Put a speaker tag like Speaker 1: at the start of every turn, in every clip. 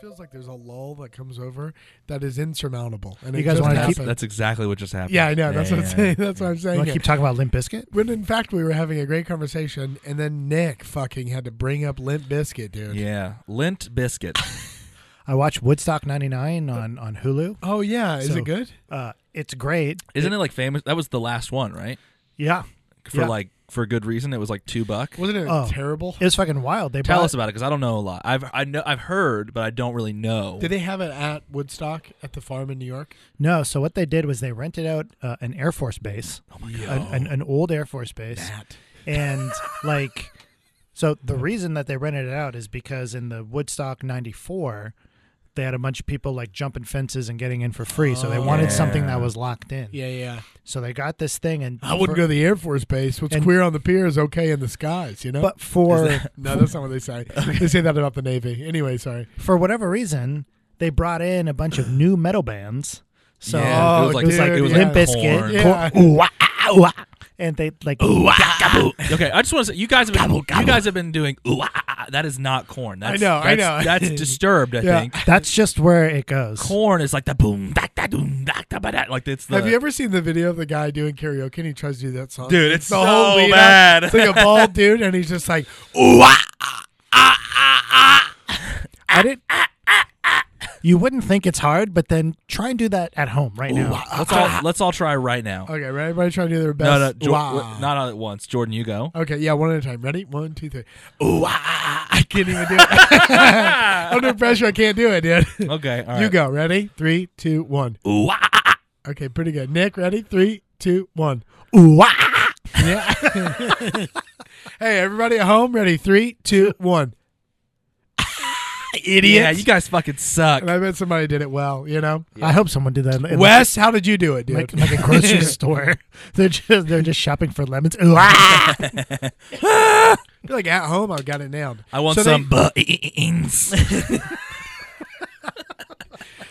Speaker 1: feels like there's a lull that comes over that is insurmountable. And
Speaker 2: You
Speaker 1: it
Speaker 2: guys
Speaker 1: just
Speaker 2: wanna
Speaker 1: happened.
Speaker 2: keep-
Speaker 3: That's exactly what just happened.
Speaker 1: yeah, I know. That's
Speaker 2: Yeah,
Speaker 1: what I'm
Speaker 2: yeah,
Speaker 1: saying.
Speaker 2: yeah.
Speaker 1: That's what I'm
Speaker 2: You
Speaker 1: saying.
Speaker 2: want to keep talking about Limp Biscuit?
Speaker 1: when in fact we were having a great conversation, and then Nick fucking had to bring up Limp Biscuit, dude.
Speaker 3: Yeah, lint biscuit.
Speaker 2: I watched Woodstock '99 on on Hulu.
Speaker 1: Oh yeah, is
Speaker 2: So-
Speaker 1: it good?
Speaker 2: Uh, it's great.
Speaker 3: Isn't it like famous? That was the last one, right?
Speaker 2: Yeah,
Speaker 3: For
Speaker 2: Yeah.
Speaker 3: like for good reason. It was like two buck.
Speaker 1: Wasn't it
Speaker 2: Oh.
Speaker 1: terrible?
Speaker 2: it was fucking wild. They
Speaker 3: Tell
Speaker 2: brought,
Speaker 3: us about it because I don't know a lot. I've I know I've heard, but I don't really know.
Speaker 1: Did they have it at Woodstock at the farm in New York?
Speaker 2: No, so what they did was they rented out uh, an Air Force base, oh my God. An, an, an old Air Force base, and like, so the reason that they rented it out is because in the Woodstock '94, they had a bunch of people like jumping fences and getting in for free, so they wanted something that was locked in.
Speaker 1: Yeah, yeah.
Speaker 2: So they got this thing, and
Speaker 1: I wouldn't
Speaker 2: for-
Speaker 1: go to the Air Force Base. What's
Speaker 2: And-
Speaker 1: queer on the pier is okay in the skies, you know.
Speaker 2: But for
Speaker 1: no, that's not what they say. They say that about the Navy. Anyway, sorry.
Speaker 2: for whatever reason, they brought in a bunch of new metal bands. So uh,
Speaker 3: Yeah,
Speaker 1: it was like- it was like
Speaker 2: Limp Bizkit,
Speaker 3: Korn.
Speaker 1: Yeah.
Speaker 2: Korn- ooh, wah, ah, ooh, ah. and they like
Speaker 3: ah, okay, I just want to say you guys have been you guys have been doing ooh, ah, ah, ah. that is not corn. That's,
Speaker 1: I know, I know.
Speaker 3: that's- That's disturbed. I
Speaker 1: Yeah.
Speaker 3: think
Speaker 2: that's just where it goes.
Speaker 3: corn is like the boom da da boom da da ba da. Like it's the
Speaker 1: Have you ever seen the video of the guy doing karaoke and he tries to do that song?
Speaker 3: Dude, it's
Speaker 1: the
Speaker 3: so
Speaker 1: whole lead up.
Speaker 3: bad.
Speaker 1: It's like a bald dude, and he's just like,
Speaker 3: ooh, ah, ah, ah, ah, ah.
Speaker 2: I didn't. You wouldn't think it's hard, but then try and do that at home right now.
Speaker 3: Let's all let's all try right now.
Speaker 1: okay, right? Everybody trying to do their best.
Speaker 3: No, no, Jor-
Speaker 1: wow.
Speaker 3: not all at once. Jordan, you go.
Speaker 1: Okay, yeah, one at a time. Ready? One, two, three. Ooh, ah, I can't even do it. Under pressure, I can't do it, dude.
Speaker 3: Okay, all right.
Speaker 1: You go. Ready? Three, two, one.
Speaker 3: Ooh, ah, ah, ah.
Speaker 1: Okay, pretty good. Nick, ready? Three, two, one.
Speaker 2: Ooh, ah.
Speaker 1: Yeah. hey, everybody at home, ready? Three, two, one. Idiot.
Speaker 3: Yeah, you guys fucking suck.
Speaker 1: and I bet somebody did it well, you know?
Speaker 2: I hope someone did that. in- in
Speaker 1: Wes, how did you do it, dude?
Speaker 2: like, like, like a grocery store. They're just they're just shopping for lemons. Ooh, ah.
Speaker 1: I feel like at home, I got it nailed.
Speaker 3: I want
Speaker 1: So they-
Speaker 3: some beans.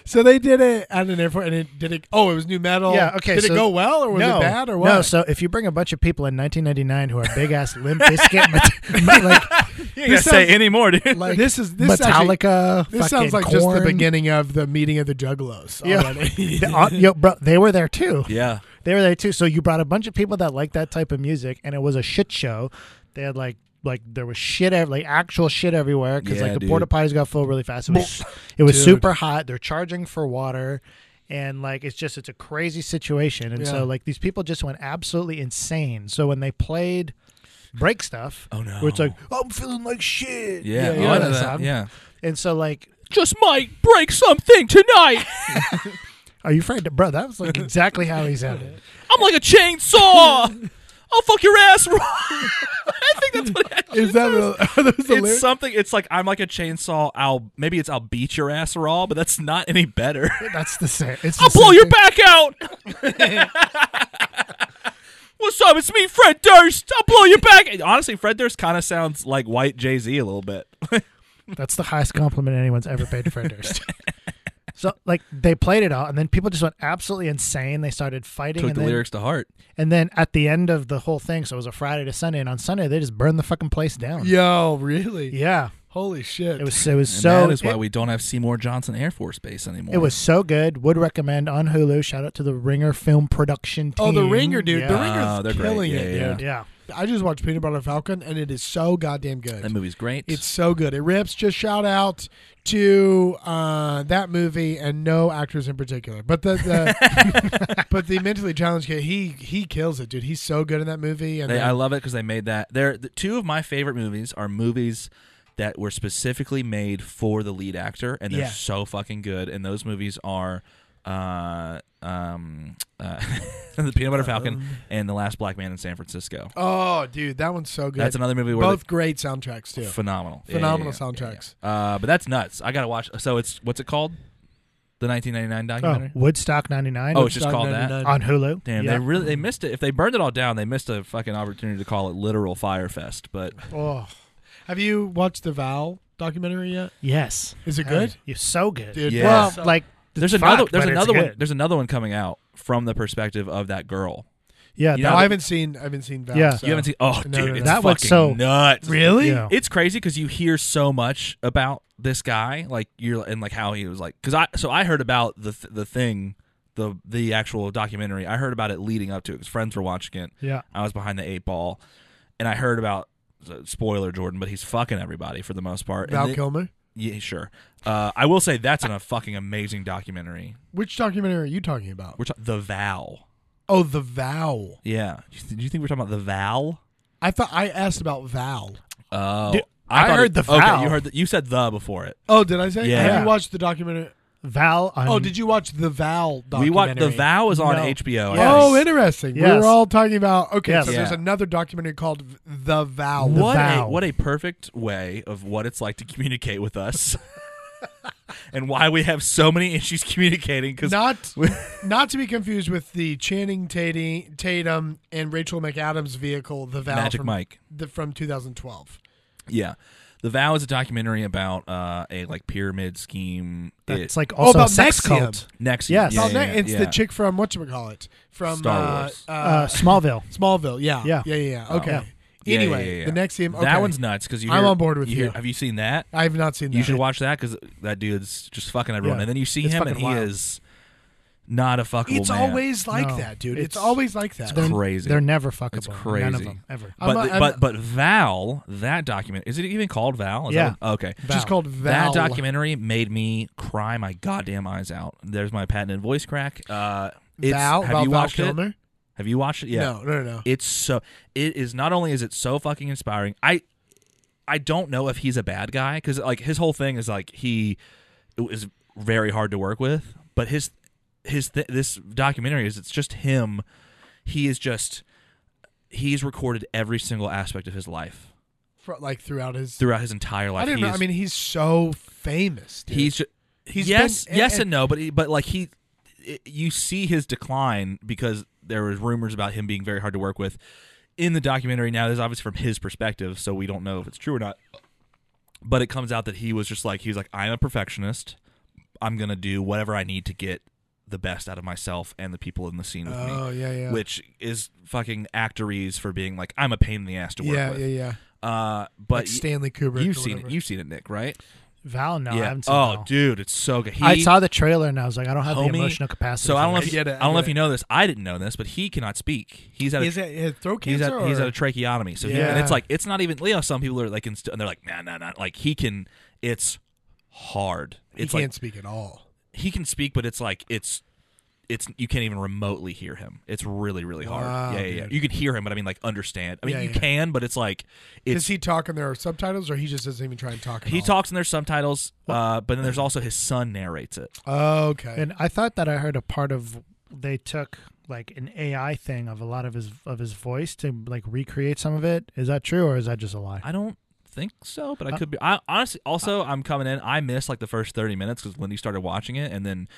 Speaker 1: So they did it at an airport, and it did it. Oh, it was new metal.
Speaker 2: Yeah, okay,
Speaker 1: Did
Speaker 2: so-
Speaker 1: it go well, or was
Speaker 2: no,
Speaker 1: it bad, or what?
Speaker 2: No, so if you bring a bunch of people in 1999 who are big ass Limp Bizkit, Met- Met- like
Speaker 3: You
Speaker 1: This sounds-
Speaker 3: anymore, dude.
Speaker 1: like, this is this Actually,
Speaker 2: Metallica,
Speaker 1: this sounds like
Speaker 2: fucking
Speaker 1: just the
Speaker 2: Korn.
Speaker 1: beginning of the meeting of the Juggalos.
Speaker 2: Yeah.
Speaker 1: already.
Speaker 2: The- uh, yo, bro, they were there too.
Speaker 3: yeah.
Speaker 2: They were there too. So you brought a bunch of people that like that type of music, and it was a shit show. They had like like there was shit ev- like actual shit everywhere because
Speaker 3: Yeah,
Speaker 2: like the
Speaker 3: dude.
Speaker 2: porta potties got full really fast. It was it was
Speaker 1: Dude.
Speaker 2: super hot. They're charging for water. And like it's just it's a crazy situation, and
Speaker 1: Yeah.
Speaker 2: so like these people just went absolutely insane. So when they played break stuff,
Speaker 3: Oh, no.
Speaker 2: where it's like I'm feeling like shit,
Speaker 3: Yeah.
Speaker 2: you
Speaker 3: oh,
Speaker 2: know
Speaker 3: I
Speaker 2: that
Speaker 3: know that.
Speaker 2: song?
Speaker 3: Yeah.
Speaker 2: And so like,
Speaker 3: Just might break something tonight.
Speaker 2: are you afraid, to, bro? That was like exactly how he sounded.
Speaker 3: I'm like a chainsaw. I'll fuck your ass. I think that's what it actually
Speaker 1: is that
Speaker 3: says.
Speaker 1: the, are those the
Speaker 3: it's
Speaker 1: lyrics?
Speaker 3: something. It's like I'm like a chainsaw. I'll maybe it's I'll beat your ass raw, but that's not any better.
Speaker 2: That's the same. It's
Speaker 3: I'll
Speaker 2: the
Speaker 3: blow
Speaker 2: same
Speaker 3: your
Speaker 2: thing.
Speaker 3: back out. What's up? It's me, Fred Durst. I'll blow your back. Honestly, Fred Durst kind of sounds like white Jay Z a little bit.
Speaker 2: That's the highest compliment anyone's ever paid to Fred Durst. so like they played it all, and then people just went absolutely insane. They started fighting,
Speaker 3: Took
Speaker 2: and
Speaker 3: the
Speaker 2: then,
Speaker 3: lyrics to heart.
Speaker 2: and then at the end of the whole thing, so it was a Friday to Sunday, and on Sunday they just burned the fucking place down.
Speaker 1: Yo, really?
Speaker 2: yeah.
Speaker 1: Holy shit!
Speaker 2: It was it was
Speaker 3: And
Speaker 2: so.
Speaker 3: that is why
Speaker 2: it,
Speaker 3: we don't have Seymour Johnson Air Force Base anymore.
Speaker 2: it was so good. Would recommend on Hulu. Shout out to the Ringer Film Production team.
Speaker 1: oh, the Ringer, dude. The
Speaker 2: Yeah.
Speaker 1: Ringer's
Speaker 3: Oh, they're great.
Speaker 1: killing
Speaker 3: Yeah,
Speaker 1: it,
Speaker 3: yeah,
Speaker 1: dude.
Speaker 2: yeah.
Speaker 1: I just watched Peanut Butter Falcon, and it is so goddamn good.
Speaker 3: that movie's great.
Speaker 1: It's so good. It rips. Just shout out to uh, that movie and no actors in particular, but the, the but the mentally challenged kid, he he kills it, dude. He's so good in that movie. And
Speaker 3: They,
Speaker 1: then-
Speaker 3: I love it because they made that. They're the, two of my favorite movies are movies that were specifically made for the lead actor, and they're
Speaker 1: Yeah.
Speaker 3: so fucking good. And those movies are, uh, um, uh, the Peanut Butter Falcon
Speaker 1: Um,
Speaker 3: and the Last Black Man in San Francisco.
Speaker 1: oh, dude, that one's so good.
Speaker 3: That's another movie where
Speaker 1: Both
Speaker 3: they-
Speaker 1: great soundtracks too.
Speaker 3: phenomenal, Yeah, yeah,
Speaker 1: Phenomenal
Speaker 3: yeah, yeah,
Speaker 1: soundtracks.
Speaker 3: yeah. Uh, but that's nuts. I gotta watch. So it's what's it called? The
Speaker 2: Oh,
Speaker 3: 1999 documentary.
Speaker 2: Woodstock '99.
Speaker 3: Oh, it's just called that.
Speaker 1: 99.
Speaker 2: on Hulu.
Speaker 3: Damn,
Speaker 2: yeah.
Speaker 3: they really they missed it. If they burned it all down, they missed a fucking opportunity to call it literal Firefest. But
Speaker 1: Oh, have you watched the Val documentary yet?
Speaker 2: yes.
Speaker 1: Is it
Speaker 2: Hell
Speaker 1: good?
Speaker 2: yeah. You're so good.
Speaker 1: Dude,
Speaker 3: Yeah.
Speaker 2: Well,
Speaker 1: so-
Speaker 2: like
Speaker 3: There's
Speaker 2: fuck,
Speaker 3: another. There's
Speaker 2: but it's
Speaker 3: another one.
Speaker 2: good.
Speaker 3: There's another one coming out from the perspective of that girl.
Speaker 2: Yeah, that,
Speaker 3: You
Speaker 1: No,
Speaker 3: know,
Speaker 1: I haven't seen. I haven't seen. Valve,
Speaker 2: Yeah.
Speaker 1: so-
Speaker 3: You haven't seen? Oh,
Speaker 1: No,
Speaker 3: dude,
Speaker 1: no, no.
Speaker 3: it's
Speaker 2: That
Speaker 3: fucking
Speaker 2: was so-
Speaker 3: nuts.
Speaker 1: really.
Speaker 2: Yeah.
Speaker 3: It's crazy because you hear so much about this guy, like you're and like how he was like. Because I so I heard about the th- the thing, the the actual documentary. I heard about it leading up to it because friends were watching it.
Speaker 2: yeah,
Speaker 3: I was behind the eight ball, and I heard about spoiler Jordan, but he's fucking everybody for the most part. And
Speaker 1: Val
Speaker 3: then-
Speaker 1: Kilmer.
Speaker 3: yeah, sure. Uh, I will say that's in a fucking amazing documentary.
Speaker 1: Which documentary are you talking about?
Speaker 3: We're ta- the Val.
Speaker 1: Oh, The Vow.
Speaker 3: Yeah. Do you, th- do you think we're talking about the Val?
Speaker 1: I thought I asked about Val.
Speaker 3: Oh,
Speaker 2: Dude, I
Speaker 3: thought
Speaker 2: heard the
Speaker 3: Okay,
Speaker 2: Val.
Speaker 3: you heard the, you said the before it.
Speaker 1: Oh, did I say?
Speaker 3: Yeah.
Speaker 1: Have you watched the documentary?
Speaker 2: Val. i
Speaker 1: Oh, did you watch The Vow documentary?
Speaker 3: We watched the Vow is on
Speaker 2: No.
Speaker 3: HBO.
Speaker 2: Yes.
Speaker 1: Oh, interesting. We
Speaker 2: Yes.
Speaker 1: were all talking about. Okay,
Speaker 2: Yes.
Speaker 1: so there's
Speaker 3: Yeah.
Speaker 1: another documentary called V- The Vow.
Speaker 2: The
Speaker 3: Oh, what a
Speaker 2: Vow.
Speaker 3: what a perfect way of what it's like to communicate with us, and why we have so many issues communicating. Because
Speaker 1: Not, not to be confused with the Channing Tatum, Tatum and Rachel McAdams vehicle, The Vow,
Speaker 3: Magic
Speaker 1: from,
Speaker 3: Mike.
Speaker 1: the, from 2012.
Speaker 3: Yeah. The Vow is a documentary about uh, a like pyramid scheme.
Speaker 2: That's
Speaker 3: It-
Speaker 2: like also
Speaker 1: about
Speaker 2: a sex
Speaker 1: Nexium.
Speaker 2: cult.
Speaker 3: next.
Speaker 2: Yes.
Speaker 3: yeah,
Speaker 1: Oh,
Speaker 3: yeah,
Speaker 1: no,
Speaker 3: yeah,
Speaker 1: it's
Speaker 3: yeah.
Speaker 1: the chick from what you call it from
Speaker 3: Star
Speaker 1: uh,
Speaker 3: Wars.
Speaker 1: Uh,
Speaker 2: Uh, Smallville.
Speaker 1: Smallville. Yeah.
Speaker 2: yeah.
Speaker 1: Yeah. Yeah. yeah.
Speaker 3: Oh.
Speaker 1: Okay.
Speaker 2: Yeah.
Speaker 3: Yeah,
Speaker 1: Anyway,
Speaker 3: yeah, yeah, yeah.
Speaker 1: the next team. Okay.
Speaker 3: That one's nuts because you.
Speaker 1: I'm
Speaker 3: hear-
Speaker 1: on board with
Speaker 3: hear-
Speaker 1: you.
Speaker 3: Have you seen that?
Speaker 1: I have not seen that.
Speaker 3: You should watch that because that dude's just fucking everyone,
Speaker 2: Yeah.
Speaker 3: and then you see
Speaker 1: It's
Speaker 3: him,
Speaker 1: fucking
Speaker 3: and he
Speaker 1: wild.
Speaker 3: is not a fuckable
Speaker 1: It's
Speaker 3: man.
Speaker 1: always like
Speaker 2: No.
Speaker 1: that, dude. It's,
Speaker 2: It's-
Speaker 1: always like that.
Speaker 2: They're-
Speaker 3: crazy.
Speaker 2: They're never fuckable. None
Speaker 3: crazy.
Speaker 2: of them ever. Uh,
Speaker 1: I'm
Speaker 3: but
Speaker 1: not-
Speaker 3: the-
Speaker 1: I'm
Speaker 3: but
Speaker 1: not-
Speaker 3: but Val that document is it even called Val? Is
Speaker 2: Yeah.
Speaker 3: That what- okay.
Speaker 1: It's just
Speaker 2: Val.
Speaker 1: called Val.
Speaker 3: That documentary made me cry my goddamn eyes out. There's my patented voice crack. Uh, it's,
Speaker 1: Val.
Speaker 3: have
Speaker 1: Val,
Speaker 3: you
Speaker 1: Val
Speaker 3: watched it?
Speaker 1: Kilmer?
Speaker 3: Have you watched it? Yeah.
Speaker 1: No, no, no, no.
Speaker 3: It's so it is not only is it so fucking inspiring. I I don't know if he's a bad guy cuz like his whole thing is like he is very hard to work with, but his his th- this documentary is it's just him. He is just he's recorded every single aspect of his life
Speaker 1: Fr- like throughout his.
Speaker 3: throughout his entire life.
Speaker 1: I didn't
Speaker 3: He
Speaker 1: know.
Speaker 3: is-
Speaker 1: I mean, he's so famous. Dude.
Speaker 3: he's just,
Speaker 1: He's
Speaker 3: yes,
Speaker 1: been-
Speaker 3: yes,
Speaker 1: and-
Speaker 3: and, no, but he, but like he, it, you see his decline because there was rumors about him being very hard to work with in the documentary. Now, this is obviously from his perspective, so we don't know if it's true or not. But it comes out that he was just like he was like I'm a perfectionist. I'm gonna do whatever I need to get the best out of myself and the people in the scene with
Speaker 1: Oh
Speaker 3: me,
Speaker 1: yeah, yeah.
Speaker 3: which is fucking actorese for being like I'm a pain in the ass to work
Speaker 1: yeah,
Speaker 3: with.
Speaker 1: yeah, yeah.
Speaker 3: Uh,
Speaker 1: Like
Speaker 3: but y-
Speaker 1: Stanley Kubrick.
Speaker 3: you've
Speaker 1: or
Speaker 3: seen it.
Speaker 1: whatever.
Speaker 3: You've seen it, Nick, right?
Speaker 2: Val, no, I haven't seen
Speaker 3: oh,
Speaker 2: Val.
Speaker 3: dude, it's so good. He,
Speaker 2: I saw the trailer and I was like, I don't have
Speaker 3: Homie.
Speaker 2: the emotional capacity.
Speaker 3: So I don't know
Speaker 2: for
Speaker 3: if
Speaker 2: this.
Speaker 3: you,
Speaker 1: I get it, I
Speaker 3: I don't know
Speaker 1: get
Speaker 3: if you
Speaker 1: it.
Speaker 3: know this. I didn't know this, but he cannot speak. He's at a,
Speaker 1: Is it, is it throat
Speaker 3: he's
Speaker 1: cancer?
Speaker 3: at he's
Speaker 1: or-
Speaker 3: at a tracheotomy. So he, and
Speaker 1: Yeah.
Speaker 3: it's like it's not even. You know, some people are like, inst- and they're like, nah, nah, nah. Like he can. It's hard.
Speaker 1: he
Speaker 3: It's
Speaker 1: can't
Speaker 3: like
Speaker 1: speak at all.
Speaker 3: he can speak, but it's like it's. It's you can't even remotely hear him. It's really really hard.
Speaker 1: Wow,
Speaker 3: yeah, yeah, yeah.
Speaker 1: dude.
Speaker 3: You can hear him, but I mean like understand. I mean
Speaker 1: Yeah,
Speaker 3: you
Speaker 1: yeah.
Speaker 3: can, but it's like it's
Speaker 1: Does he talk and there are subtitles, or he just doesn't even try and talk? At
Speaker 3: he
Speaker 1: all?
Speaker 3: talks and there's subtitles, uh, but then there's also his son narrates it.
Speaker 1: Oh, okay.
Speaker 2: And I thought that I heard a part of they took like an AI thing of a lot of his of his voice to like recreate some of it. Is that true or is that just a lie?
Speaker 3: I don't think so, but I
Speaker 2: Uh,
Speaker 3: could be. I honestly also
Speaker 1: uh,
Speaker 3: I'm coming in. I missed like the first 30 minutes because Lindy started watching it, and then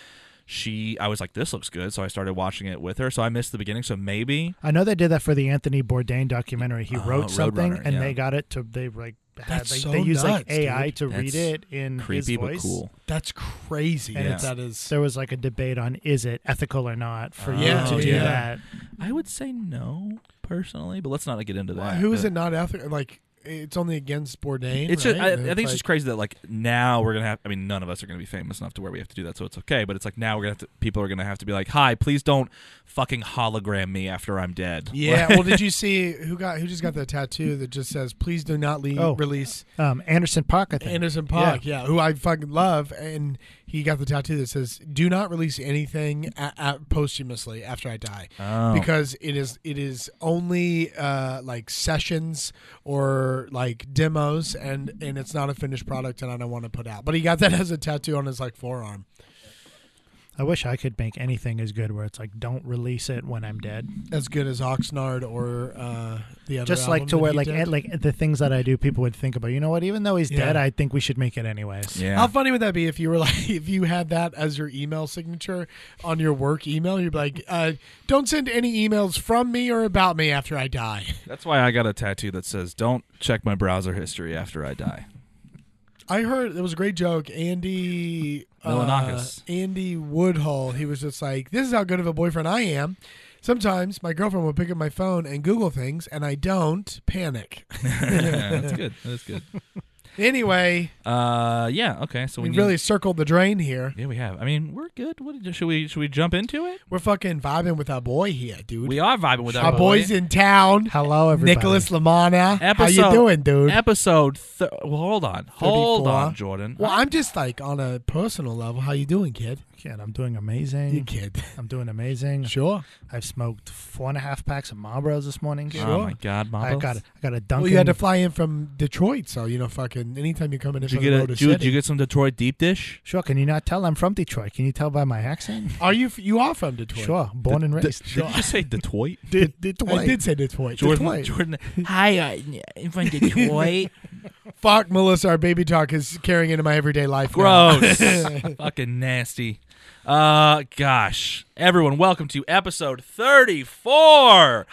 Speaker 3: she I was like, this looks good, so I started watching it with her. So I missed the beginning. So maybe
Speaker 2: I know they did that for the Anthony Bourdain documentary. He
Speaker 3: Uh, Road
Speaker 2: wrote something
Speaker 3: Runner,
Speaker 2: and
Speaker 3: yeah.
Speaker 2: they got it to they like had
Speaker 1: That's
Speaker 2: like
Speaker 1: so
Speaker 2: they used like
Speaker 1: nuts,
Speaker 2: AI
Speaker 1: dude.
Speaker 2: to read
Speaker 3: That's
Speaker 2: it in
Speaker 3: creepy
Speaker 2: his
Speaker 3: but
Speaker 2: voice.
Speaker 3: cool.
Speaker 1: That's crazy.
Speaker 2: And
Speaker 1: that
Speaker 3: it's-
Speaker 1: that is.
Speaker 2: There was like a debate on is it ethical or not for
Speaker 1: Yeah,
Speaker 2: you to do
Speaker 1: Oh, yeah.
Speaker 2: that.
Speaker 3: I would say no personally, but let's not get into that.
Speaker 1: Who is
Speaker 3: But
Speaker 1: it not ethical? Like it's only against Bourdain.
Speaker 3: It's
Speaker 1: right?
Speaker 3: just I, I
Speaker 1: And
Speaker 3: think it's just
Speaker 1: like-
Speaker 3: crazy that like now we're gonna have. I mean, none of us are gonna be famous enough to where we have to do that, so it's okay. But it's like now we're gonna have to. People are gonna have to be like, "Hi, please don't fucking hologram me after I'm dead."
Speaker 1: Yeah. well, did you see who got who just got the tattoo that just says "Please do not leave,
Speaker 2: Oh.
Speaker 1: release
Speaker 2: Um, Anderson Park, I think.
Speaker 1: Anderson Park"? Yeah. who I fucking love, and he got the tattoo that says "Do not release anything a- a- posthumously after I die."
Speaker 3: Oh.
Speaker 1: because it is it is only uh, like sessions or like demos and and it's not a finished product and I don't want to put out. But he got that as a tattoo on his like forearm.
Speaker 2: I wish I could make anything as good where it's like don't release it when I'm dead.
Speaker 1: As good as Oxnard or uh, the other.
Speaker 2: Just like
Speaker 1: album
Speaker 2: to
Speaker 1: that
Speaker 2: where
Speaker 1: he
Speaker 2: like
Speaker 1: did.
Speaker 2: at, like the things that I do, people would think about. You know what? Even though he's
Speaker 1: Yeah.
Speaker 2: dead, I think we should make it anyways.
Speaker 3: yeah.
Speaker 1: How funny would that be if you were like if you had that as your email signature on your work email? You'd be like, uh, "Don't send any emails from me or about me after I die."
Speaker 3: That's why I got a tattoo that says "Don't check my browser history after I die."
Speaker 1: I heard it was a great joke. Andy uh,
Speaker 3: Milanakis.
Speaker 1: Andy Woodhull. He was just like, "This is how good of a boyfriend I am." Sometimes my girlfriend will pick up my phone and Google things, and I don't panic.
Speaker 3: That's good. That's good.
Speaker 1: Anyway,
Speaker 3: Uh, yeah. Okay. So we,
Speaker 1: we
Speaker 3: need-
Speaker 1: really circled the drain here.
Speaker 3: Yeah, we have. I mean, we're good. What should we? Should we jump into it?
Speaker 1: We're fucking vibing with our boy here, dude.
Speaker 3: We are vibing with
Speaker 1: our boys in town.
Speaker 2: Hello, everybody.
Speaker 1: Nicholas Lamana. How you
Speaker 3: Episode-
Speaker 1: doing, dude?
Speaker 3: Episode. Th- well, hold on. Hold
Speaker 1: 34.
Speaker 3: on, Jordan.
Speaker 1: Well, I'm just like on a personal level. How you doing, kid?
Speaker 2: Kid, I'm doing
Speaker 3: Hmm.
Speaker 2: amazing.
Speaker 1: You kid?
Speaker 2: I'm doing amazing.
Speaker 1: Sure.
Speaker 2: I've smoked four and a half packs of Marlboros this morning.
Speaker 3: oh
Speaker 2: kid.
Speaker 1: sure.
Speaker 3: my God,
Speaker 2: I
Speaker 3: Mamba.
Speaker 2: got a, I got a Dunkin'.
Speaker 1: Well, you had to fly in from Detroit, so you know, fucking anytime you're coming in
Speaker 3: Did you
Speaker 1: from
Speaker 3: get
Speaker 1: the
Speaker 3: a
Speaker 1: Motor
Speaker 3: dude? Did
Speaker 1: City,
Speaker 3: you get some Detroit deep dish?
Speaker 2: sure, can you not tell I'm from Detroit? Can you tell by my accent?
Speaker 1: are you? f- You are from Detroit?
Speaker 2: Sure, born and
Speaker 3: Did-
Speaker 2: raised.
Speaker 3: Did you just say Detroit?
Speaker 2: Did, did
Speaker 1: I did say Detroit.
Speaker 3: Jordan.
Speaker 1: Detroit.
Speaker 3: Jordan. Hi, uh, I'm from Detroit.
Speaker 1: Fuck, Melissa, our baby talk is carrying into my everyday life. now.
Speaker 3: Gross. Fucking nasty. Uh, gosh. Everyone, welcome to episode 34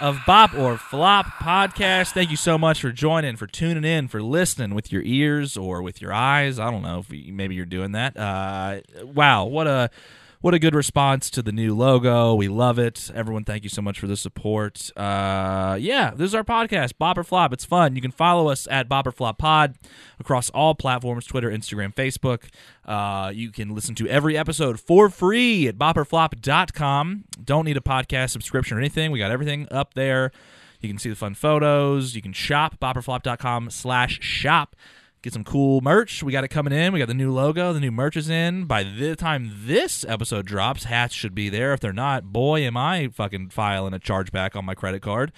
Speaker 3: of Bop or Flop podcast. Thank you so much for joining, for tuning in, for listening with your ears or with your eyes. I don't know if you, maybe you're doing that. Uh, wow, what a what a good response to the new logo. We love it. Everyone, thank you so much for the support. Uh, yeah, this is our podcast, Bop or Flop. It's fun. You can follow us at Bop or Flop Pod across all platforms Twitter, Instagram, Facebook. Uh, you can listen to every episode for free at bopperflop.com. Don't need a podcast subscription or anything. We got everything up there. You can see the fun photos. You can shop bopperflop.com slash shop. Get some cool merch. We got it coming in. We got the new logo. The new merch is in. By the time this episode drops, hats should be there. If they're not, boy, am I fucking filing a chargeback on my credit card.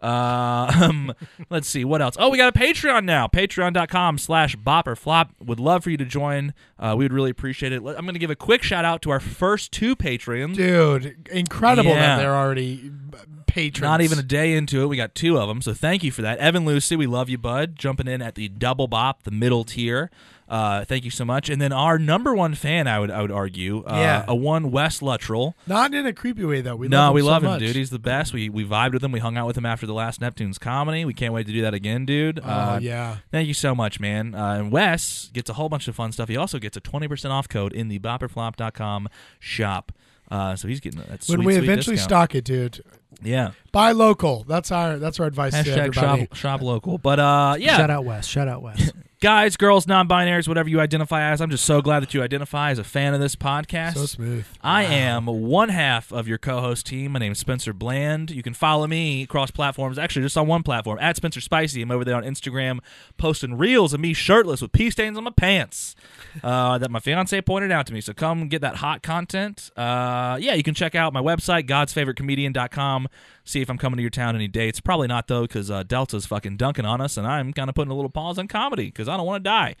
Speaker 3: Uh, um, let's see what else. Oh, we got a Patreon now. Patreon.com slash bop or flop. Would love for you to join. Uh, we would really appreciate it. Let- I'm going to give a quick shout out to our first two Patreons.
Speaker 1: dude, incredible
Speaker 3: Yeah.
Speaker 1: that they're already uh, patrons.
Speaker 3: Not even a day into it, we got two of them. So thank you for that, Evan Lucy. We love you, bud. Jumping in at the double bop, the middle tier. Uh, thank you so much. And then our number one fan, I would I would argue, uh,
Speaker 1: Yeah.
Speaker 3: a one Wes Luttrell.
Speaker 1: Not in a creepy way though. We
Speaker 3: no,
Speaker 1: love him
Speaker 3: we
Speaker 1: so
Speaker 3: love him,
Speaker 1: much.
Speaker 3: dude. He's the best. We we vibed with him. We hung out with him after the last Neptune's comedy. We can't wait to do that again, dude. Uh,
Speaker 1: Oh yeah.
Speaker 3: Thank you so much, man. Uh, and Wes gets a whole bunch of fun stuff. He also gets a 20% off code in the bopperflop.com shop. Uh, so he's getting that sweet,
Speaker 1: when we
Speaker 3: sweet
Speaker 1: eventually
Speaker 3: discount.
Speaker 1: stock it, dude,
Speaker 3: Yeah.
Speaker 1: buy local. That's our that's our advice to
Speaker 3: Hashtag
Speaker 1: everybody.
Speaker 3: shop, shop local. But uh, yeah,
Speaker 2: Shout out West. Shout out West.
Speaker 3: guys, girls, non-binaries, whatever you identify as, I'm just so glad that you identify as a fan of this podcast.
Speaker 1: So smooth.
Speaker 3: I am one half of your co-host team. My name's Spencer Bland. You can follow me across platforms, actually just on one platform, at Spencer Spicy. I'm over there on Instagram posting reels of me shirtless with pee stains on my pants uh, that my fiance pointed out to me. So come get that hot content. Uh, yeah, you can check out my website, godsfavoritecomedian.com. See if I'm coming to your town any dates. Probably not, though, because uh, Delta's fucking dunking on us, and I'm kind of putting a little pause on comedy because I don't want to die.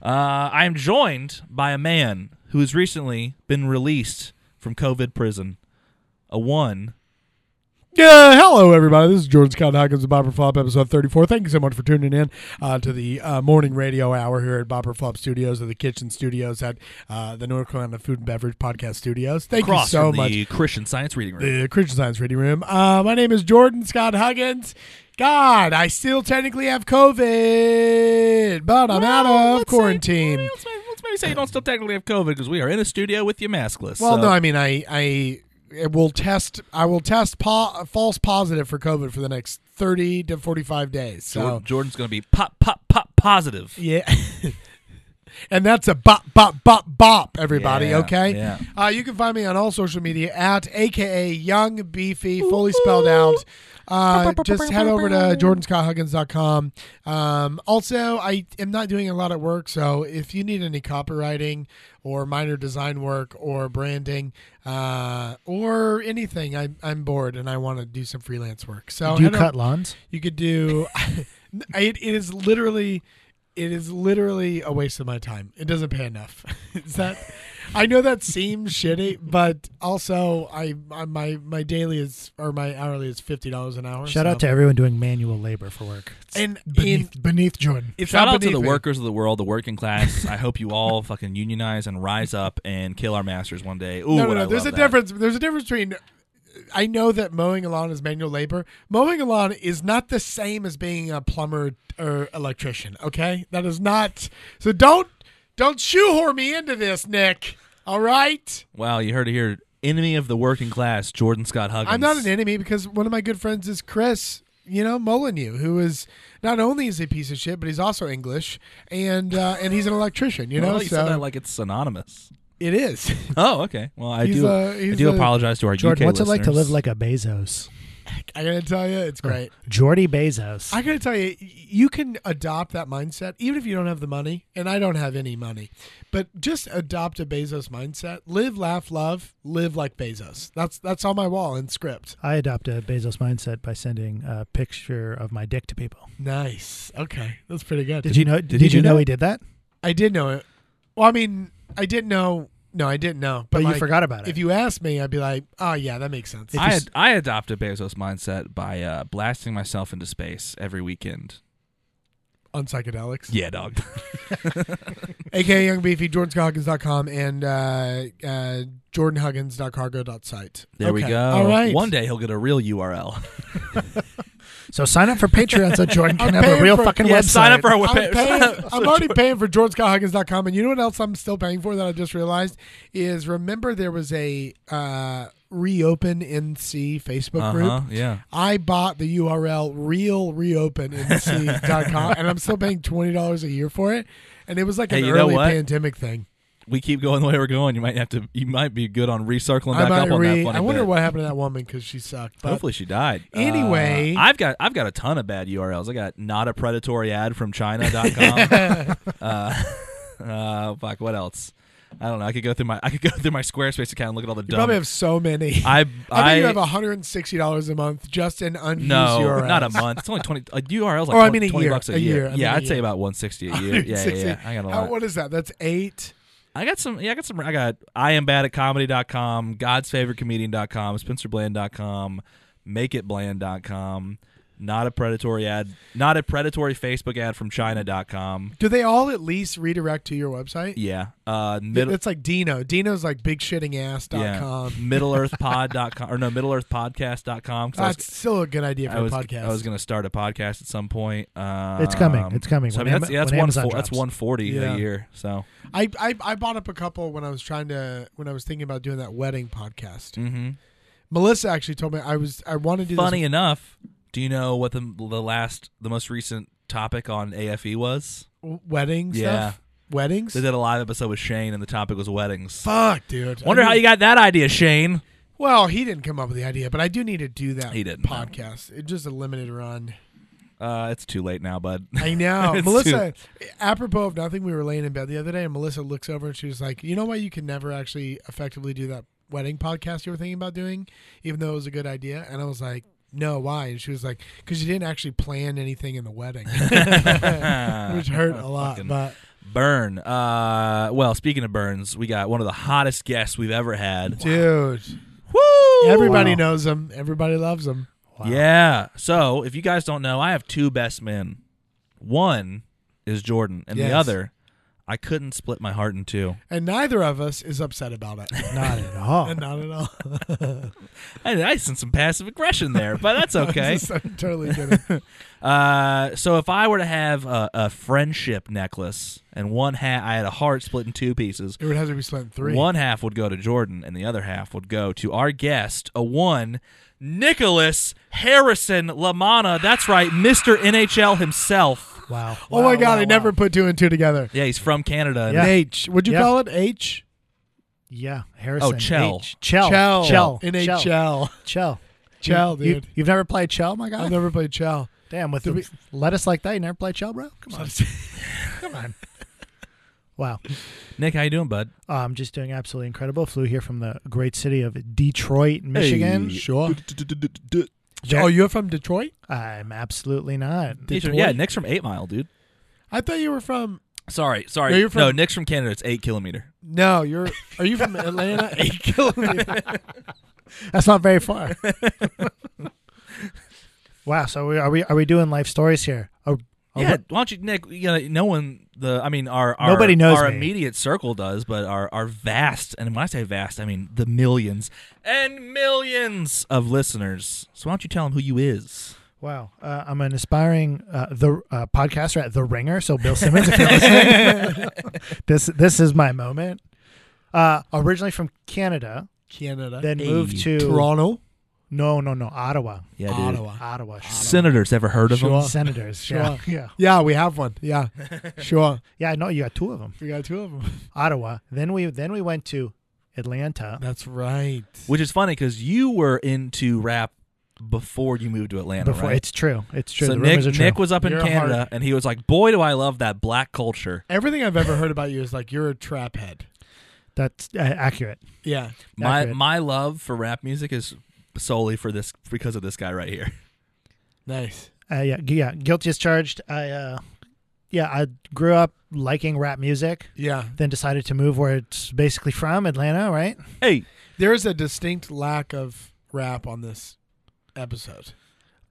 Speaker 3: Uh, I am joined by a man who has recently been released from COVID prison. A one.
Speaker 1: Yeah, hello everybody. This is Jordan Scott Hawkins of Bopper Flop, episode thirty-four. Thank you so much for tuning in uh, to the uh, morning radio hour here at Bopper Flop Studios or the Kitchen Studios at uh, the North Carolina Food and Beverage Podcast Studios. Thank
Speaker 3: across
Speaker 1: you so
Speaker 3: from
Speaker 1: much.
Speaker 3: the Christian Science Reading Room.
Speaker 1: the Christian Science Reading Room. Uh, my name is Jordan Scott Huggins. God, I still technically have COVID, but I'm
Speaker 3: Well,
Speaker 1: out of
Speaker 3: let's say-
Speaker 1: quarantine.
Speaker 3: let's, maybe- let's maybe say you don't still technically have COVID because we are in a studio with you maskless.
Speaker 1: well,
Speaker 3: so-
Speaker 1: no, I mean, I, I it will test. I will test po- false positive for COVID for the next thirty to forty-five days.
Speaker 3: Jor-
Speaker 1: So
Speaker 3: Jordan's going to be pop, pop, pop positive.
Speaker 1: yeah. And that's a bop, bop, bop, bop, everybody,
Speaker 3: Yeah,
Speaker 1: okay?
Speaker 3: yeah.
Speaker 1: Uh, you can find me on all social media at AKA Young Beefy, fully spelled out. Uh, just head over to jordanscotthuggins.com. Um, also, I am not doing a lot at work, so if you need any copywriting or minor design work or branding uh, or anything, I, I'm bored and I want to do some freelance work. So
Speaker 2: Do you
Speaker 1: head o-
Speaker 2: cut lawns?
Speaker 1: you could do. it, it is literally, it is literally a waste of my time. It doesn't pay enough. is that? I know that seems shitty, but also I, I my my daily is or my hourly is fifty dollars an hour.
Speaker 2: Shout
Speaker 1: so-
Speaker 2: out to everyone doing manual labor for work.
Speaker 1: and in,
Speaker 2: Beneath, beneath Jordan.
Speaker 1: it's
Speaker 3: Shout
Speaker 1: not
Speaker 3: out to the
Speaker 1: beneath me.
Speaker 3: workers of the world, the working class. I hope you all fucking unionize and rise up and kill our masters one day.
Speaker 1: No,
Speaker 3: Ooh,
Speaker 1: no,
Speaker 3: would
Speaker 1: no.
Speaker 3: I
Speaker 1: There's a
Speaker 3: love that.
Speaker 1: difference. There's a difference between. I know that mowing a lawn is manual labor. Mowing a lawn is not the same as being a plumber or electrician. Okay, that is not. So don't don't shoehorn me into this, Nick. All right.
Speaker 3: Wow, you heard it here enemy of the working class, Jordan Scott Huggins.
Speaker 1: I'm not an enemy because one of my good friends is Chris, you know, Molyneux, who is not only is he a piece of shit, but he's also English and uh, and he's an electrician, you know.
Speaker 3: Well, you said
Speaker 1: so
Speaker 3: that like it's synonymous.
Speaker 1: it is.
Speaker 3: Oh, okay. Well, I
Speaker 1: He's
Speaker 3: do.
Speaker 1: a-
Speaker 3: I
Speaker 1: he's
Speaker 3: do
Speaker 1: a-
Speaker 3: apologize to our
Speaker 2: Jordan,
Speaker 3: UK
Speaker 2: what's it like to
Speaker 3: listeners.
Speaker 2: live like a Bezos?
Speaker 1: I gotta tell you, it's great.
Speaker 2: Jordy Bezos.
Speaker 1: I gotta tell you, y- you can adopt that mindset even if you don't have the money, and I don't have any money. But just adopt a Bezos mindset. Live, laugh, love. Live like Bezos. That's that's on my wall in script.
Speaker 2: I adopt a Bezos mindset by sending a picture of my dick to people.
Speaker 1: Nice. Okay, that's pretty good.
Speaker 2: Did you know?
Speaker 3: did
Speaker 2: Did,
Speaker 3: he do
Speaker 2: you know
Speaker 3: that?
Speaker 2: he did that?
Speaker 1: I did know it. Well, I mean, I didn't know. No, I didn't know. But
Speaker 2: But
Speaker 1: like,
Speaker 2: you forgot about it.
Speaker 1: If you asked me, I'd be like, "Oh yeah, that makes sense."
Speaker 3: I, ad- I adopt a Bezos mindset by uh, blasting myself into space every weekend.
Speaker 1: on psychedelics,
Speaker 3: Yeah, dog.
Speaker 1: aka Young Beefy, JordanScottHuggins.com and uh, uh, JordanHuggins.cargo.site.
Speaker 3: There we
Speaker 1: Okay.
Speaker 3: go.
Speaker 1: All right.
Speaker 3: One day he'll get a real URL.
Speaker 2: so sign up for Patreon so Jordan can
Speaker 1: I'm
Speaker 2: have a
Speaker 1: paying
Speaker 2: real
Speaker 1: for-
Speaker 2: fucking
Speaker 3: yeah,
Speaker 2: website.
Speaker 3: sign up for a
Speaker 1: I'm, paying,
Speaker 3: web page.
Speaker 1: I'm already paying for JordanScottHuggins.com, and you know what else I'm still paying for that I just realized is remember there was a uh, reopen NC Facebook
Speaker 3: Uh-huh,
Speaker 1: group.
Speaker 3: yeah.
Speaker 1: I bought the URL realreopennc.com and I'm still paying twenty dollars a year for it. And it was like
Speaker 3: Hey,
Speaker 1: an
Speaker 3: you know
Speaker 1: early
Speaker 3: what?
Speaker 1: pandemic thing.
Speaker 3: We keep going the way we're going. You might have to. You might be good on recircling
Speaker 1: I
Speaker 3: back
Speaker 1: might
Speaker 3: up on that.
Speaker 1: re-
Speaker 3: Funny
Speaker 1: I wonder
Speaker 3: bit.
Speaker 1: what happened to that woman because she sucked. But
Speaker 3: Hopefully she died.
Speaker 1: Anyway.
Speaker 3: Uh, I've got I've got a ton of bad URLs. I got not a predatory ad from China.com. uh, uh, fuck, what else? I don't know. I could go through my I could go through my Squarespace account and look at all the
Speaker 1: you
Speaker 3: dumb.
Speaker 1: probably have so many. I,
Speaker 3: I
Speaker 1: bet you
Speaker 3: I-
Speaker 1: have hundred and sixty dollars a month just in unused
Speaker 3: no,
Speaker 1: URLs.
Speaker 3: not a month. It's only twenty. A URL is like
Speaker 1: Or, I
Speaker 3: 20
Speaker 1: mean, a
Speaker 3: 20
Speaker 1: year,
Speaker 3: bucks a,
Speaker 1: a
Speaker 3: year.
Speaker 1: year, I mean,
Speaker 3: yeah,
Speaker 1: a
Speaker 3: I'd say
Speaker 1: year.
Speaker 3: about one sixty a year. Yeah, yeah,
Speaker 1: 160.
Speaker 3: yeah. I got a
Speaker 1: How-
Speaker 3: lot.
Speaker 1: what is that? That's eight.
Speaker 3: I got some. Yeah, I got some. I got I am bad at comedy.com, God's favorite comedian.com, SpencerBland.com, MakeItBland.com, not a predatory ad, not a predatory Facebook ad from China.com.
Speaker 1: Do they all at least redirect to your website?
Speaker 3: Yeah. Uh,
Speaker 1: It's
Speaker 3: middle.
Speaker 1: That's like Dino. Dino's like
Speaker 3: yeah.
Speaker 1: bigshittingass.com.
Speaker 3: Middle Earth Pod.com or no, Middle Earth Podcast.com. I was,
Speaker 1: That's still a good idea for
Speaker 3: I was,
Speaker 1: a podcast.
Speaker 3: I was going to start a podcast at some point. Um,
Speaker 2: It's coming. It's coming.
Speaker 3: So I
Speaker 2: When
Speaker 3: mean,
Speaker 2: Ama-
Speaker 3: that's, yeah, that's,
Speaker 2: when
Speaker 3: one
Speaker 2: Amazon
Speaker 3: fo- that's
Speaker 2: drops.
Speaker 3: 140
Speaker 1: Yeah.
Speaker 3: a year. So,
Speaker 1: I, I I bought up a couple when I was trying to when I was thinking about doing that wedding podcast.
Speaker 3: mm-hmm.
Speaker 1: Melissa actually told me I was I want to do
Speaker 3: funny enough, do you know what the, the last, the most recent topic on AFE was?
Speaker 1: this w- wedding
Speaker 3: Yeah.
Speaker 1: stuff. Weddings.
Speaker 3: They did a live episode with Shane, and the topic was weddings.
Speaker 1: Fuck, dude.
Speaker 3: Wonder
Speaker 1: I
Speaker 3: how
Speaker 1: mean-
Speaker 3: you got that idea, Shane.
Speaker 1: Well, he didn't come up with the idea, but I do need to do that.
Speaker 3: He didn't, no.
Speaker 1: podcast. It just a limited run.
Speaker 3: Uh, it's too late now, bud.
Speaker 1: I know,
Speaker 3: It's
Speaker 1: Melissa. Apropos of nothing, we were laying in bed the other day, and Melissa looks over and she was like, "You know why you can never actually effectively do that wedding podcast you were thinking about doing, even though it was a good idea?" And I was like. No, why? And she was like, "Because you didn't actually plan anything in the wedding." which hurt a lot.
Speaker 3: Fucking
Speaker 1: But
Speaker 3: Burn. Uh, well, speaking of burns, we got one of the hottest guests we've ever had.
Speaker 1: dude,
Speaker 3: Woo!
Speaker 1: everybody
Speaker 2: Wow.
Speaker 1: knows him. Everybody loves him.
Speaker 2: Wow.
Speaker 3: Yeah. So, if you guys don't know, I have two best men. One is Jordan, and
Speaker 1: Yes.
Speaker 3: the other, I couldn't split my heart in two.
Speaker 1: And neither of us is upset about it.
Speaker 2: Not at all.
Speaker 1: And Not at all.
Speaker 3: I, I sense some passive aggression there, but that's okay.
Speaker 1: Just- I'm totally kidding.
Speaker 3: Uh, so if I were to have a, a friendship necklace and one half, I had a heart split in two pieces.
Speaker 1: It would have to be split in three.
Speaker 3: One half would go to Jordan, and the other half would go to our guest, a one, Nicholas Harrison Lamana. That's right, Mr. NHL himself.
Speaker 2: Wow.
Speaker 1: Oh my god, I never put two and two together.
Speaker 3: Yeah, he's from Canada. and-
Speaker 2: Yeah.
Speaker 1: H. Would you
Speaker 2: Yeah.
Speaker 1: call it H?
Speaker 2: Yeah, Harrison.
Speaker 3: Chell.
Speaker 2: H. Chell.
Speaker 1: Chell.
Speaker 2: Chell.
Speaker 1: NHL.
Speaker 2: Chell.
Speaker 1: Chell,
Speaker 2: You-
Speaker 1: dude.
Speaker 2: You, have never played Chell, my guy.
Speaker 1: I've never played Chell.
Speaker 2: Damn, with
Speaker 1: Did we-
Speaker 2: the lettuce like that, you never played Chell, bro. Come on, come on. Wow, Uh,
Speaker 3: Nick, how you doing, bud?
Speaker 2: I'm just doing absolutely incredible. Flew here from the great city of Detroit, Michigan.
Speaker 1: Sure.
Speaker 2: There-
Speaker 1: Oh, you're from Detroit?
Speaker 2: I'm absolutely not.
Speaker 3: He's from-
Speaker 1: Detroit?
Speaker 3: Yeah, Nick's from Eight Mile, dude.
Speaker 1: I thought you were from
Speaker 3: Sorry, sorry.
Speaker 1: No,
Speaker 3: No,
Speaker 1: you're from-
Speaker 3: Nick's from Canada. It's eight kilometer.
Speaker 1: No, you're are you from Atlanta? Eight kilometers.
Speaker 2: That's not very far. wow. So we, are we are we doing life stories here? A, a
Speaker 3: Yeah, why don't you, Nick? You know, no one, the I mean, our, our
Speaker 2: Nobody knows
Speaker 3: our
Speaker 2: me.
Speaker 3: immediate circle does, but our our vast, and when I say vast, I mean the millions and millions of listeners. So why don't you tell them who you is?
Speaker 2: Wow, uh, I'm an aspiring uh, the uh, podcaster at The Ringer. So Bill Simmons, if you're listening, this this is my moment. Uh, originally from Canada,
Speaker 1: Canada,
Speaker 2: then
Speaker 3: Hey,
Speaker 2: moved to
Speaker 1: Toronto,
Speaker 2: no, no, no, Ottawa,
Speaker 3: Yeah, dude.
Speaker 1: Ottawa.
Speaker 2: Ottawa.
Speaker 3: Senators, ever heard of
Speaker 1: Sure.
Speaker 3: them?
Speaker 2: Senators. Yeah, yeah,
Speaker 1: Yeah, we have one. Yeah, sure.
Speaker 2: yeah. No, you got two of them.
Speaker 1: We got two of them.
Speaker 2: Ottawa. Then we then we went to Atlanta.
Speaker 1: That's right.
Speaker 3: Which is funny because you were into rap before you moved to Atlanta,
Speaker 2: Before
Speaker 3: right?
Speaker 2: it's true, it's true.
Speaker 3: so
Speaker 2: the
Speaker 3: Nick,
Speaker 2: rumors are true.
Speaker 3: Nick was up in
Speaker 1: You're
Speaker 3: Canada
Speaker 1: hard.
Speaker 3: and he was like, "Boy, do I love that black culture."
Speaker 1: Everything I've ever heard about you is like you're a trap head.
Speaker 2: That's uh, accurate.
Speaker 1: Yeah.
Speaker 3: My
Speaker 2: Accurate.
Speaker 3: my love for rap music is solely for this because of this guy right here.
Speaker 1: Nice.
Speaker 2: Uh, yeah, gu- yeah. Guilty as charged. I, uh, yeah, I grew up liking rap music.
Speaker 1: Yeah.
Speaker 2: Then decided to move where it's basically from, Atlanta, right?
Speaker 3: Hey,
Speaker 1: There is a distinct lack of rap on this episode.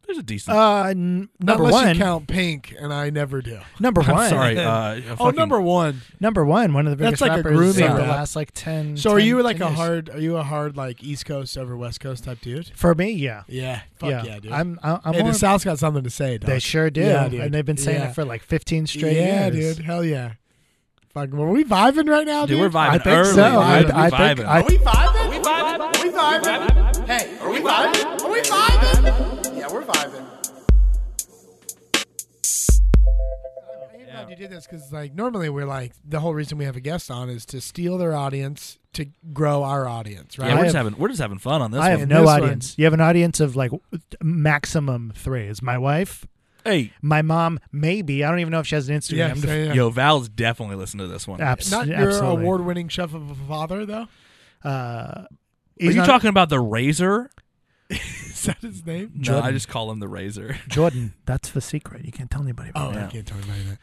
Speaker 3: there's a decent.
Speaker 2: Uh, n- number
Speaker 1: Hmm. Unless
Speaker 2: one.
Speaker 1: you count Pink, and I never do.
Speaker 2: number
Speaker 3: I'm
Speaker 2: one.
Speaker 3: sorry. Uh, a
Speaker 1: Oh,
Speaker 3: fucking-
Speaker 1: number one.
Speaker 2: Number one. One of the
Speaker 1: That's
Speaker 2: biggest
Speaker 1: like a
Speaker 2: rappers
Speaker 1: groovy
Speaker 2: of the
Speaker 1: rap.
Speaker 2: last like ten.
Speaker 1: So are
Speaker 2: 10
Speaker 1: you like
Speaker 2: 10
Speaker 1: a
Speaker 2: years.
Speaker 1: hard? Are you a hard like East Coast over West Coast type dude?
Speaker 2: For me, yeah.
Speaker 1: Yeah. Fuck yeah, dude.
Speaker 2: I'm. I- I'm
Speaker 1: hey,
Speaker 2: more,
Speaker 1: the South's got something to say. Dog.
Speaker 2: they sure do,
Speaker 1: Yeah, dude.
Speaker 2: and they've been saying
Speaker 1: Yeah.
Speaker 2: it for like 15 straight
Speaker 1: yeah,
Speaker 2: years.
Speaker 1: dude. Hell yeah. Fuck, were we vibing right now,
Speaker 3: Dude,
Speaker 1: dude?
Speaker 3: we're vibing
Speaker 2: I think
Speaker 3: early.
Speaker 2: so. I,
Speaker 3: dude.
Speaker 2: I
Speaker 3: We're
Speaker 2: think.
Speaker 3: vibing.
Speaker 2: I,
Speaker 4: we vibing? Are we vibing? Are we vibing? Hey, are we vibing? Are we vibing? Yeah, we're vibing.
Speaker 1: I'm glad you did this because, like, normally we're like the whole reason we have a guest on is to steal their audience to grow our audience, right?
Speaker 3: yeah, we're
Speaker 2: I
Speaker 3: just
Speaker 2: have-
Speaker 3: having we're just having fun on this
Speaker 2: I
Speaker 3: one.
Speaker 2: have
Speaker 1: one.
Speaker 2: no
Speaker 1: This
Speaker 2: audience. You have an audience of like w- maximum three. Is my wife,
Speaker 3: hey,
Speaker 2: my mom, maybe. I don't even know if she has an Instagram.
Speaker 1: Yes, yeah, yeah.
Speaker 3: yo, Val's definitely listening to this one.
Speaker 2: Abs-
Speaker 1: Not your
Speaker 2: absolutely.
Speaker 1: award-winning chef of a father, though.
Speaker 2: Uh,
Speaker 3: Are
Speaker 2: he's
Speaker 3: you
Speaker 2: not-
Speaker 3: talking about the razor?
Speaker 1: Is that his name?
Speaker 3: No, I
Speaker 2: Jordan.
Speaker 3: just call him the razor.
Speaker 2: Jordan? That's the secret. You can't tell anybody.
Speaker 1: Oh,
Speaker 2: About
Speaker 1: I can't tell anybody that.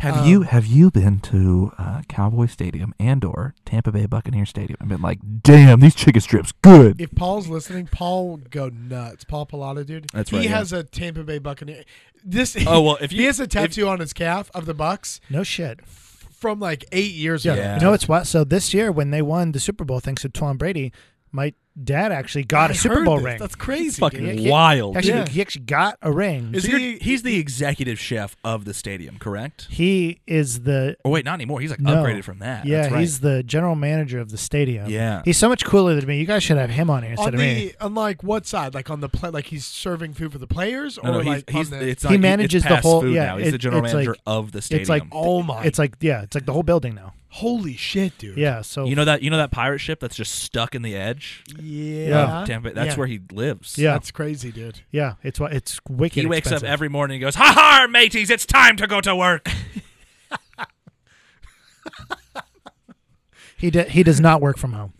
Speaker 3: Have
Speaker 1: Um,
Speaker 3: you have you been to uh, Cowboy Stadium and or Tampa Bay Buccaneer Stadium and been like, damn, these chicken strips good?
Speaker 1: If Paul's listening, Paul would go nuts. Paul Pilata, dude.
Speaker 3: That's
Speaker 1: He
Speaker 3: right, yeah.
Speaker 1: has a Tampa Bay Buccaneer. This.
Speaker 3: Oh, well, if you-
Speaker 1: he has a
Speaker 3: if-
Speaker 1: tattoo on his calf of the Bucks
Speaker 2: No shit.
Speaker 1: from like eight years
Speaker 3: Yeah.
Speaker 1: ago.
Speaker 3: Yeah.
Speaker 2: You know it's what? So this year when they won the Super Bowl, thanks to Tom Brady, my dad actually got
Speaker 1: I
Speaker 2: a Super
Speaker 1: heard
Speaker 2: Bowl
Speaker 1: this.
Speaker 2: ring.
Speaker 1: That's crazy.
Speaker 3: fucking
Speaker 1: dude.
Speaker 2: Yeah.
Speaker 3: wild.
Speaker 2: actually,
Speaker 1: yeah.
Speaker 2: he actually got a ring.
Speaker 1: Is
Speaker 3: So you're-
Speaker 1: he-
Speaker 3: he's the executive chef of the stadium, correct?
Speaker 2: he is the
Speaker 3: Or wait, not anymore. He's like
Speaker 2: No.
Speaker 3: upgraded from that.
Speaker 2: yeah,
Speaker 3: That's right.
Speaker 2: he's the general manager of the stadium.
Speaker 3: Yeah.
Speaker 2: he's so much cooler than me. You guys should have him on here
Speaker 1: on
Speaker 2: instead of me.
Speaker 1: the on like what side? Like on the play? Like he's serving food for the players, or
Speaker 3: No, no, he's,
Speaker 1: like
Speaker 3: he's,
Speaker 1: on the,
Speaker 3: it's
Speaker 2: He
Speaker 3: not- it's
Speaker 2: manages the
Speaker 3: past
Speaker 2: whole-
Speaker 3: Food
Speaker 2: yeah,
Speaker 3: now. He's
Speaker 2: it-
Speaker 3: the general
Speaker 2: it's
Speaker 3: manager
Speaker 2: like-
Speaker 3: of the stadium.
Speaker 2: it's like
Speaker 1: Oh my!
Speaker 2: It's like yeah, it's like the whole building now.
Speaker 1: holy shit, dude.
Speaker 2: Yeah, so
Speaker 3: you know that you know that pirate ship that's just stuck in the edge.
Speaker 1: yeah.
Speaker 3: of Tampa.
Speaker 1: Yeah.
Speaker 3: That's where he lives.
Speaker 2: Yeah.
Speaker 1: That's crazy, dude.
Speaker 2: yeah, it's what it's wicked.
Speaker 3: He wakes
Speaker 2: expensive.
Speaker 3: up every morning and goes, "Ha ha, mateys, it's time to go to work."
Speaker 2: He de- he does not work from home.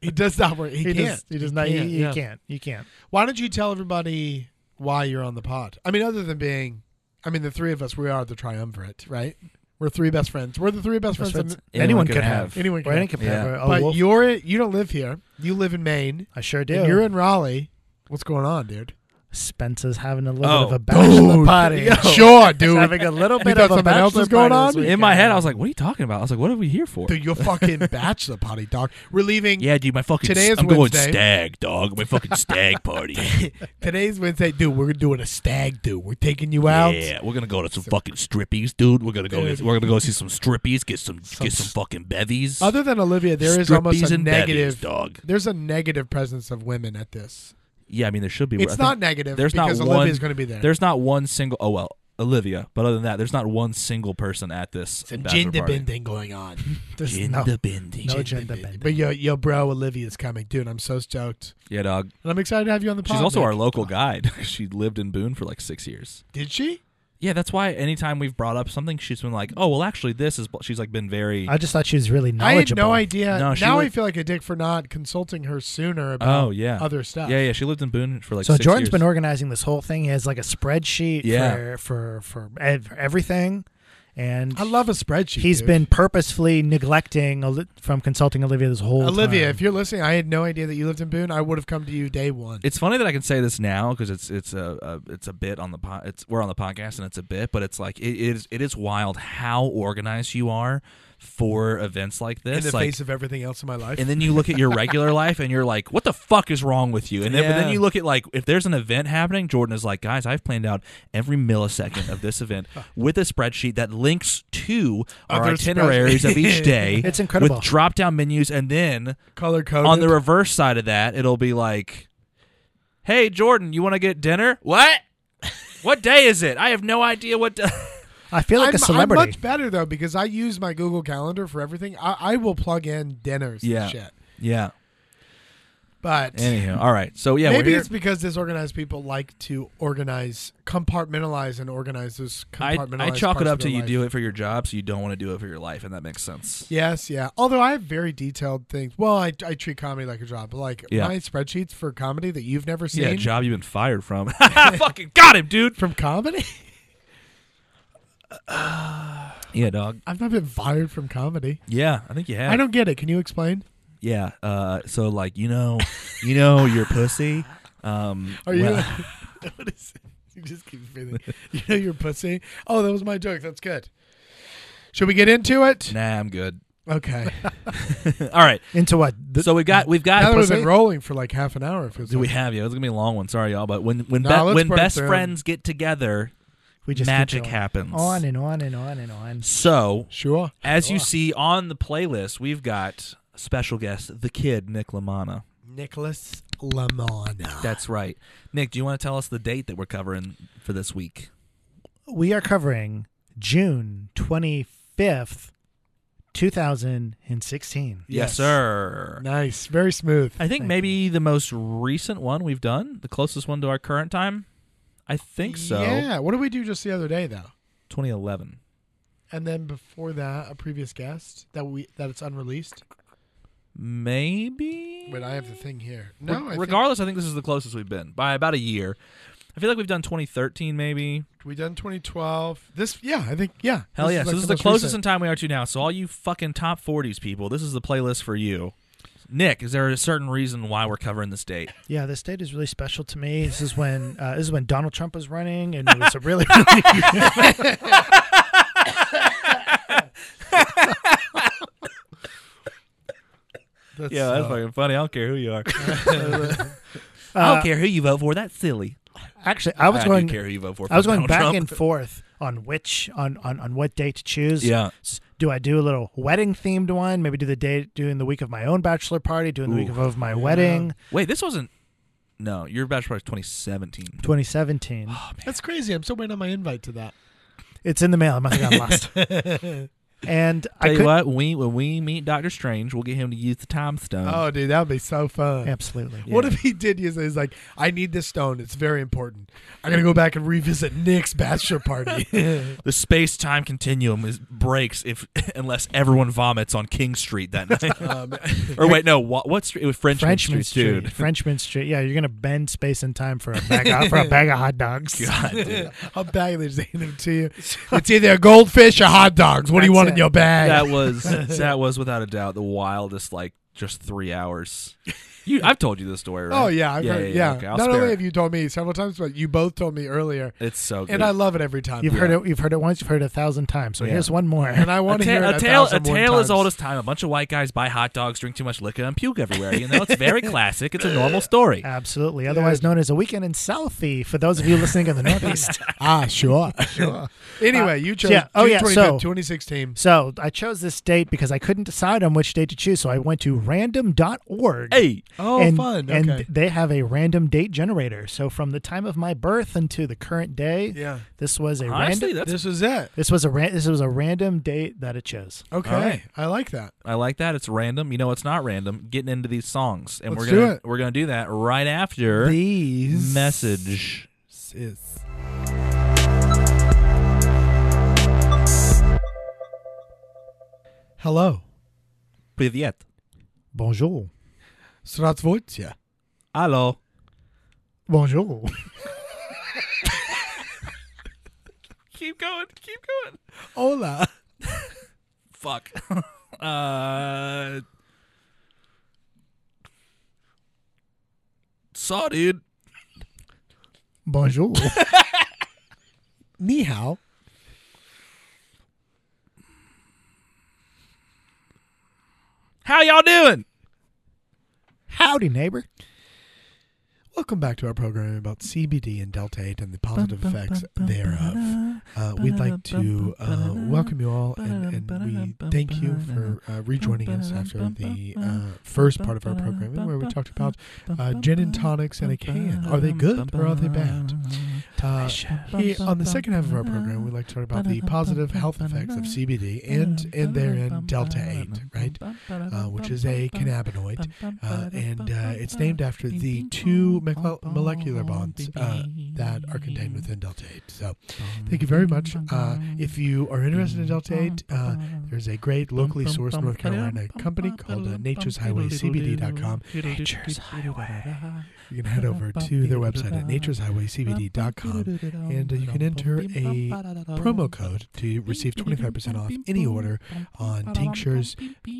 Speaker 1: He does not work. He,
Speaker 2: He,
Speaker 1: can't.
Speaker 2: does. He does not. He,
Speaker 1: can't,
Speaker 2: he
Speaker 1: yeah.
Speaker 2: can't. You can't.
Speaker 1: Why don't you tell everybody why you're on the pod? I mean, other than being, I mean, the three of us, we are the triumvirate, right? We're three best friends. We're the three best
Speaker 2: That's
Speaker 1: friends.
Speaker 2: what
Speaker 1: that
Speaker 2: anyone,
Speaker 3: Anyone
Speaker 2: could
Speaker 3: could
Speaker 2: have.
Speaker 3: have.
Speaker 1: Anyone could
Speaker 2: Or
Speaker 1: have.
Speaker 2: anyone could have.
Speaker 3: Yeah.
Speaker 2: a- a
Speaker 1: but
Speaker 2: wolf.
Speaker 1: you're you don't live here. You live in Maine.
Speaker 2: I sure do.
Speaker 1: And you're in Raleigh. What's going on, dude?
Speaker 2: Spencer's having a little
Speaker 3: Oh.
Speaker 2: bit of a bachelor party.
Speaker 1: sure, dude.
Speaker 2: He's having a little
Speaker 1: You
Speaker 2: bit
Speaker 1: thought
Speaker 2: of a
Speaker 1: something else
Speaker 2: bachelor
Speaker 1: was going
Speaker 2: party this
Speaker 1: on?
Speaker 2: weekend.
Speaker 3: In my head, I was like, "What are you talking about?" I was like, "What are we here for?"
Speaker 1: Dude, you're fucking bachelor potty dog. We're leaving.
Speaker 3: Yeah, dude, my fucking
Speaker 1: Today is
Speaker 3: I'm
Speaker 1: Wednesday.
Speaker 3: going stag, dog. My fucking stag party.
Speaker 1: Today's Wednesday, dude. We're doing a stag, dude. We're taking you out.
Speaker 3: yeah, we're gonna go to some fucking strippies, dude. We're gonna go. Get,
Speaker 1: Dude.
Speaker 3: we're gonna go see some strippies. Get some, get some fucking bevies.
Speaker 1: Other than Olivia, there is almost
Speaker 3: Strippies
Speaker 1: a
Speaker 3: and bevies,
Speaker 1: negative.
Speaker 3: dog.
Speaker 1: There's a negative presence of women at this.
Speaker 3: yeah, I mean there should be. I
Speaker 1: It's
Speaker 3: think
Speaker 1: not negative
Speaker 3: There's
Speaker 1: because
Speaker 3: not
Speaker 1: Olivia's
Speaker 3: one-
Speaker 1: going to be there.
Speaker 3: There's not one single. Oh well, Olivia. But other than that, there's not one single person at this
Speaker 1: some
Speaker 3: bachelor
Speaker 1: gender
Speaker 3: party.
Speaker 1: bending going on.
Speaker 2: There's
Speaker 3: Gender
Speaker 2: no,
Speaker 3: bending.
Speaker 2: no
Speaker 1: Gender
Speaker 2: agenda
Speaker 1: bending.
Speaker 2: bending.
Speaker 1: But yo, yo, bro, Olivia's coming, dude. I'm so stoked,
Speaker 3: Yeah, dog.
Speaker 1: and I'm excited to have you on the podcast.
Speaker 3: She's also our local guide. she lived in Boone for like six years.
Speaker 1: Did she?
Speaker 3: Yeah, that's why anytime we've brought up something, she's been like, "Oh, well, actually, this is." bl-" She's like been very.
Speaker 2: I just thought she was really
Speaker 1: I had
Speaker 2: knowledgeable.
Speaker 1: no idea.
Speaker 3: No, she
Speaker 1: now I
Speaker 3: went-
Speaker 1: feel like a dick for not consulting her sooner about
Speaker 3: oh yeah.
Speaker 1: other stuff.
Speaker 3: Yeah, yeah. She lived in Boone for like.
Speaker 2: so
Speaker 3: six
Speaker 2: Jordan's
Speaker 3: years.
Speaker 2: been organizing this whole thing. He has like a spreadsheet
Speaker 3: Yeah.
Speaker 2: for for for, ev- everything, and
Speaker 1: I love a spreadsheet.
Speaker 2: he's
Speaker 1: dude.
Speaker 2: been purposefully neglecting Oli- from consulting Olivia this whole
Speaker 1: Olivia,
Speaker 2: time.
Speaker 1: if you're listening, I had no idea that you lived in Boone. I would have come to you day one.
Speaker 3: It's funny that I can say this now because it's it's a, a it's a bit on the po- it's we're on the podcast and it's a bit, but it's like it is it is wild how organized you are for events like this.
Speaker 1: in the
Speaker 3: like,
Speaker 1: face of everything else in my life.
Speaker 3: and then you look at your regular life and you're like, what the fuck is wrong with you? And then, but
Speaker 1: Yeah.
Speaker 3: then you look at like, if there's an event happening, Jordan is like, guys, I've planned out every millisecond of this event with a spreadsheet that links to our
Speaker 1: Other
Speaker 3: itineraries of each day.
Speaker 2: It's incredible.
Speaker 3: With drop down menus. And then
Speaker 1: color coded
Speaker 3: on the reverse side of that, it'll be like, hey, Jordan, you want to get dinner? What? what day is it? I have no idea what. da-
Speaker 2: I feel like
Speaker 1: I'm,
Speaker 2: a celebrity.
Speaker 1: I'm much better though because I use my Google Calendar for everything. I, I will plug in dinners
Speaker 3: Yeah.
Speaker 1: and shit.
Speaker 3: yeah.
Speaker 1: But
Speaker 3: Anyhow, all right. So yeah,
Speaker 1: maybe
Speaker 3: we're
Speaker 1: it's because disorganized people like to organize, compartmentalize, and organize those
Speaker 3: I,
Speaker 1: compartmentalized.
Speaker 3: I chalk it
Speaker 1: parts
Speaker 3: up
Speaker 1: of
Speaker 3: to
Speaker 1: their
Speaker 3: you
Speaker 1: life.
Speaker 3: do it for your job, so you don't want to do it for your life, and that makes sense.
Speaker 1: Yes, yeah. Although I have very detailed things. Well, I, I treat comedy like a job. but, Like
Speaker 3: Yeah.
Speaker 1: my spreadsheets for comedy that you've never seen
Speaker 3: Yeah, job you've been fired from. Fucking got him, dude.
Speaker 1: from comedy.
Speaker 3: Yeah, dog.
Speaker 1: I've not been fired from comedy.
Speaker 3: Yeah, I think you have.
Speaker 1: I don't get it. Can you explain?
Speaker 3: Yeah. Uh, so like you know, you know your pussy. Um,
Speaker 1: Are you?
Speaker 3: well-
Speaker 1: what is it? You just keep breathing. You know your pussy. Oh, that was my joke. That's good. Should we get into it?
Speaker 3: Nah, I'm good.
Speaker 1: Okay.
Speaker 3: All right.
Speaker 2: Into what? The-
Speaker 3: So we got we've
Speaker 1: now
Speaker 3: got.
Speaker 1: that we've been
Speaker 2: pussy?
Speaker 1: rolling for like half an hour, it feels
Speaker 3: Do we
Speaker 1: like.
Speaker 3: have you? It's gonna be a long one. Sorry, y'all. But when when
Speaker 1: No,
Speaker 3: be-
Speaker 1: let's
Speaker 3: when
Speaker 1: burn
Speaker 3: best
Speaker 1: through 'em.
Speaker 3: friends get together,
Speaker 2: we just keep
Speaker 3: magic
Speaker 2: going.
Speaker 3: happens.
Speaker 2: On and on and on and on.
Speaker 3: so
Speaker 1: Sure.
Speaker 3: as you see on the playlist, we've got special guest the kid Nick Lamana.
Speaker 1: Nicholas Lamana.
Speaker 3: That's right. Nick, do you want to tell us the date that we're covering for this week?
Speaker 2: We are covering June 25th, 2016.
Speaker 1: Yes.
Speaker 3: sir.
Speaker 1: Nice. Very smooth.
Speaker 3: I think
Speaker 2: Thank
Speaker 3: maybe the most recent one we've done, the closest one to our current time. I think so.
Speaker 1: Yeah. What did we do just the other day though?
Speaker 3: 2011.
Speaker 1: And then before that, a previous guest that we that it's unreleased.
Speaker 3: Maybe.
Speaker 1: Wait, I have the thing here.
Speaker 3: Re-
Speaker 1: No, I
Speaker 3: regardless, I think this is the closest we've been by about a year. I feel like we've done 2013 maybe.
Speaker 1: think we done 2012. This, yeah, I think, yeah.
Speaker 3: Hell yeah.
Speaker 1: like
Speaker 3: so this is the
Speaker 1: most
Speaker 3: closest in
Speaker 1: recent.
Speaker 3: time we are to now. So all you fucking top 40s people, this is the playlist for you. Nick, is there a certain reason why we're covering this date?
Speaker 2: Yeah, this date is really special to me. This is when uh, this is when Donald Trump was running, and it was a really, really
Speaker 1: That's, uh,
Speaker 3: fucking funny. I don't care who you are. I
Speaker 2: Uh,
Speaker 3: don't care who you vote for. That's silly.
Speaker 2: actually. I was
Speaker 3: I
Speaker 2: going.
Speaker 3: do care who you vote for.
Speaker 2: I was going
Speaker 3: Donald
Speaker 2: back
Speaker 3: Trump.
Speaker 2: and forth on which on, on on what day to choose.
Speaker 3: Yeah.
Speaker 2: S- Do I do a little wedding themed one? Maybe do the day doing the week of my own bachelor party, doing the week
Speaker 3: Ooh.
Speaker 2: of, of my wedding,
Speaker 3: Wait, this wasn't. No, your bachelor party 2017.
Speaker 2: 2017.
Speaker 3: oh,
Speaker 1: That's crazy. I'm still waiting on my invite to that.
Speaker 2: It's in the mail. I must have gotten lost. and
Speaker 3: Tell
Speaker 2: I
Speaker 3: you
Speaker 2: could
Speaker 3: what, we when we meet Doctor Strange, we'll get him to use the time stone.
Speaker 1: Oh, dude, that would be so fun.
Speaker 2: absolutely.
Speaker 1: What
Speaker 3: Yeah.
Speaker 1: if he did use it? He's like, I need this stone. It's very important. I'm going to go back and revisit Nick's bachelor party.
Speaker 3: the space time continuum is breaks if unless everyone vomits on King Street that night.
Speaker 1: um,
Speaker 3: or wait, no, what, what street? It was Frenchman,
Speaker 2: Frenchman
Speaker 3: Street,
Speaker 2: Street, Frenchman Street. Yeah, you're gonna bend space and time for a bag of, for a bag of hot dogs.
Speaker 3: dude. God, dude.
Speaker 1: I'll bag these hand them to you. It's either a goldfish or hot dogs. What do you
Speaker 2: That's
Speaker 1: want in
Speaker 2: it.
Speaker 1: your bag?
Speaker 3: that was that was without a doubt the wildest. Like just three hours. You, I've told you this story. Right?
Speaker 1: Oh yeah, I've
Speaker 3: yeah,
Speaker 1: heard, yeah.
Speaker 3: yeah. Okay, I'll
Speaker 1: Not
Speaker 3: spare
Speaker 1: only
Speaker 3: it.
Speaker 1: have you told me several times, but you both told me earlier,
Speaker 3: it's so good.
Speaker 1: and I love it every time.
Speaker 2: You've heard it. You've heard it once. You've heard it a thousand times. So
Speaker 3: Yeah.
Speaker 2: here's one more.
Speaker 1: and I
Speaker 3: A,
Speaker 1: want to
Speaker 3: ta-
Speaker 1: hear it
Speaker 3: a tale, a
Speaker 1: thousand more
Speaker 3: tale as
Speaker 1: times.
Speaker 3: old as time. A bunch of white guys buy hot dogs, drink too much liquor, and puke everywhere. You know, it's very classic. It's a normal story.
Speaker 2: Absolutely. Otherwise known as a weekend in Southie for those of you listening in the Northeast.
Speaker 1: Ah, sure. sure. Anyway, you chose
Speaker 2: yeah. Oh,
Speaker 1: June
Speaker 2: yeah,
Speaker 1: 25th,
Speaker 2: so-
Speaker 1: 2016.
Speaker 2: so I chose this date because I couldn't decide on which date to choose. So I went to random.org.
Speaker 3: Hey,
Speaker 1: Oh,
Speaker 2: and,
Speaker 1: fun.
Speaker 2: And
Speaker 1: okay.
Speaker 2: they have a random date generator. So from the time of my birth until the current day,
Speaker 1: yeah.
Speaker 2: this was a
Speaker 3: honestly,
Speaker 2: random.
Speaker 3: that's
Speaker 1: This was it.
Speaker 2: This was a ran- this was a random date that it chose.
Speaker 1: Okay.
Speaker 3: All right.
Speaker 1: I like that.
Speaker 3: I like that. It's random. You know, it's not random. Getting into these songs, and
Speaker 1: Let's
Speaker 3: we're gonna
Speaker 1: do it.
Speaker 3: we're gonna do that right after
Speaker 1: These
Speaker 3: message.
Speaker 1: is Hello.
Speaker 3: Привет.
Speaker 2: Bonjour.
Speaker 1: Здравствуйте.
Speaker 3: Hello.
Speaker 2: Bonjour.
Speaker 3: Keep going. Keep going.
Speaker 1: Hola.
Speaker 3: Fuck. uh. Saw, dude.
Speaker 2: Bonjour.
Speaker 1: Ni hao.
Speaker 3: How y'all doing?
Speaker 2: Howdy, neighbor.
Speaker 1: Welcome back to our program about CBD and Delta 8 and the positive
Speaker 3: Bum, bum,
Speaker 1: effects
Speaker 3: bum,
Speaker 1: thereof.
Speaker 3: ba-da-da,
Speaker 1: Uh, we'd like to uh,
Speaker 3: ba-da-da,
Speaker 1: welcome you all and, and
Speaker 3: ba-da-da,
Speaker 1: we
Speaker 3: ba-da-da,
Speaker 1: thank you for
Speaker 3: ba-da-da,
Speaker 1: uh, rejoining us after the uh, first part of our program where we talked about uh, gin and tonics in a can. Are they good or are they bad? Uh, here- on the second half of our program, we like to talk about the positive health effects of CBD and, and therein Delta 8, right? Uh, which is a cannabinoid. Uh, and uh, it's named after the two mecla- molecular bonds uh, that are contained within Delta 8. So
Speaker 3: Oh,
Speaker 1: thank you very much. Uh, if you are interested in Delta 8, uh, there's a great locally sourced North Carolina company called uh, natureshighwaycbd.com. Nature's Highway. You can head over to their website at natureshighwaycbd.com
Speaker 5: and uh, you can enter a promo
Speaker 1: promo code
Speaker 5: code
Speaker 1: to receive 25% off any order
Speaker 5: on tinctures,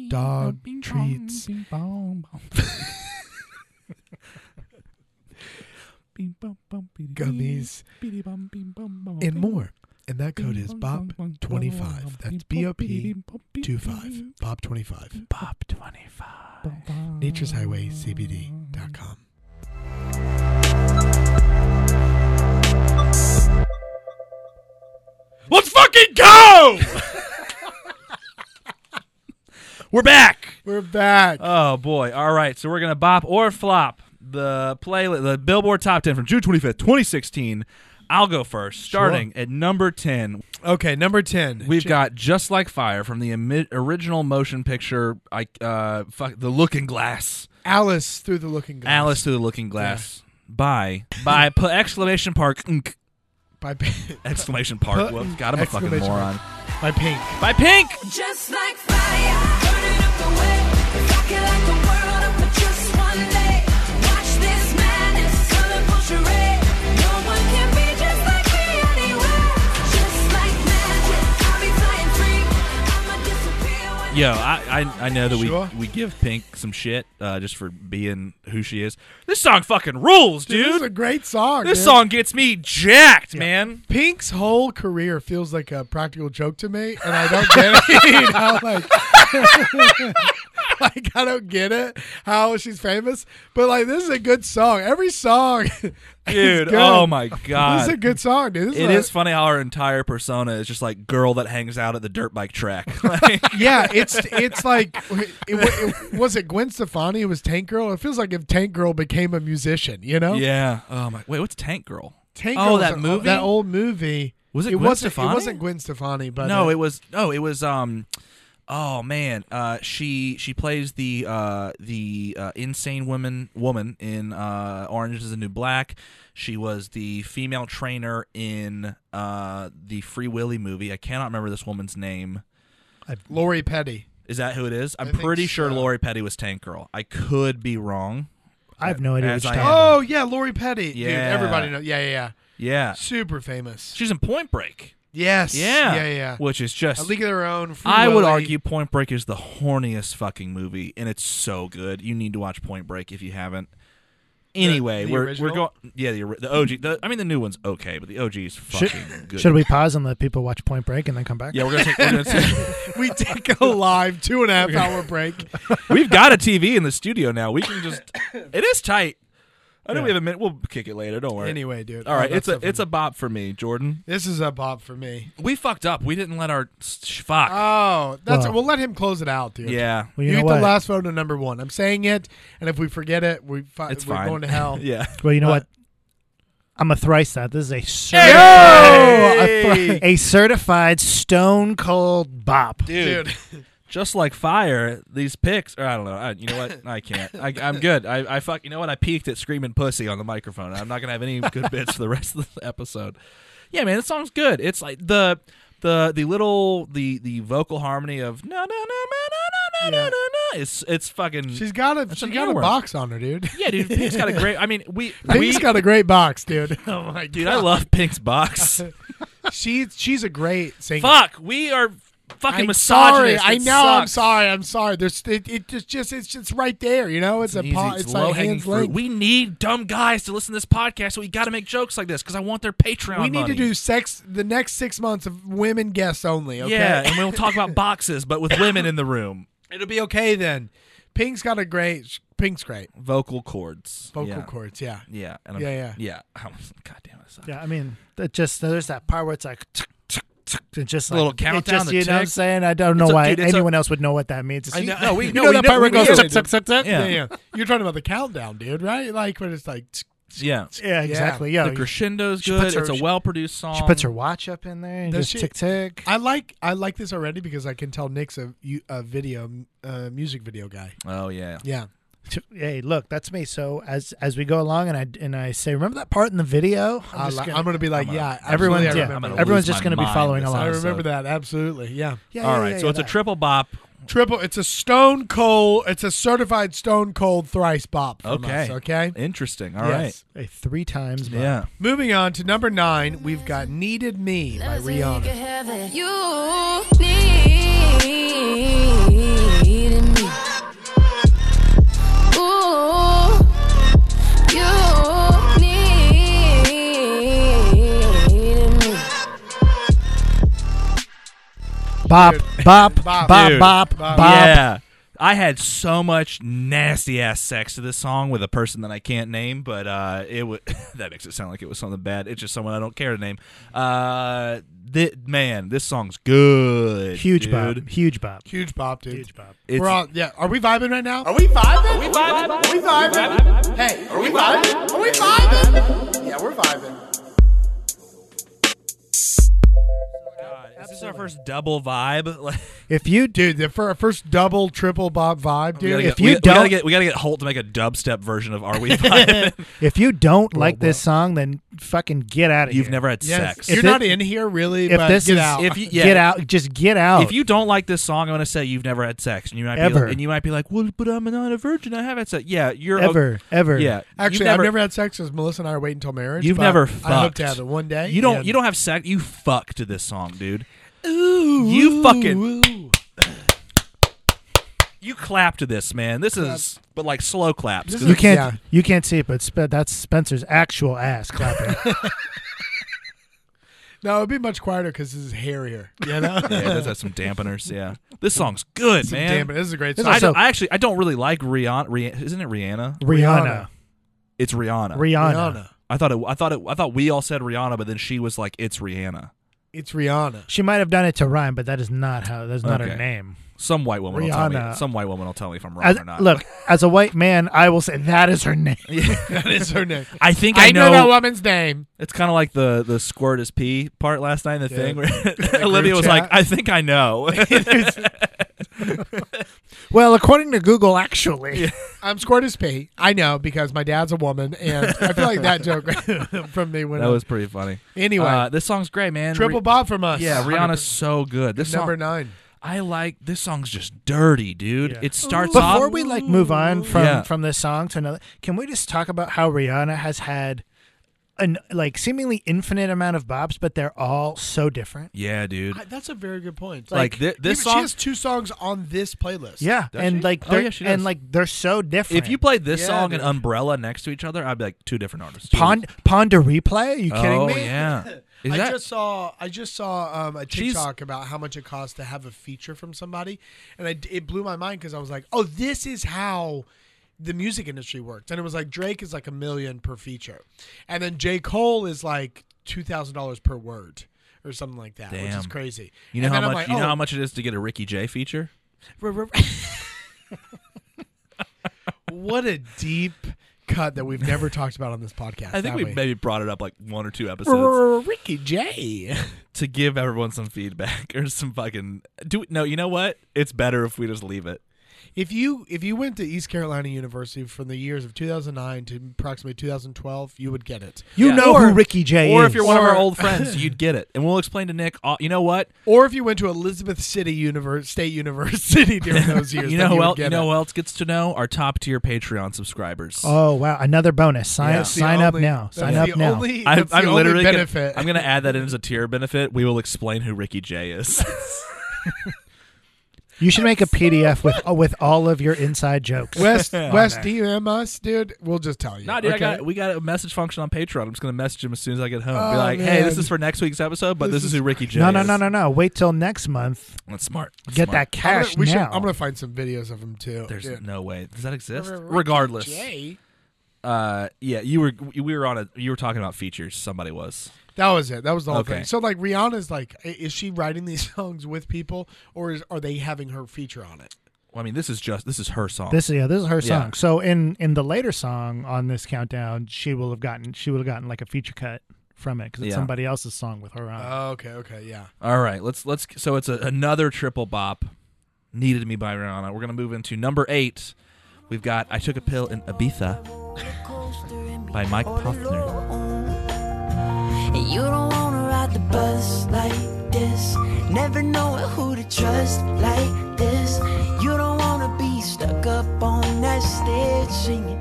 Speaker 5: dog treats. Gummies
Speaker 1: gummies
Speaker 5: and
Speaker 1: and
Speaker 5: more.
Speaker 1: more and that code is bop25 that's bop 25 bop25
Speaker 3: Bob25.
Speaker 1: natureshighwaycbd.com
Speaker 3: Let's fucking go! We're back.
Speaker 1: we're back
Speaker 3: Oh boy! All right, so we're gonna bop or flop the playlist, the Billboard Top Ten from June twenty fifth, twenty sixteen. I'll go first, starting at number ten.
Speaker 1: okay number 10
Speaker 3: We've got "Just Like Fire" from the imi- original motion picture, I, uh, fuck, "The Looking Glass,"
Speaker 1: alice through the looking glass
Speaker 3: "Alice to the Looking Glass" by by pu- exclamation park Inc.
Speaker 1: by, P-
Speaker 3: exclamation park.
Speaker 1: Pu-
Speaker 3: Whoops, God, I'm a fucking
Speaker 1: exclamation
Speaker 3: moron.
Speaker 1: by pink
Speaker 3: By Pink.
Speaker 6: Just like fire, burning up the way. Rock it like the world up for just one day. Watch this madness, colorful charade. No one can be just like me anyway. Just like magic, I'll be flying free. I'ma disappear when
Speaker 3: Yo, I, I I know that
Speaker 1: Sure.
Speaker 3: we we give Pink some shit uh, just for being who she is. This song fucking rules, dude.
Speaker 1: this is a great song
Speaker 3: This
Speaker 1: dude.
Speaker 3: song gets me jacked, man.
Speaker 1: Pink's whole career feels like a practical joke to me, and I don't get it. you know, like, like I don't get it how she's famous, but like this is a good song. Every song, is
Speaker 3: Dude,
Speaker 1: good.
Speaker 3: oh my
Speaker 1: this is a
Speaker 3: god.
Speaker 1: good song, dude. This
Speaker 3: It
Speaker 1: a-
Speaker 3: is funny how her entire persona is just like girl that hangs out at the dirt bike track. Like,
Speaker 1: Yeah, it's it's like it, it- was it Gwen Stefani who was Tank Girl? It feels like if Tank Girl became a musician, you know?
Speaker 3: yeah. Oh my. Wait, what's Tank Girl?
Speaker 1: Tank
Speaker 3: oh,
Speaker 1: Girl was
Speaker 3: that
Speaker 1: an-
Speaker 3: movie.
Speaker 1: that old movie.
Speaker 3: Was it Gwen
Speaker 1: wasn't,
Speaker 3: Stefani?
Speaker 1: It wasn't Gwen Stefani, but
Speaker 3: no,
Speaker 1: uh,
Speaker 3: it was. No, it was. Um. Oh man. Uh. She she plays the uh the uh, insane woman woman in uh Orange Is the New Black. She was the female trainer in uh the Free Willy movie. I cannot remember this woman's name.
Speaker 1: Lori Petty.
Speaker 3: Is that who it is? I'm
Speaker 1: think
Speaker 3: pretty sure
Speaker 1: so.
Speaker 3: Lori Petty was Tank Girl. I could be wrong.
Speaker 2: I have no idea
Speaker 3: As
Speaker 2: which
Speaker 3: I
Speaker 2: time.
Speaker 3: am.
Speaker 1: Oh yeah, Lori Petty. Dude,
Speaker 3: Yeah.
Speaker 1: everybody knows. Yeah, yeah, yeah.
Speaker 3: Yeah.
Speaker 1: Super famous.
Speaker 3: She's in Point Break.
Speaker 1: Yes.
Speaker 3: Yeah.
Speaker 1: Yeah, yeah.
Speaker 3: Which is just
Speaker 1: A League of Their Own. Free
Speaker 3: I would
Speaker 1: Willy.
Speaker 3: argue Point Break is the horniest fucking movie, and it's so good. You need to watch Point Break if you haven't. Anyway,
Speaker 1: the
Speaker 3: we're
Speaker 1: original?
Speaker 3: we're going. Yeah, the ori- the OG. The, I mean, the new one's okay, but the OG is fucking
Speaker 2: Should-
Speaker 3: good.
Speaker 2: Should we pause and let people watch Point Break and then come back?
Speaker 3: Yeah, we're gonna take. We're gonna take
Speaker 1: we take a live two and a half hour break.
Speaker 3: we've got a TV in the studio now. We can just. It is tight. I know we have a minute. We'll kick it later. Don't worry.
Speaker 1: Anyway, dude. Oh,
Speaker 3: All right,
Speaker 1: that's
Speaker 3: it's a
Speaker 1: stuff
Speaker 3: it's
Speaker 1: in-
Speaker 3: a bop for me, Jordan.
Speaker 1: This is a bop for me.
Speaker 3: We fucked up. We didn't let our sh- fuck.
Speaker 1: Oh, that's
Speaker 2: Well-
Speaker 1: we'll let him close it out, dude.
Speaker 3: yeah,
Speaker 1: You,
Speaker 2: Well, you, know
Speaker 1: get
Speaker 2: what?
Speaker 1: the last vote to number one. I'm saying it, and if we forget it, we fi-
Speaker 3: it's
Speaker 1: we're
Speaker 3: fine.
Speaker 1: going to hell.
Speaker 3: yeah.
Speaker 2: well, you know
Speaker 1: uh,
Speaker 2: what? I'm a thrice that. This is a cer-
Speaker 3: Hey!
Speaker 2: a certified stone cold bop.
Speaker 1: Dude,
Speaker 3: just like fire, these picks. Or I don't know. I, you know what? I can't. I, I'm good. I, I fuck. You know what? I peaked at screaming pussy on the microphone. I'm not gonna have any good bits for the rest of the episode. Yeah, man, this song's good. It's like the the the little the the vocal harmony of no no no no no no no
Speaker 1: Yeah.
Speaker 3: no no. It's it's fucking.
Speaker 1: she's got a
Speaker 3: That's
Speaker 1: she
Speaker 3: an
Speaker 1: got a
Speaker 3: earworm.
Speaker 1: box on her, dude.
Speaker 3: yeah, dude. Pink's got a great. I mean, we
Speaker 1: Pink's
Speaker 3: we
Speaker 1: got a great box, dude. Oh my
Speaker 3: dude. I love Pink's box.
Speaker 1: She she's a great singer.
Speaker 3: Fuck, we are fucking
Speaker 1: I'm sorry.
Speaker 3: misogynist.
Speaker 1: I
Speaker 3: It
Speaker 1: know. I'm
Speaker 3: sucks.
Speaker 1: sorry. I'm sorry. There's it, it just just it's just right there. You know, it's, a
Speaker 3: Easy.
Speaker 1: po- it's, like
Speaker 3: low-hanging
Speaker 1: hands
Speaker 3: fruit.
Speaker 1: length.
Speaker 3: We need dumb guys to listen to this podcast, so we got to make jokes like this because I want their Patreon.
Speaker 1: We need
Speaker 3: money.
Speaker 1: to do sex the next six months of women guests only. Okay.
Speaker 3: yeah, and we'll talk about boxes, but with women in the room.
Speaker 1: It'll be okay then. Pink's got a great. Pink's great.
Speaker 3: Vocal cords.
Speaker 1: Vocal
Speaker 3: yeah.
Speaker 1: cords. Yeah.
Speaker 3: Yeah. And
Speaker 1: Yeah,
Speaker 3: yeah. Yeah. God damn it. sucks.
Speaker 2: Yeah, I mean, that just there's that part where it's like. tick, tick, tick, It's just like,
Speaker 3: Little countdown
Speaker 2: It's just,
Speaker 3: to
Speaker 2: you know what I'm
Speaker 3: tick.
Speaker 2: saying? I don't know
Speaker 3: It's a-
Speaker 2: why
Speaker 3: dude, it's a-
Speaker 2: anyone else would know what that means. It's-
Speaker 3: I
Speaker 2: you-
Speaker 3: know- no, we-
Speaker 2: you
Speaker 3: no,
Speaker 2: know
Speaker 3: we
Speaker 2: that
Speaker 3: know-
Speaker 2: part where it
Speaker 3: we
Speaker 2: goes
Speaker 3: know
Speaker 2: tick,
Speaker 3: it,
Speaker 2: tick, tick, tick.
Speaker 1: Yeah.
Speaker 3: Yeah.
Speaker 1: yeah. You're talking about the countdown, dude, right? Like when it's like.
Speaker 3: Yeah.
Speaker 2: Yeah, exactly. Yeah,
Speaker 3: The crescendo's
Speaker 2: she
Speaker 3: good.
Speaker 2: puts her-
Speaker 3: it's a well produced song.
Speaker 2: she puts her watch up in there. and
Speaker 1: Does
Speaker 2: Just
Speaker 1: she-
Speaker 2: tick tick.
Speaker 1: I like I like this already because I can tell Nick's a, you- a video uh, music video guy.
Speaker 3: Oh, yeah.
Speaker 1: Yeah.
Speaker 2: T- Hey, look, that's me. So as as we go along, and I and I say, remember that part in the video?
Speaker 1: I'm,
Speaker 2: just
Speaker 1: gonna, I'm gonna be like,
Speaker 3: I'm gonna-
Speaker 1: yeah,
Speaker 2: Everyone's-
Speaker 1: absolutely, I
Speaker 2: yeah,
Speaker 1: remember
Speaker 3: I'm
Speaker 1: that.
Speaker 3: gonna
Speaker 2: everyone's
Speaker 3: lose
Speaker 2: just
Speaker 3: my
Speaker 2: gonna be
Speaker 3: mind
Speaker 2: following
Speaker 3: this
Speaker 2: along.
Speaker 1: I
Speaker 3: episode.
Speaker 1: remember that absolutely. Yeah.
Speaker 2: Yeah,
Speaker 3: All
Speaker 2: yeah,
Speaker 3: right.
Speaker 2: yeah,
Speaker 3: so
Speaker 2: yeah,
Speaker 3: it's
Speaker 2: that.
Speaker 3: a triple bop.
Speaker 1: Triple. It's a Stone Cold. It's a certified Stone Cold thrice bop. From
Speaker 3: Okay.
Speaker 1: Us, okay.
Speaker 3: Interesting. All right.
Speaker 1: Yes.
Speaker 2: Hey, three times. but-
Speaker 3: Yeah.
Speaker 1: Moving on to number nine, we've got "Needed Me" by Rihanna.
Speaker 6: You need me. Ooh, you need me.
Speaker 2: Bop, bop,
Speaker 1: Bop.
Speaker 2: bop, bop,
Speaker 3: Dude.
Speaker 2: bop,
Speaker 1: Bop.
Speaker 3: Yeah. I had so much nasty ass sex to this song with a person that I can't name, but uh, it w- that makes it sound like it was something bad. It's just someone I don't care to name. Uh, thi- man, this song's good.
Speaker 2: Huge
Speaker 3: dude.
Speaker 2: bop, huge bop,
Speaker 1: Huge bop, dude.
Speaker 2: huge bop.
Speaker 3: It's- Oh,
Speaker 1: We're all yeah. Are we vibing right now?
Speaker 4: Are we vibing? Are we vibing? Are we vibing? Hey, are we vibing? Are we vibing? Yeah, we're vibing.
Speaker 3: uh, Is this our first double vibe? Like,
Speaker 2: If you do,
Speaker 1: Dude, the fir- first double, triple bop vibe,
Speaker 3: we
Speaker 1: dude.
Speaker 3: gotta
Speaker 2: if
Speaker 3: get,
Speaker 2: you
Speaker 3: we, we gotta
Speaker 2: don't-
Speaker 3: get we gotta get Holt to make a dubstep version of "Are We?" Vibing?
Speaker 2: if you don't like this song, then fucking get out of here.
Speaker 3: You've never had
Speaker 1: Yes.
Speaker 3: sex.
Speaker 1: You're
Speaker 2: If
Speaker 1: not
Speaker 2: it-
Speaker 1: in here really,
Speaker 2: If
Speaker 1: but
Speaker 2: this
Speaker 1: get
Speaker 2: is,
Speaker 1: out.
Speaker 3: If you- yeah.
Speaker 2: get out, just get out.
Speaker 3: If you don't like this song, I'm gonna say you've never had sex, and you might be
Speaker 2: Ever.
Speaker 3: like, and you might be like, "Well, but I'm not a virgin. I have had sex." Yeah, you're
Speaker 2: ever, ever,
Speaker 3: Yeah,
Speaker 1: Actually,
Speaker 3: you've
Speaker 1: I've never had sex because Melissa and I are waiting until marriage.
Speaker 3: You've
Speaker 1: but
Speaker 3: never
Speaker 1: I hope
Speaker 3: fucked.
Speaker 1: to have it one day.
Speaker 3: You don't.
Speaker 1: and-
Speaker 3: You don't have sex. You fuck to this song, dude.
Speaker 1: Ooh,
Speaker 3: You fucking-
Speaker 1: ooh.
Speaker 3: You clap to this, man. This is, but like slow claps.
Speaker 1: This
Speaker 3: 'cause
Speaker 1: is-
Speaker 2: You can't,
Speaker 1: Yeah.
Speaker 2: you can't see it, but Spe- that's Spencer's actual ass clapping.
Speaker 1: No, it'd be much quieter because this is hairier. You know,
Speaker 3: yeah, it does have some dampeners. Yeah, this song's good, man.
Speaker 1: damn it, this is a great
Speaker 2: This
Speaker 1: song.
Speaker 2: is also-
Speaker 3: I, don't- I actually I don't really like Rihanna. Rihanna isn't it Rihanna?
Speaker 2: Rihanna,
Speaker 3: It's Rihanna.
Speaker 2: Rihanna,
Speaker 1: Rihanna.
Speaker 3: I thought it. I thought it. I thought we all said Rihanna, but then she was like, "It's Rihanna."
Speaker 1: It's Rihanna.
Speaker 2: She might have done it to rhyme, but that is not how. That's not her
Speaker 3: Okay.
Speaker 2: name.
Speaker 3: Some white woman. Will tell me,
Speaker 2: Rihanna.
Speaker 3: some white woman will tell me if I'm wrong
Speaker 2: As-
Speaker 3: or not.
Speaker 2: look, as a white man, I will say that is her name.
Speaker 1: that is her name.
Speaker 3: I think I,
Speaker 1: woman's name.
Speaker 3: It's kind of like the the squirt is pee part last night in the thing where Olivia was
Speaker 1: chat.
Speaker 3: like, "I think I know."
Speaker 2: Well, according to Google, actually,
Speaker 1: I'm squirt as pee. I know because my dad's a woman, and I feel like that joke from me when
Speaker 3: that
Speaker 1: I
Speaker 3: was pretty funny.
Speaker 1: anyway.
Speaker 3: Uh, this song's great, man.
Speaker 1: triple
Speaker 3: Re-
Speaker 1: bob from us.
Speaker 3: yeah, Rihanna's so good. This song,
Speaker 1: number nine.
Speaker 3: I like. This song's just dirty, dude.
Speaker 2: Yeah.
Speaker 3: It starts off.
Speaker 2: before we like move on from
Speaker 3: Yeah.
Speaker 2: from this song to another, can we just talk about how Rihanna has had an like seemingly infinite amount of bops, but they're all so different.
Speaker 3: yeah, dude.
Speaker 1: I- that's a very good point.
Speaker 3: Like, thi- this
Speaker 1: even-
Speaker 3: song-
Speaker 1: she has two songs on this playlist.
Speaker 2: Yeah,
Speaker 3: Does
Speaker 2: and
Speaker 3: she?
Speaker 2: like
Speaker 3: Oh,
Speaker 2: they're
Speaker 3: yeah, she
Speaker 2: and
Speaker 3: does.
Speaker 2: like they're so different.
Speaker 3: if you played this
Speaker 1: Yeah,
Speaker 3: song
Speaker 1: dude.
Speaker 3: and Umbrella next to each other, I'd be like two different artists.
Speaker 2: Pond Ponder replay, are you
Speaker 3: Oh,
Speaker 2: kidding me?
Speaker 3: yeah. Is
Speaker 1: I
Speaker 3: that
Speaker 1: just saw I just saw um, a
Speaker 3: She's-
Speaker 1: TikTok about how much it costs to have a feature from somebody, and I, it blew my mind because I was like, "Oh, this is how the music industry works." And it was like Drake is like a million per feature, and then J Cole is like two thousand dollars per word or something like that, which is
Speaker 3: Damn.
Speaker 1: crazy.
Speaker 3: you know
Speaker 1: And
Speaker 3: how
Speaker 1: then
Speaker 3: much
Speaker 1: I'm like,
Speaker 3: you know
Speaker 1: "Oh,
Speaker 3: how much it is to get a Ricky Jay feature?
Speaker 1: r- r- what a deep cut that we've never talked about on this podcast.
Speaker 3: I think
Speaker 1: have
Speaker 3: we
Speaker 1: we
Speaker 3: maybe brought it up like one or two episodes.
Speaker 1: Ricky J.
Speaker 3: to give everyone some feedback or some fucking do no you know what it's better if we just leave it
Speaker 1: If you if you went to East Carolina University from the years of 2009 to approximately 2012, you would get it.
Speaker 2: You
Speaker 3: Yeah.
Speaker 2: know
Speaker 1: Or-
Speaker 2: who Ricky J
Speaker 3: or
Speaker 2: is.
Speaker 3: if you're one of
Speaker 1: Or-
Speaker 3: our old friends you'd get it and we'll explain to nick uh, you know what
Speaker 1: Or if you went to Elizabeth City Univers State University during those years,
Speaker 3: you know
Speaker 1: then
Speaker 3: who
Speaker 1: would
Speaker 3: else
Speaker 1: get
Speaker 3: you know
Speaker 1: it.
Speaker 3: who else gets to know our top tier patreon subscribers
Speaker 2: Oh wow, another bonus. Sign
Speaker 3: Yeah.
Speaker 1: That's the
Speaker 2: sign up
Speaker 1: only-
Speaker 2: now. Sign
Speaker 1: that's
Speaker 2: up
Speaker 1: the
Speaker 2: now.
Speaker 1: Only,
Speaker 3: I,
Speaker 1: that's
Speaker 3: I'm
Speaker 1: the only
Speaker 3: literally
Speaker 1: benefit.
Speaker 3: Gonna, I'm gonna add that in as a tier benefit. We will explain who Ricky Jay is.
Speaker 2: You should make a PDF with uh, with all of your inside jokes.
Speaker 1: West
Speaker 3: on
Speaker 1: West
Speaker 2: there.
Speaker 1: DM us, dude. We'll just tell you.
Speaker 3: Oh, Nah, dude,
Speaker 1: okay?
Speaker 3: I got we got a message function on Patreon. I'm just gonna message him as soon as I get home. Be
Speaker 1: Oh,
Speaker 3: like, hey, this
Speaker 1: man.
Speaker 3: is for next week's episode, but
Speaker 1: This
Speaker 3: this, is
Speaker 1: is-
Speaker 3: who Ricky J.
Speaker 2: no, no,
Speaker 3: is."
Speaker 2: no, no, no. Wait till next month.
Speaker 3: That's smart. That's
Speaker 2: Get that
Speaker 3: smart.
Speaker 1: I'm
Speaker 2: cash
Speaker 1: gonna, we should,
Speaker 2: now.
Speaker 1: I'm gonna find some videos of him too.
Speaker 3: There's
Speaker 1: dude.
Speaker 3: no way. Does that exist? Regardless. Uh, yeah, you were we were on a you were talking about features. Somebody was.
Speaker 1: That was it. That was the whole
Speaker 3: Okay.
Speaker 1: thing. So like Rihanna's like, i- is she writing these songs with people, or is, are they having her feature on it?
Speaker 3: Well, I mean, this is just this is her song.
Speaker 2: This yeah, this is her
Speaker 3: Yeah.
Speaker 2: song. So in in the later song on this countdown, she will have gotten she would have gotten like a feature cut from it because it's
Speaker 3: Yeah.
Speaker 2: somebody else's song with her on. it.
Speaker 3: Uh,
Speaker 1: Oh, okay, okay, yeah.
Speaker 3: All right, let's let's. So it's a, another triple bop, needed me by Rihanna. We're gonna move into number eight. We've got I took a pill in Ibiza by Mike Pothner.
Speaker 6: And You don't wanna ride the bus like this. Never knowing who to trust like this. You don't wanna be stuck up on that stage singing.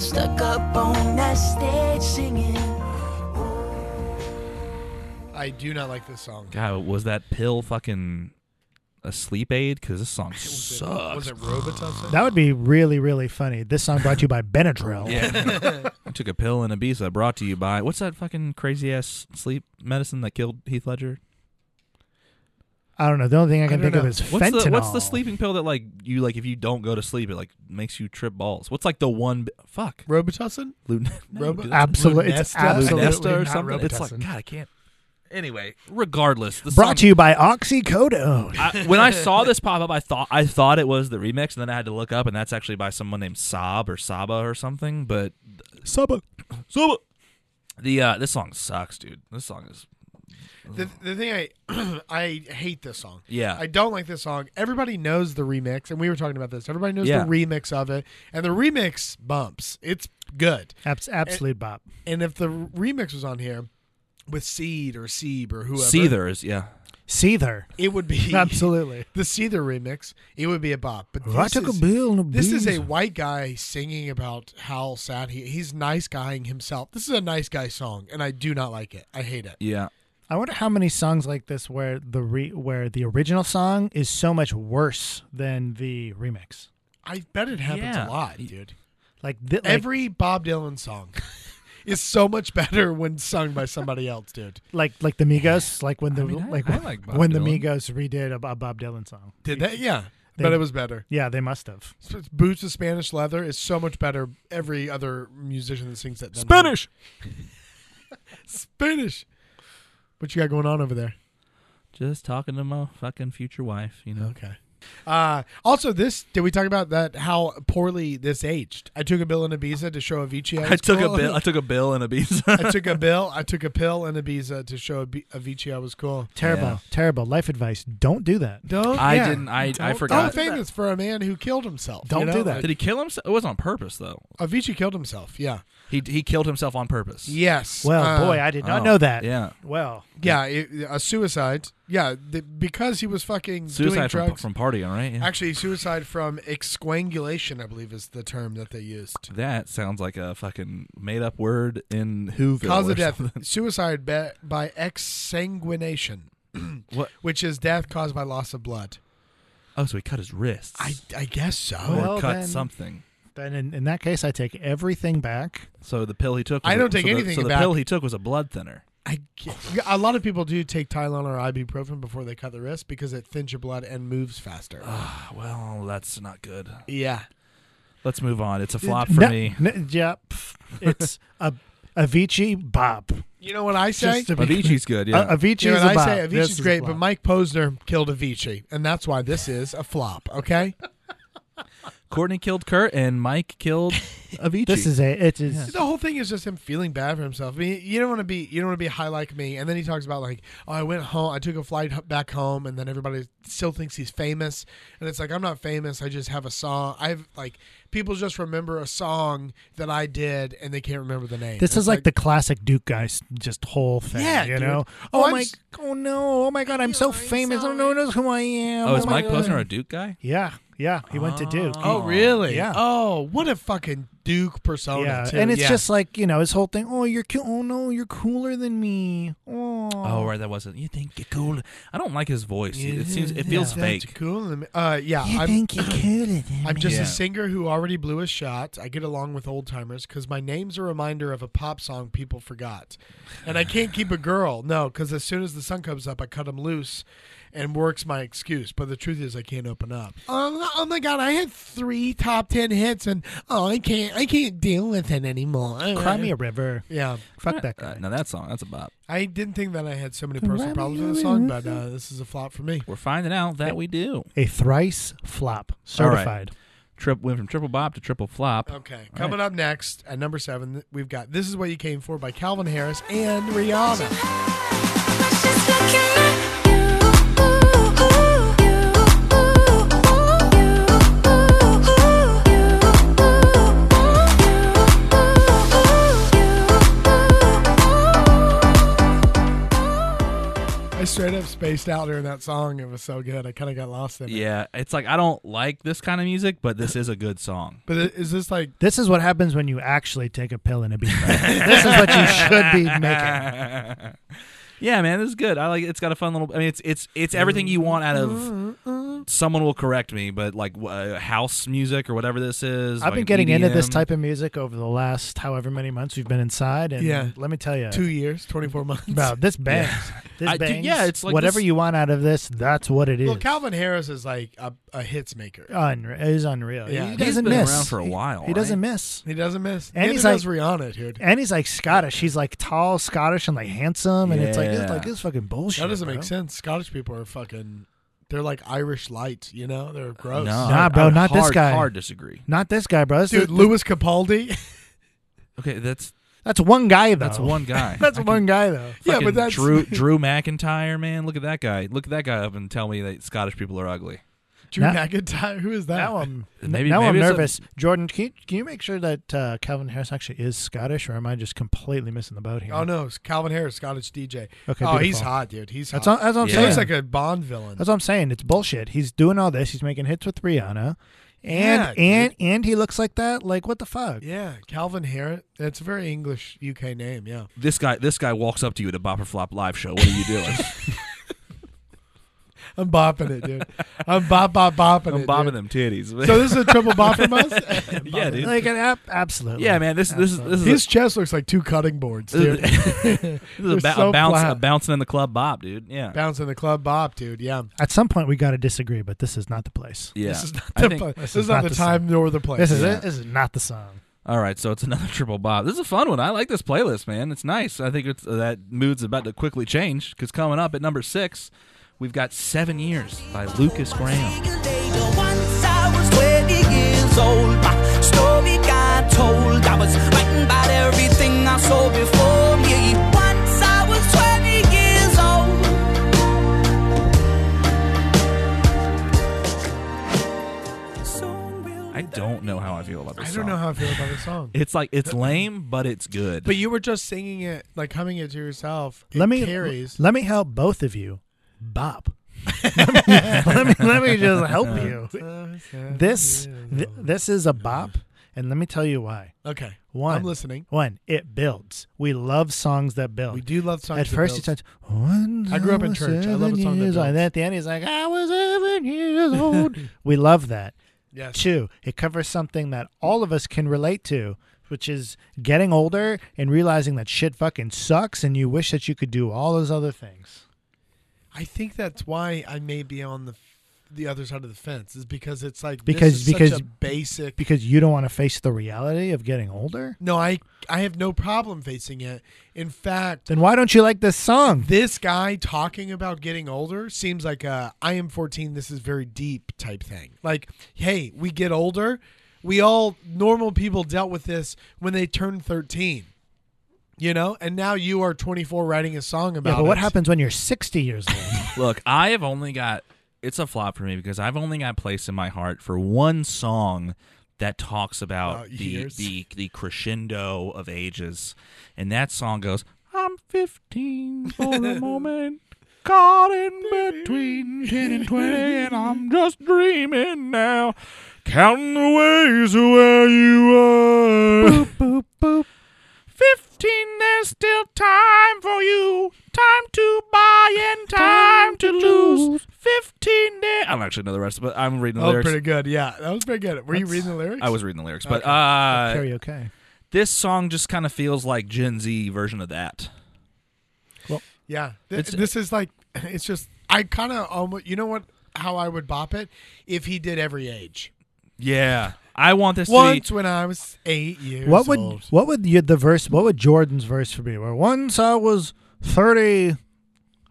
Speaker 6: Stuck up on that stage singing.
Speaker 1: I do not like this song.
Speaker 3: God, was that pill fucking a sleep aid? Because this song
Speaker 1: Was it,
Speaker 3: sucks.
Speaker 1: was it Robitussin?
Speaker 2: That would be really really funny. This song brought to you by Benadryl.
Speaker 3: Yeah. I took a pill in Ibiza brought to you by what's that fucking crazy ass sleep medicine that killed Heath Ledger?
Speaker 2: I don't know. The only thing I can
Speaker 1: don't
Speaker 2: think of
Speaker 1: know.
Speaker 2: is
Speaker 3: What's
Speaker 2: fentanyl.
Speaker 3: the what's the sleeping pill that like you like if you don't go to sleep it like makes you trip balls? What's like the one bi- fuck?
Speaker 1: Robitussin?
Speaker 3: Lun- no,
Speaker 1: Robo-
Speaker 3: dude, that's
Speaker 2: Absolutely, it's
Speaker 1: Lunesta?
Speaker 2: absolutely
Speaker 3: Lunesta or
Speaker 2: not
Speaker 3: something. It's like
Speaker 2: Robitussin.
Speaker 3: God, I can't. Anyway, regardless, the
Speaker 2: brought to
Speaker 3: song,
Speaker 2: you by oxycodone.
Speaker 3: I, when I saw this pop up, I thought I thought it was the remix, and then I had to look up, and that's actually by someone named Saab or Saba or something. But
Speaker 2: Saba.
Speaker 3: Saba, the uh, this song sucks, dude. This song is
Speaker 1: The, the thing I I hate this song.
Speaker 3: Yeah.
Speaker 1: I don't like this song. Everybody knows the remix, and we were talking about this. Everybody knows the
Speaker 3: Yeah.
Speaker 1: remix of it, and the remix bumps. It's good.
Speaker 2: Abs- absolute bop.
Speaker 1: And if the remix was on here with Seed or Seeb or whoever,
Speaker 3: Seethers, yeah.
Speaker 2: Seether.
Speaker 1: it would be
Speaker 2: Absolutely.
Speaker 1: the Seether remix. It would be a bop. But
Speaker 2: I
Speaker 1: this
Speaker 2: took a
Speaker 1: is-
Speaker 2: bill and a
Speaker 1: This is a
Speaker 2: booze.
Speaker 1: white guy singing about how sad he he's nice guying himself. This is a nice guy song, and I do not like it. I hate it.
Speaker 3: Yeah.
Speaker 2: I wonder how many songs like this where the re- where the original song is so much worse than the remix.
Speaker 1: I bet it happens a
Speaker 3: Yeah.
Speaker 1: lot, dude.
Speaker 2: Like, thi- like
Speaker 1: Every Bob Dylan song is so much better when sung by somebody else, dude.
Speaker 2: like like the Migos, like when the
Speaker 3: mean, I-
Speaker 2: like,
Speaker 3: I like Bob
Speaker 2: when the
Speaker 3: Dylan.
Speaker 2: Migos redid a, Bob- Bob Dylan song.
Speaker 1: Did that? Yeah,
Speaker 2: They-
Speaker 1: but it was better.
Speaker 2: Yeah, they must have.
Speaker 1: S- Boots of Spanish leather is so much better. Every other musician that sings that than him. Spanish. What you got going on over there?
Speaker 3: Just talking to my fucking future wife, you know.
Speaker 1: Okay. Uh, also, this did we talk about that? How poorly this aged? I took a bill in Ibiza to show Avicii. I,
Speaker 3: I
Speaker 1: was
Speaker 3: took
Speaker 1: cool.
Speaker 3: a bill. I took a bill and a
Speaker 1: I took a bill. I took a pill in Ibiza to show Abi- Avicii I was cool.
Speaker 2: Terrible,
Speaker 3: Yeah.
Speaker 2: terrible life advice. Don't do that.
Speaker 1: Don't.
Speaker 3: I didn't. I I
Speaker 1: I'm
Speaker 3: forgot.
Speaker 1: famous for a man who killed himself.
Speaker 2: Don't
Speaker 1: you know?
Speaker 2: do that.
Speaker 3: Did he kill himself? It was on purpose though.
Speaker 1: Like, Avicii killed himself. Yeah.
Speaker 3: He he killed himself on purpose.
Speaker 1: Yes.
Speaker 2: Well,
Speaker 1: Uh,
Speaker 2: boy, I did not
Speaker 3: oh,
Speaker 2: know that.
Speaker 3: yeah.
Speaker 2: Well,
Speaker 1: yeah, it, a suicide. Yeah, the, because he was fucking doing
Speaker 3: Suicide from,
Speaker 1: drugs.
Speaker 3: from partying, right? Yeah.
Speaker 1: Actually, suicide from exquangulation, I believe, is the term that they used.
Speaker 3: that sounds like a fucking made up word in Whoville.
Speaker 1: Cause
Speaker 3: or
Speaker 1: of death:
Speaker 3: something.
Speaker 1: suicide be- by exsanguination,
Speaker 3: What?
Speaker 1: which is death caused by loss of blood.
Speaker 3: Oh, so he cut his wrists.
Speaker 1: I, I guess so.
Speaker 2: Well,
Speaker 3: or cut
Speaker 2: then-
Speaker 3: something.
Speaker 2: then in, in that case, I take everything back.
Speaker 3: So the pill he took. Was
Speaker 1: I don't
Speaker 3: a,
Speaker 1: take
Speaker 3: so
Speaker 1: anything
Speaker 3: The, so the
Speaker 1: back.
Speaker 3: pill he took was a blood thinner.
Speaker 1: I get, a lot of people do take Tylenol or ibuprofen before they cut their wrist because it thins your blood and moves faster.
Speaker 3: Ah, well, that's not good.
Speaker 1: yeah.
Speaker 3: Let's move on. It's a flop for
Speaker 2: No-
Speaker 3: me.
Speaker 2: no- yeah, pff, it's a Avicii bop.
Speaker 1: You know what I say?
Speaker 2: Just to be-
Speaker 3: Avicii's good. Yeah.
Speaker 2: Uh, Avicii
Speaker 1: You know
Speaker 2: is
Speaker 1: what
Speaker 2: a bop.
Speaker 1: I say?
Speaker 2: This
Speaker 1: Avicii's
Speaker 2: is a
Speaker 1: great, but
Speaker 2: bop.
Speaker 1: Mike Posner killed Avicii, and that's why this is a flop. Okay,
Speaker 3: Courtney killed Kurt, and Mike killed Avicii.
Speaker 2: This is a it is
Speaker 1: the whole thing is just him feeling bad for himself. I mean, you don't want to be you don't want to be high like me. And then he talks about like, oh, I went home, I took a flight h- back home, and then everybody still thinks he's famous. And it's like I'm not famous. I just have a song. I've like people just remember a song that I did, and they can't remember the name.
Speaker 2: this
Speaker 1: It's
Speaker 2: is like the classic Duke guys just whole thing.
Speaker 1: Yeah,
Speaker 2: you
Speaker 1: dude.
Speaker 2: know.
Speaker 1: Oh,
Speaker 2: Oh,
Speaker 1: I'm
Speaker 2: my!
Speaker 1: s-
Speaker 2: oh no! Oh my God! I'm so famous. Oh no one knows who I am.
Speaker 3: Oh, is
Speaker 2: my
Speaker 3: Mike
Speaker 2: God.
Speaker 3: Posner a Duke guy?
Speaker 2: Yeah, yeah. He went to Duke.
Speaker 1: Oh really?
Speaker 2: Yeah.
Speaker 1: Oh, what a fucking Duke persona
Speaker 2: yeah,
Speaker 1: too.
Speaker 2: and it's
Speaker 1: yeah.
Speaker 2: just like you know his whole thing. Oh, you're cool. Oh no, you're cooler than me. Oh,
Speaker 3: Oh right, that wasn't. You think you're cool? I don't like his voice. It- It seems it
Speaker 1: Yeah.
Speaker 3: feels
Speaker 1: That's
Speaker 3: fake.
Speaker 1: Cool. than me. Uh, yeah,
Speaker 2: You
Speaker 1: I'm,
Speaker 2: think you're cooler than
Speaker 1: I'm
Speaker 2: me.
Speaker 1: just
Speaker 3: Yeah.
Speaker 1: a singer who already blew a shot. I get along with old timers because my name's a reminder of a pop song people forgot, and I can't keep a girl. No, because as soon as the sun comes up, I cut him loose, and works my excuse. But the truth is, I can't open up. Oh, oh my God, I had three top ten hits, and oh, I can't, I can't deal with it anymore.
Speaker 2: cry me a river.
Speaker 1: Yeah,
Speaker 2: Fuck that
Speaker 3: Uh,
Speaker 2: guy.
Speaker 3: now that song, that's a bop.
Speaker 1: I didn't think that I had so many personal problems with the song, but uh, this is a flop for me.
Speaker 3: We're finding out that we do.
Speaker 2: A thrice flop
Speaker 3: All right.
Speaker 2: certified.
Speaker 3: Trip went from triple bop to triple flop.
Speaker 1: Okay, coming up next at number seven, th- we've got "This Is What You Came For" by Calvin Harris and Rihanna. I straight up spaced out during that song. It was so good. I kind of got lost in it.
Speaker 3: Yeah, it's like I don't like this kind of music, but this is a good song.
Speaker 1: But i- is this like
Speaker 2: This is what happens when you actually take a pill and a beat. this is what you should be making.
Speaker 3: Yeah, man, this is good. I like it's got a fun little. I mean, it's it's it's everything you want out of. Someone will correct me, but like wh- uh, house music or whatever this is.
Speaker 2: I've been
Speaker 3: like
Speaker 2: getting into this
Speaker 3: EDM.
Speaker 2: type of music over the last however many months we've been inside, and
Speaker 1: Yeah.
Speaker 2: let me tell you,
Speaker 1: two years, twenty four months?
Speaker 2: bro, this bangs. This
Speaker 3: I- dude,
Speaker 2: bangs.
Speaker 3: yeah, it's like
Speaker 2: whatever
Speaker 3: this-
Speaker 2: you want out of this, that's what it is.
Speaker 1: well, Calvin Harris is like a, a hits maker.
Speaker 2: Unre- he's unreal.
Speaker 1: Yeah.
Speaker 2: He
Speaker 1: He's
Speaker 2: doesn't
Speaker 3: been
Speaker 2: miss.
Speaker 3: around for a
Speaker 2: He-
Speaker 3: while,
Speaker 2: He,
Speaker 3: right?
Speaker 2: doesn't miss.
Speaker 1: He doesn't miss.
Speaker 2: And
Speaker 1: Neither
Speaker 2: he's like-
Speaker 1: does Rihanna, dude.
Speaker 2: And he's like Scottish. He's like tall Scottish and like handsome, and it's like
Speaker 3: Yeah.
Speaker 2: it's like this fucking bullshit.
Speaker 1: That doesn't
Speaker 2: bro.
Speaker 1: make sense. Scottish people are fucking. They're like Irish lights, you know? They're
Speaker 3: No,
Speaker 1: gross.
Speaker 2: Nah, bro, not this
Speaker 3: hard-
Speaker 2: guy.
Speaker 3: Hard disagree.
Speaker 2: Not this guy, bro. This
Speaker 1: Dude, Louis Capaldi.
Speaker 3: Okay, that's
Speaker 2: that's one guy though.
Speaker 3: that's one guy.
Speaker 2: That's
Speaker 3: I can-
Speaker 2: one guy though.
Speaker 1: yeah,
Speaker 3: fucking
Speaker 1: but that's
Speaker 3: Drew Drew McIntyre, man. Look at that guy. Look at that guy up and tell me that Scottish people are ugly.
Speaker 1: Drew
Speaker 2: Now-
Speaker 1: McIntyre. Who is that?
Speaker 2: Now I'm
Speaker 3: Maybe-
Speaker 2: now
Speaker 3: maybe
Speaker 2: I'm
Speaker 3: it's a-
Speaker 2: nervous. Jordan, can you, can you make sure that uh, Calvin Harris actually is Scottish, or am I just completely missing the boat here?
Speaker 1: Oh no, it's Calvin Harris, Scottish DJ.
Speaker 2: Okay,
Speaker 1: oh, he's
Speaker 2: beautiful.
Speaker 1: hot, dude. He's hot.
Speaker 2: That's what, that's what I'm
Speaker 3: Yeah.
Speaker 1: He
Speaker 2: saying.
Speaker 1: looks like a Bond villain.
Speaker 2: That's what I'm saying. It's bullshit. He's doing all this. He's making hits with Rihanna, and
Speaker 1: Yeah, dude.
Speaker 2: and and he looks like that. Like what the fuck?
Speaker 1: yeah, Calvin Harris. That's a very English UK name. Yeah.
Speaker 3: This guy this guy walks up to you at a Bop or Flop live show. What are you doing?
Speaker 1: I'm bopping it, dude. I'm bop bop bopping
Speaker 3: I'm
Speaker 1: it.
Speaker 3: bombing
Speaker 1: dude.
Speaker 3: them titties.
Speaker 1: So this is a triple bop from us.
Speaker 3: yeah, dude.
Speaker 2: Like an app, absolutely.
Speaker 3: yeah, man. This this is this is
Speaker 1: His chest looks like two cutting boards,
Speaker 3: This
Speaker 1: dude.
Speaker 3: is- this is a,
Speaker 1: They're
Speaker 3: ba- a
Speaker 1: so
Speaker 3: bounce,
Speaker 1: flat.
Speaker 3: a bouncing in the club bop, dude. Yeah.
Speaker 1: Bouncing the club bop, dude. Yeah.
Speaker 2: At some point, we got to disagree, but this is not the place.
Speaker 3: yeah.
Speaker 1: This is not
Speaker 3: I
Speaker 1: the
Speaker 3: think-
Speaker 1: pla- this,
Speaker 2: is
Speaker 1: is not
Speaker 2: not
Speaker 1: the
Speaker 2: the
Speaker 1: time nor the place.
Speaker 2: This is
Speaker 3: Yeah.
Speaker 2: it. This is not the song.
Speaker 3: all right, so it's another triple bop. This is a fun one. I like this playlist, man. It's nice. I think it's, that mood's about to quickly change because coming up at number six, we've got Seven Years by Lucas Graham.
Speaker 7: Once I was 12 years old, my story got told. I was writing about everything I saw before me. Once I was 12 years old. Soon we'll
Speaker 3: I don't know how I feel about this.
Speaker 1: I don't
Speaker 3: song.
Speaker 1: know how I feel about this song.
Speaker 3: It's like it's lame, but it's good.
Speaker 1: But you were just singing it, like humming it to yourself. It
Speaker 2: let me
Speaker 1: carries.
Speaker 2: let me help both of you, Bob. let, me, let me let me just help you. This th- this is a bop, and let me tell you why.
Speaker 1: okay.
Speaker 2: One,
Speaker 1: I'm listening.
Speaker 2: One, it builds. We love songs that build.
Speaker 1: We do love songs.
Speaker 2: Oh. At
Speaker 1: that
Speaker 2: first,
Speaker 1: build-
Speaker 2: it's like one.
Speaker 1: I grew up in
Speaker 2: was
Speaker 1: church. I love a
Speaker 2: seven
Speaker 1: song that
Speaker 2: years old." And
Speaker 1: builds.
Speaker 2: at the end, he's like, "I was seven years old." we love that.
Speaker 1: yes.
Speaker 2: Two, it covers something that all of us can relate to, which is getting older and realizing that shit fucking sucks, and you wish that you could do all those other things.
Speaker 1: I think that's why I may be on the the other side of the fence is because it's like
Speaker 2: Because-
Speaker 1: this is
Speaker 2: because-
Speaker 1: such a basic.
Speaker 2: Because you don't want to face the reality of getting older.
Speaker 1: no, I I have no problem facing it. In fact,
Speaker 2: Then why don't you like this song?
Speaker 1: this guy talking about getting older seems like a I am 14. This is very deep type thing. Like, hey, we get older. We all normal people dealt with this when they turned 13. You know, and now you are 24 writing a song about
Speaker 2: Yeah, but what
Speaker 1: it.
Speaker 2: happens when you're 60 years old?
Speaker 3: Look, I have only got it's a flop for me because I've only got place in my heart for one song that talks about
Speaker 1: About
Speaker 3: the,
Speaker 1: years.
Speaker 3: the the crescendo of ages. And that song goes, I'm fifteen for a moment. Caught in between ten and twenty, and I'm just dreaming now. Counting the ways to where you are. Boop, boop, boop. Fifteen, there's still time for you. Time to buy and time, to, lose. Fifteen days. I don't actually know the rest, but I'm reading the
Speaker 1: Oh,
Speaker 3: lyrics.
Speaker 1: pretty good. Yeah, that was pretty good. Were you reading the lyrics?
Speaker 3: I was reading the lyrics, but uh,
Speaker 2: Karaoke.
Speaker 3: this song just kind of feels like Gen Z version of that.
Speaker 1: Yeah, Th-
Speaker 3: It's-
Speaker 1: this is like it's just I kind of almost you know what how I would bop it if he did every age.
Speaker 3: Yeah, I want this to be.
Speaker 1: Once when I was eight years
Speaker 2: What would
Speaker 1: old.
Speaker 2: what would you, the verse? What would Jordan's verse for me? Where once I was thirty.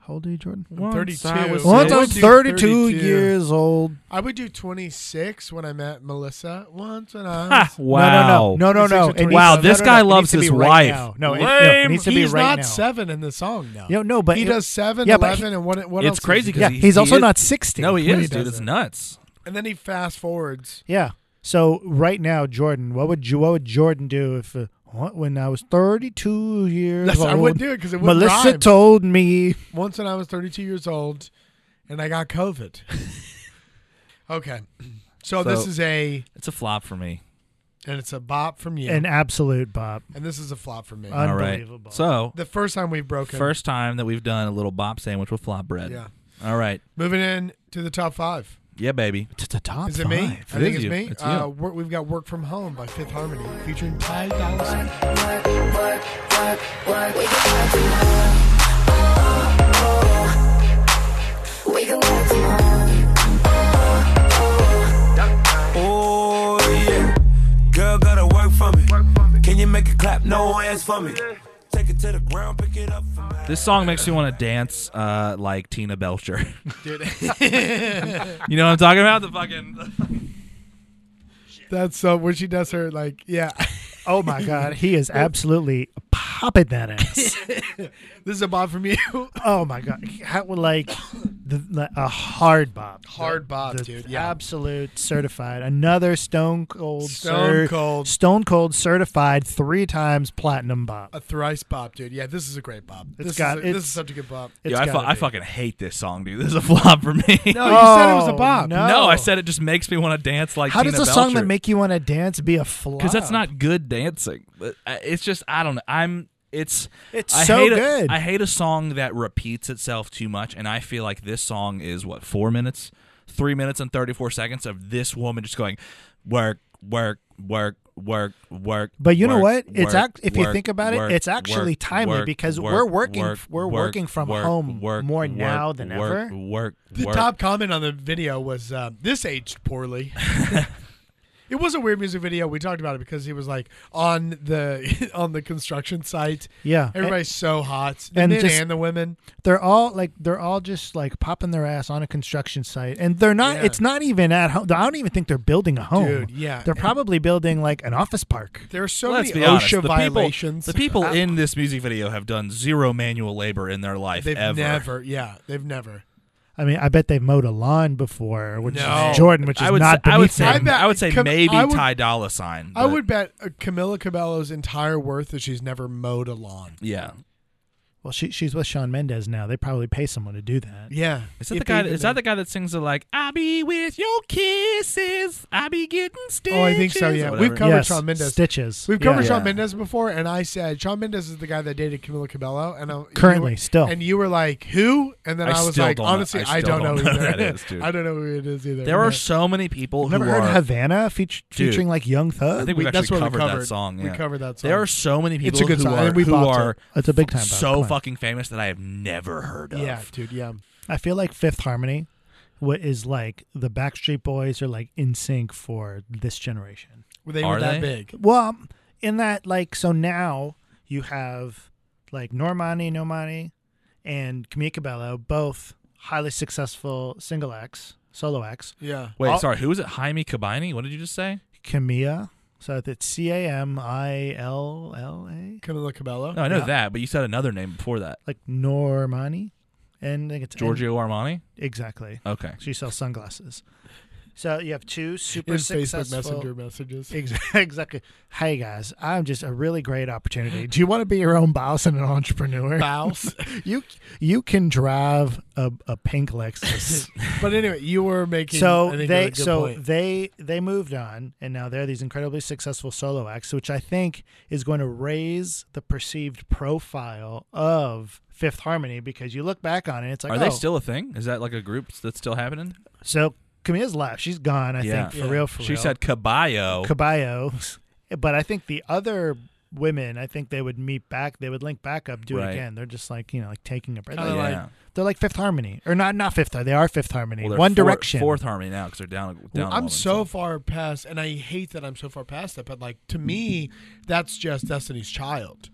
Speaker 2: How old are you, Jordan?
Speaker 3: Once
Speaker 1: 32.
Speaker 3: I was
Speaker 2: Once I
Speaker 1: I
Speaker 2: was
Speaker 1: would do
Speaker 2: thirty-two
Speaker 1: 32.
Speaker 2: years old.
Speaker 1: I would do 26 when I met Melissa. Once when I
Speaker 3: Ha,
Speaker 1: was
Speaker 3: wow.
Speaker 2: No, no, no,
Speaker 1: Six
Speaker 2: no,
Speaker 1: or
Speaker 2: no. It
Speaker 1: twenty-seven.
Speaker 2: needs-
Speaker 1: Wow,
Speaker 2: no,
Speaker 3: this
Speaker 2: no,
Speaker 3: guy
Speaker 2: no, it needs
Speaker 3: loves
Speaker 2: to be
Speaker 3: his
Speaker 2: right
Speaker 3: wife.
Speaker 2: now. No, it, no,
Speaker 3: Lame.
Speaker 2: it needs to
Speaker 1: he's
Speaker 2: be right
Speaker 1: not
Speaker 2: now.
Speaker 1: seven in the song now.
Speaker 2: You know, no, but
Speaker 1: he
Speaker 2: it-
Speaker 1: does seven,
Speaker 2: yeah, but he-
Speaker 1: eleven, and what? What else?
Speaker 3: It's
Speaker 1: does
Speaker 3: crazy
Speaker 1: he do?
Speaker 3: because
Speaker 2: Yeah,
Speaker 3: he,
Speaker 2: he's
Speaker 3: he
Speaker 2: also
Speaker 3: is-
Speaker 2: not sixty.
Speaker 3: No, he
Speaker 1: when he
Speaker 3: is, dude.
Speaker 1: does
Speaker 3: It's
Speaker 1: it.
Speaker 3: nuts.
Speaker 1: And then he fast forwards.
Speaker 2: Yeah. So right now, Jordan, what would you, what would Jordan do if uh, what, when I was 32 years
Speaker 1: That's,
Speaker 2: old?
Speaker 1: I wouldn't do it because it would
Speaker 2: Melissa
Speaker 1: rhyme.
Speaker 2: told me.
Speaker 1: Once when I was 32 years old, and I got COVID. okay, so, this
Speaker 3: So-
Speaker 1: is a
Speaker 3: It's a flop for me.
Speaker 1: and it's a bop from you,
Speaker 2: An
Speaker 1: and,
Speaker 2: absolute bop.
Speaker 1: this is a flop from me.
Speaker 2: Uh,
Speaker 3: All right.
Speaker 2: Unbelievable.
Speaker 3: So
Speaker 1: the first time we've broken.
Speaker 3: first time that we've done a little bop sandwich with flop bread.
Speaker 1: yeah.
Speaker 3: All right.
Speaker 1: Moving in to the top five.
Speaker 3: Yeah, baby.
Speaker 2: It's the top
Speaker 1: Is it me? I
Speaker 2: five.
Speaker 1: think
Speaker 3: is
Speaker 1: it's
Speaker 3: you.
Speaker 1: me.
Speaker 3: It's
Speaker 1: uh,
Speaker 3: you.
Speaker 1: work, we've got "Work from Home" by Fifth Harmony, featuring Ty Dolla Sign.
Speaker 8: Oh yeah, girl gotta work for me. Can you make it clap? No hands for me. Take it to the ground, pick it up. From
Speaker 3: This song makes me want to dance uh, like Tina Belcher. you know what I'm talking about? The fucking.
Speaker 1: That's so where she does her like yeah.
Speaker 2: Oh my God. He is absolutely popping that ass.
Speaker 1: this is a bop from you.
Speaker 2: oh my God. How, like, the, the, a hard bop.
Speaker 1: Hard bop,
Speaker 2: The
Speaker 1: dude. Yeah.
Speaker 2: Absolute certified. Another Stone Cold.
Speaker 1: Stone Cold.
Speaker 2: Stone Cold certified three times platinum bop.
Speaker 1: a thrice bop, dude. Yeah, this is a great bop.
Speaker 2: It's
Speaker 1: this
Speaker 2: got-
Speaker 1: is a-
Speaker 2: it's-
Speaker 1: this is such a good bop.
Speaker 2: It's
Speaker 3: Yo, I, fu-
Speaker 2: gotta
Speaker 3: I
Speaker 2: be.
Speaker 3: fucking hate this song, dude. This is a flop for me.
Speaker 1: No, you said it was a
Speaker 2: Oh,
Speaker 1: bop.
Speaker 2: no.
Speaker 3: No, I said it just makes me want to dance like
Speaker 2: How
Speaker 3: Tina
Speaker 2: does a song that
Speaker 3: Belcher.
Speaker 2: make you want to dance be a flop?
Speaker 3: because that's not good dancing. But uh, It's just I don't know. I'm it's
Speaker 2: It's
Speaker 3: I
Speaker 2: so
Speaker 3: hate a-
Speaker 2: good.
Speaker 3: I hate a song that repeats itself too much, and I feel like this song is what four minutes, three minutes and thirty four seconds of this woman just going work, work, work, work, work.
Speaker 2: But you know
Speaker 3: work,
Speaker 2: what? It's
Speaker 3: work,
Speaker 2: act- if you
Speaker 3: work,
Speaker 2: think about it,
Speaker 3: work,
Speaker 2: it's actually
Speaker 3: work,
Speaker 2: timely
Speaker 3: work,
Speaker 2: because
Speaker 3: work,
Speaker 2: we're working-
Speaker 3: work,
Speaker 2: we're
Speaker 3: work,
Speaker 2: working from
Speaker 3: work,
Speaker 2: home
Speaker 3: work,
Speaker 2: more
Speaker 3: work,
Speaker 2: now than
Speaker 3: work,
Speaker 2: ever.
Speaker 3: Work,
Speaker 1: The
Speaker 3: work.
Speaker 1: top comment on the video was uh, this aged poorly. it was a weird music video. We talked about it because he was like on the on the construction site.
Speaker 2: Yeah.
Speaker 1: Everybody's so hot. The
Speaker 2: and
Speaker 1: men
Speaker 2: just-
Speaker 1: and the women.
Speaker 2: They're all like they're all just like popping their ass on a construction site, and they're not.
Speaker 1: Yeah.
Speaker 2: It's not even at home. I don't even think they're building a home.
Speaker 1: Dude, yeah.
Speaker 2: They're probably building like an office park.
Speaker 1: There are so
Speaker 3: Let's
Speaker 1: many
Speaker 3: be honest.
Speaker 1: OSHA
Speaker 3: The people,
Speaker 1: violations.
Speaker 3: the people in this music video have done zero manual labor in their life
Speaker 1: they've
Speaker 3: ever.
Speaker 1: never, yeah, they've never.
Speaker 2: I mean, I bet they've mowed a lawn before, which
Speaker 1: No.
Speaker 2: is Jordan, which is
Speaker 3: I would
Speaker 2: not
Speaker 3: say, I would
Speaker 2: beneath
Speaker 3: say,
Speaker 1: I
Speaker 2: him.
Speaker 1: bet-
Speaker 3: I would say
Speaker 1: Cam-
Speaker 3: maybe
Speaker 1: I would-
Speaker 3: Ty Dolla Sign.
Speaker 1: I
Speaker 3: but-
Speaker 1: would bet uh, Camilla Cabello's entire worth that she's never mowed a lawn.
Speaker 3: Yeah.
Speaker 2: Well, she, she's with Sean Mendez now. They probably pay someone to do that.
Speaker 1: Yeah,
Speaker 3: Is that
Speaker 1: If
Speaker 3: the guy?
Speaker 1: even
Speaker 3: Is that the guy that sings the like "I be with your kisses, I be getting stitches"?
Speaker 1: Oh, I think so. Yeah,
Speaker 3: or
Speaker 1: we've
Speaker 3: whatever?
Speaker 1: covered
Speaker 2: Yes,
Speaker 1: Shawn Mendes.
Speaker 2: Stitches.
Speaker 1: We've
Speaker 2: Yeah.
Speaker 1: covered Shawn
Speaker 3: Yeah.
Speaker 1: Mendes before, and I said Shawn Mendes is the guy that dated Camila Cabello, and I,
Speaker 2: Currently,
Speaker 1: you were-
Speaker 2: still.
Speaker 1: and you were like, "Who?" And then
Speaker 3: I
Speaker 1: I, was
Speaker 3: still
Speaker 1: like,
Speaker 3: don't know-
Speaker 1: "Honestly,
Speaker 3: I
Speaker 1: I,
Speaker 3: still
Speaker 1: don't know
Speaker 3: don't know who
Speaker 1: either.
Speaker 3: that is, dude.
Speaker 1: I don't know who it is either."
Speaker 3: There are
Speaker 1: But
Speaker 3: so many people
Speaker 2: Never
Speaker 3: who
Speaker 2: heard
Speaker 3: are.
Speaker 2: Havana feat-
Speaker 3: Dude.
Speaker 2: featuring like Young Thug.
Speaker 3: I think
Speaker 1: we-
Speaker 3: we've
Speaker 1: that's
Speaker 3: actually
Speaker 1: what we
Speaker 3: covered,
Speaker 1: covered.
Speaker 3: that song.
Speaker 1: We
Speaker 3: yeah.
Speaker 1: covered that
Speaker 3: There
Speaker 1: song.
Speaker 3: are so many people
Speaker 1: good
Speaker 3: who
Speaker 1: song,
Speaker 3: are
Speaker 1: and we
Speaker 3: who
Speaker 1: bopped
Speaker 3: are
Speaker 2: It's a big time. Bob. Come
Speaker 3: so
Speaker 2: on.
Speaker 3: fucking famous that I have never heard of.
Speaker 1: yeah, dude, yeah.
Speaker 2: I feel like Fifth Harmony, what is like the Backstreet Boys are like in sync for this generation.
Speaker 1: Well, They
Speaker 3: Are
Speaker 1: were that
Speaker 3: they?
Speaker 1: big.
Speaker 2: Well, in that like so now you have like Normani Normani and Camille Cabello, both highly successful single acts, solo acts.
Speaker 1: Yeah.
Speaker 3: Wait, sorry. Who was it? Jaime Cabini? What did you just say?
Speaker 2: Camilla, so it's C A M I L L A,
Speaker 1: Camila Cabello.
Speaker 3: No, I know
Speaker 2: Yeah.
Speaker 3: that, but you said another name before that.
Speaker 2: like Normani, and I think it's
Speaker 3: Giorgio Armani.
Speaker 2: Exactly.
Speaker 3: Okay.
Speaker 2: She sells sunglasses. So you have two super
Speaker 1: in Facebook
Speaker 2: successful
Speaker 1: Messenger messages.
Speaker 2: Ex- Exactly. Hey guys, I'm just a really great opportunity. Do you want to be your own boss and an entrepreneur?
Speaker 1: Bouse.
Speaker 2: you you can drive a, a pink Lexus.
Speaker 1: but anyway, you were making I
Speaker 2: so
Speaker 1: think, a
Speaker 2: they
Speaker 1: good
Speaker 2: so
Speaker 1: point.
Speaker 2: they they moved on, and now they're these incredibly successful solo acts, which I think is going to raise the perceived profile of Fifth Harmony because you look back on it, it's like
Speaker 3: Are
Speaker 2: oh,
Speaker 3: they still a thing? Is that like a group that's still happening?
Speaker 2: so. Camille's left. She's gone. I
Speaker 3: Yeah.
Speaker 2: think for
Speaker 1: Yeah.
Speaker 2: real. For
Speaker 3: She
Speaker 2: real.
Speaker 3: said "Oh." Caballo.
Speaker 2: Caballo. But I think the other women, I think they would meet back. They would link back up, do
Speaker 3: Right.
Speaker 2: it again. They're just like you know, like taking a break.
Speaker 3: Oh,
Speaker 2: They're,
Speaker 3: yeah.
Speaker 2: like, they're like Fifth Harmony, or not not Fifth. Har- They are Fifth Harmony.
Speaker 3: Well, they're
Speaker 2: One
Speaker 3: four-
Speaker 2: Direction.
Speaker 3: Fourth Harmony now because they're down. down a
Speaker 1: I'm
Speaker 3: woman,
Speaker 1: so far past, and I hate that I'm so far past that. But like to me, that's just Destiny's Child,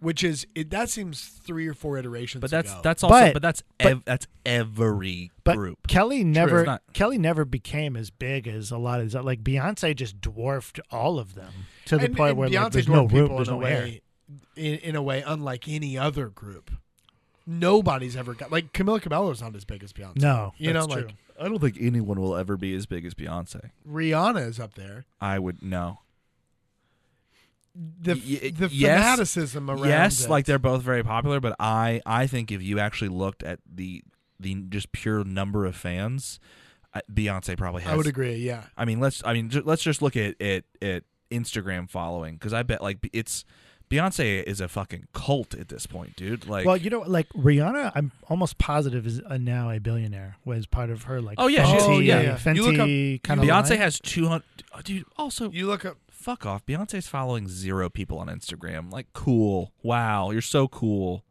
Speaker 1: which is it, that seems three or four iterations.
Speaker 3: But that's
Speaker 1: ago.
Speaker 3: that's also but,
Speaker 2: But-
Speaker 3: that's
Speaker 2: but-
Speaker 3: ev- that's every
Speaker 2: But
Speaker 3: group.
Speaker 2: Kelly
Speaker 3: It's
Speaker 2: never
Speaker 3: not-
Speaker 2: Kelly never became as big as a lot of these. Like Beyonce just dwarfed all of them to the
Speaker 1: and,
Speaker 2: point
Speaker 1: and
Speaker 2: where like,
Speaker 1: Beyonce
Speaker 2: there's
Speaker 1: dwarfed
Speaker 2: no room,
Speaker 1: people
Speaker 2: there's
Speaker 1: in
Speaker 2: no
Speaker 1: a way,
Speaker 2: air.
Speaker 1: In, in a way, unlike any other group, nobody's ever got like Camila Cabello's not as big as Beyonce.
Speaker 2: No,
Speaker 1: you
Speaker 2: that's
Speaker 1: know,
Speaker 2: true.
Speaker 1: like
Speaker 3: I don't think anyone will ever be as big as Beyonce.
Speaker 1: Rihanna is up there.
Speaker 3: I would no.
Speaker 1: The
Speaker 3: Y- y-
Speaker 1: the
Speaker 3: yes.
Speaker 1: fanaticism around
Speaker 3: Yes,
Speaker 1: it.
Speaker 3: like they're both very popular, but I I think if you actually looked at the the just pure number of fans, I- Beyonce probably has.
Speaker 1: I would agree. Yeah,
Speaker 3: I mean, let's I mean ju- let's just look at at, at Instagram following because I bet like it's Beyonce is a fucking cult at this point, dude. Like,
Speaker 2: well, you know, like Rihanna, I'm almost positive is uh, now a billionaire. Was part of her like
Speaker 3: Oh, yeah,
Speaker 2: Fenty,
Speaker 3: she's-
Speaker 1: Oh, yeah, yeah. You look up-
Speaker 2: Fenty kind of
Speaker 3: Beyonce has two hundred. Oh, dude, also
Speaker 1: you look up.
Speaker 3: fuck off. Beyonce's following zero people on Instagram. Like, cool. Wow, you're so cool.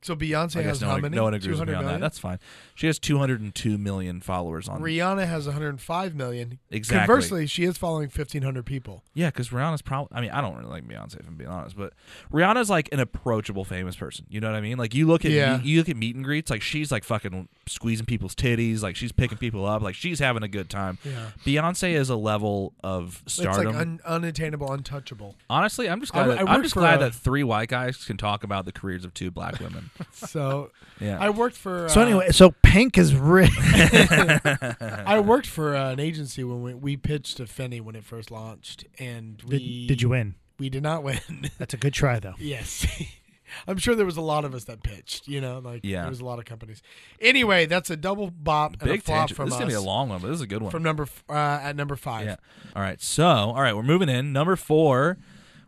Speaker 1: So Beyonce
Speaker 3: I guess
Speaker 1: has
Speaker 3: no
Speaker 1: how
Speaker 3: one,
Speaker 1: many?
Speaker 3: no one agrees with
Speaker 1: 200
Speaker 3: me on that.
Speaker 1: million?
Speaker 3: That's fine. She has 202 million followers on.
Speaker 1: Rihanna has 105 million.
Speaker 3: Exactly.
Speaker 1: Conversely, she is following 1,500 people.
Speaker 3: yeah, because Rihanna's probably. I mean, I don't really like Beyonce if I'm being honest, but Rihanna's like an approachable famous person. You know what I mean? Like you look at
Speaker 1: Yeah.
Speaker 3: you look at meet and greets, like she's like fucking squeezing people's titties, like she's picking people up, like she's having a good time.
Speaker 1: Yeah.
Speaker 3: Beyonce is a level of stardom.
Speaker 1: It's like un- unattainable, untouchable.
Speaker 3: Honestly, I'm just glad.
Speaker 1: I-
Speaker 3: that,
Speaker 1: I
Speaker 3: am
Speaker 1: work
Speaker 3: just
Speaker 1: for
Speaker 3: glad
Speaker 1: a-
Speaker 3: that three white guys can talk about the careers of two black women.
Speaker 1: So
Speaker 3: Yeah.
Speaker 1: I worked for. Uh,
Speaker 2: So anyway, so Pink is rich.
Speaker 1: I worked for uh, an agency when we, we pitched to Finney when it first launched, and we
Speaker 2: did, did you win?
Speaker 1: We did not win.
Speaker 2: That's a good try though.
Speaker 1: yes. I'm sure there was a lot of us that pitched, you know, like
Speaker 3: Yeah.
Speaker 1: there was a lot of companies. Anyway, that's a double bop and
Speaker 3: Big
Speaker 1: a flop
Speaker 3: tangent.
Speaker 1: from
Speaker 3: this is
Speaker 1: us
Speaker 3: gonna be a long one, but this is a good one.
Speaker 1: from number f- uh, at number five.
Speaker 3: Yeah. All right. So, all right, we're moving in. Number four,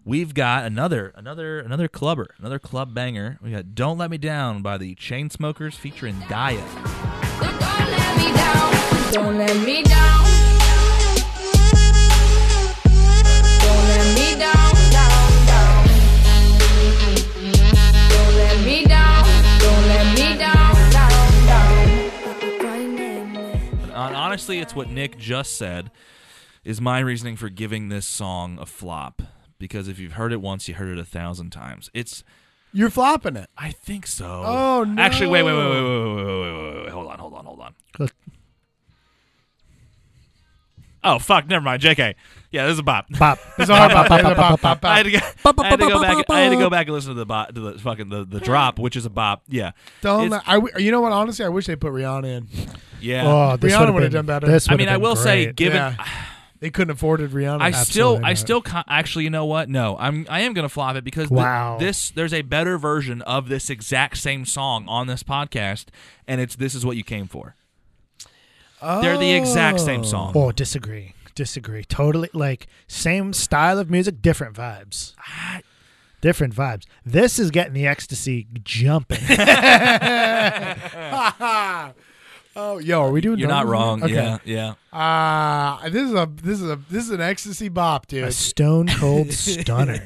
Speaker 3: we've got another, another, another clubber, another club banger. We got "Don't Let Me Down" by the Chainsmokers featuring Dia.
Speaker 6: Don't let me down. Don't let me down. Don't let me down, down, down. Don't let me down. Don't let me down, down, down.
Speaker 3: And honestly, it's what Nick just said. Is my reasoning for giving this song a flop because if you've heard it once, you heard it a thousand times. It's
Speaker 1: You're flopping it.
Speaker 3: I think so.
Speaker 1: Oh, no.
Speaker 3: Actually, wait, wait, wait, wait, wait, wait, wait, wait, wait, wait. Hold on, hold on, hold on.
Speaker 2: Look.
Speaker 3: Oh fuck! Never mind. Jk. Yeah, this is a bop.
Speaker 2: Bop.
Speaker 1: bop, bop, bop, bop, bop,
Speaker 3: I had to go, I had to go
Speaker 2: bop,
Speaker 3: back.
Speaker 2: bop,
Speaker 3: I had to go
Speaker 2: bop.
Speaker 3: back and listen to the bop, to the fucking the, the drop, which is a bop. Yeah,
Speaker 1: Don't.
Speaker 3: It's-
Speaker 1: Let, I w- you know what? Honestly, I wish they put Rihanna in.
Speaker 3: yeah.
Speaker 2: Oh, this
Speaker 1: Rihanna
Speaker 2: would've
Speaker 1: would've
Speaker 2: been-
Speaker 1: done better.
Speaker 2: this
Speaker 3: I
Speaker 2: would've
Speaker 3: mean, I
Speaker 2: been
Speaker 3: will say,
Speaker 2: great.
Speaker 3: given
Speaker 1: Yeah. They couldn't afford it, Rihanna.
Speaker 3: I still,
Speaker 2: Absolutely
Speaker 3: I
Speaker 2: not.
Speaker 3: still con- actually, you know what? No, I'm, I am gonna flop it because the-
Speaker 2: Wow.
Speaker 3: this there's a better version of this exact same song on this podcast, and it's this is what you came for. They're the exact same song.
Speaker 2: Oh, disagree. Disagree. Totally. Like same style of music, different vibes. Different vibes. This is getting the ecstasy jumping.
Speaker 1: Oh, yo, are we doing?
Speaker 3: You're not
Speaker 1: numbers?
Speaker 3: wrong.
Speaker 1: Okay.
Speaker 3: Yeah, yeah.
Speaker 1: Ah, this is a this is a this is an ecstasy bop,
Speaker 2: a
Speaker 1: dude.
Speaker 2: stone cold stunner.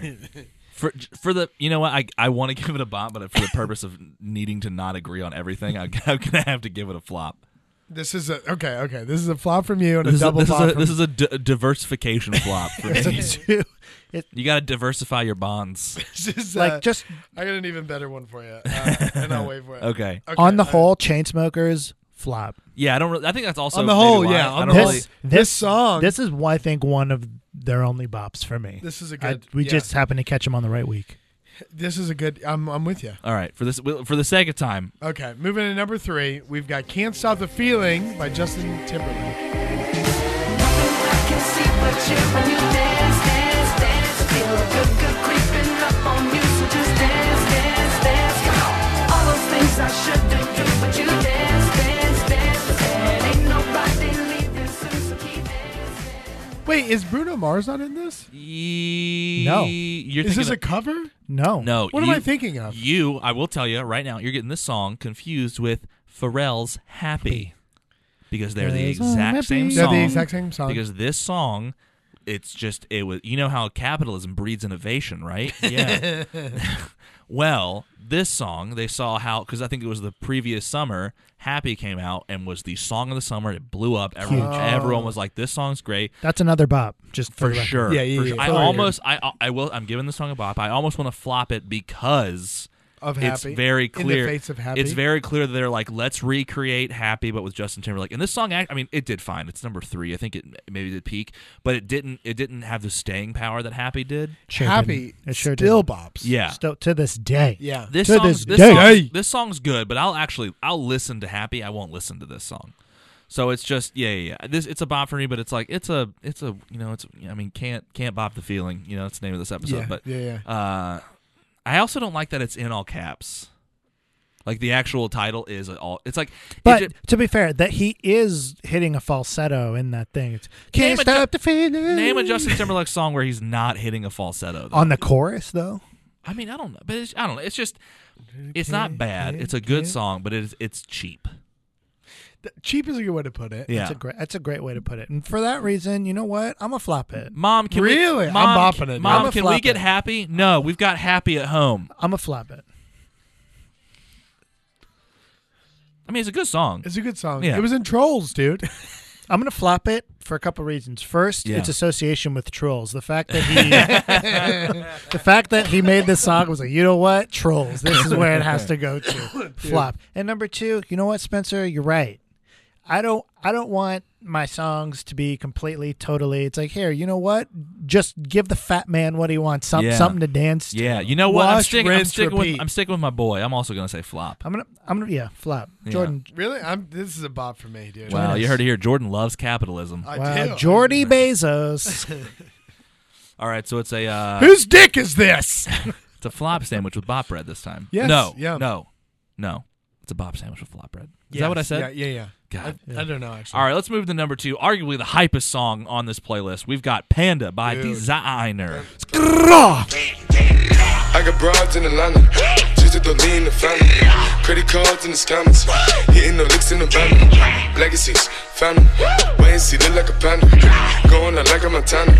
Speaker 3: For for the you know what I I want to give it a bop, but for the purpose of needing to not agree on everything, I, I'm gonna have to give it a flop.
Speaker 1: This is a okay, okay. This is a flop from you and
Speaker 3: This
Speaker 1: a
Speaker 3: is a,
Speaker 1: double
Speaker 3: this is
Speaker 1: flop.
Speaker 3: a,
Speaker 1: from,
Speaker 3: this is a d- a diversification flop. For me.
Speaker 2: It-
Speaker 3: You got to diversify your bonds.
Speaker 1: this is
Speaker 2: like
Speaker 1: a-
Speaker 2: just
Speaker 1: uh, I got an even better one for you, uh, and I'll wait for it.
Speaker 3: Okay.
Speaker 2: on the
Speaker 1: uh,
Speaker 2: whole, Chainsmokers flop.
Speaker 3: Yeah, I don't. Really, I think that's also
Speaker 1: On the whole,
Speaker 3: maybe why
Speaker 1: yeah,
Speaker 3: I
Speaker 1: on
Speaker 3: don't
Speaker 1: the
Speaker 3: really-
Speaker 1: whole. this song-
Speaker 2: This is why I think one of their only bops for me.
Speaker 1: This is a
Speaker 2: I-
Speaker 1: good-
Speaker 2: we
Speaker 1: yeah.
Speaker 2: just happened to catch them on the right week.
Speaker 1: this is a good. I'm I'm with you.
Speaker 3: All right, for this for the sake of time,
Speaker 1: Okay, moving to number three, we've got "Can't Stop the Feeling" by Justin Timberlake. Wait, is Bruno Mars not in this?
Speaker 3: No. You're
Speaker 1: Is
Speaker 3: thinking
Speaker 1: this a
Speaker 3: of-
Speaker 1: cover?
Speaker 2: No.
Speaker 3: no.
Speaker 1: What am
Speaker 3: you-
Speaker 1: I thinking of?
Speaker 3: You, I will tell you right now, you're getting this song confused with Pharrell's Happy because they're the
Speaker 2: Pharrell's
Speaker 3: exact same
Speaker 2: Happy.
Speaker 1: They're
Speaker 3: song.
Speaker 1: the exact same song.
Speaker 3: Because this song, it's just it was. You know how capitalism breeds innovation, right? Yeah. well, this song they saw how because I think it was the previous summer. Happy came out and was the song of the summer. It blew up. Everyone, everyone was like, "This song's great."
Speaker 2: That's another bop. Just for,
Speaker 3: For
Speaker 2: the record.
Speaker 3: sure.
Speaker 1: Yeah, yeah,
Speaker 3: for
Speaker 1: yeah.
Speaker 3: sure. I
Speaker 1: Totally.
Speaker 3: almost, I, I will. I'm giving the song a bop. I almost want to flop it because
Speaker 1: of
Speaker 3: it's
Speaker 1: Happy.
Speaker 3: very clear.
Speaker 1: In the face of Happy.
Speaker 3: It's very clear that they're like, let's recreate Happy, but with Justin Timberlake. And this song, act- I mean, it did fine. It's number three. I think it maybe did peak, but it didn't. It didn't have the staying power that Happy did.
Speaker 2: Sure
Speaker 1: Happy.
Speaker 2: didn't. It sure
Speaker 1: still
Speaker 2: didn't.
Speaker 1: bops.
Speaker 3: Yeah.
Speaker 2: Still to this day.
Speaker 1: Yeah.
Speaker 3: This
Speaker 2: To
Speaker 3: song's,
Speaker 2: this
Speaker 3: this,
Speaker 2: day.
Speaker 3: song's, this song's good, but I'll actually I'll listen to Happy. I won't listen to this song. So it's just yeah, yeah, yeah. This it's a bop for me, but it's like it's a it's a you know it's I mean can't can't bop the feeling. You know that's the name of this episode.
Speaker 1: Yeah,
Speaker 3: but
Speaker 1: yeah,
Speaker 3: Uh, I also don't like that it's in all caps. Like the actual title is all. It's like it
Speaker 2: But
Speaker 3: ju-
Speaker 2: to be fair, that he is hitting a falsetto in that thing. It's can't
Speaker 3: a
Speaker 2: stop the
Speaker 3: Ju-
Speaker 2: feeling.
Speaker 3: name a Justin Timberlake song where he's not hitting a falsetto.
Speaker 1: Uh,
Speaker 3: though.
Speaker 2: on the chorus though.
Speaker 3: I mean, I don't know, but it's, I don't know. It's just it's not bad. It's a good song, but it's it's cheap.
Speaker 1: Th- Cheap is a good way to put it.
Speaker 3: Yeah.
Speaker 2: That's a great. That's a great way to put it. And for that reason, you know what? I'm gonna flop it.
Speaker 3: Mom, can
Speaker 1: Really?
Speaker 3: we?
Speaker 1: I'm
Speaker 3: Mom,
Speaker 1: bopping it, dude.
Speaker 3: Mom,
Speaker 2: I'ma
Speaker 3: can
Speaker 2: flop
Speaker 3: we get
Speaker 2: it.
Speaker 3: happy? No, we've got happy at home.
Speaker 2: I'm gonna flop it.
Speaker 3: I mean, it's a good song.
Speaker 1: It's a good song.
Speaker 3: Yeah.
Speaker 1: It was in Trolls, dude.
Speaker 2: I'm gonna flop it for a couple reasons. First,
Speaker 3: Yeah.
Speaker 2: its association with trolls. The fact that he, the fact that he made this song was like, you know what, trolls. This is where it has to go to flop. And number two, you know what, Spencer, you're right. I don't, I don't want my songs to be completely, totally. It's like, here, you know what? Just give the fat man what he wants. Some,
Speaker 3: Yeah.
Speaker 2: Something to dance to.
Speaker 3: Yeah, you know what? I'm
Speaker 1: Wash,
Speaker 3: sticking. I'm
Speaker 1: rinse,
Speaker 3: sticking
Speaker 1: repeat.
Speaker 3: with. I'm sticking with my boy. I'm also gonna say flop.
Speaker 2: I'm gonna, I'm gonna, yeah, flop. Jordan,
Speaker 1: really? I'm. This is a bop for me, dude.
Speaker 3: Wow, you
Speaker 2: Jonas.
Speaker 3: heard it here. Jordan loves capitalism.
Speaker 1: I
Speaker 2: wow,
Speaker 1: do.
Speaker 2: Jordy Bezos.
Speaker 3: All right, so it's a uh,
Speaker 1: Whose dick is this?
Speaker 3: it's a flop sandwich with bop bread this time.
Speaker 1: Yes,
Speaker 3: No.
Speaker 1: yeah.
Speaker 3: No. No. It's a bop sandwich with flop bread. Is that what I said?
Speaker 1: Yeah, yeah, yeah.
Speaker 3: God.
Speaker 1: I, I don't know actually.
Speaker 3: All right, let's move to number two. Arguably the hypest song on this playlist. We've got Panda by
Speaker 1: Dude.
Speaker 3: Designer.
Speaker 9: I got broads in Atlanta. Just to lean the family. Credit cards in the scammers. Hitting no licks in the van. Legacies, family. Wait and see, look like a panda. Going out like a Montana.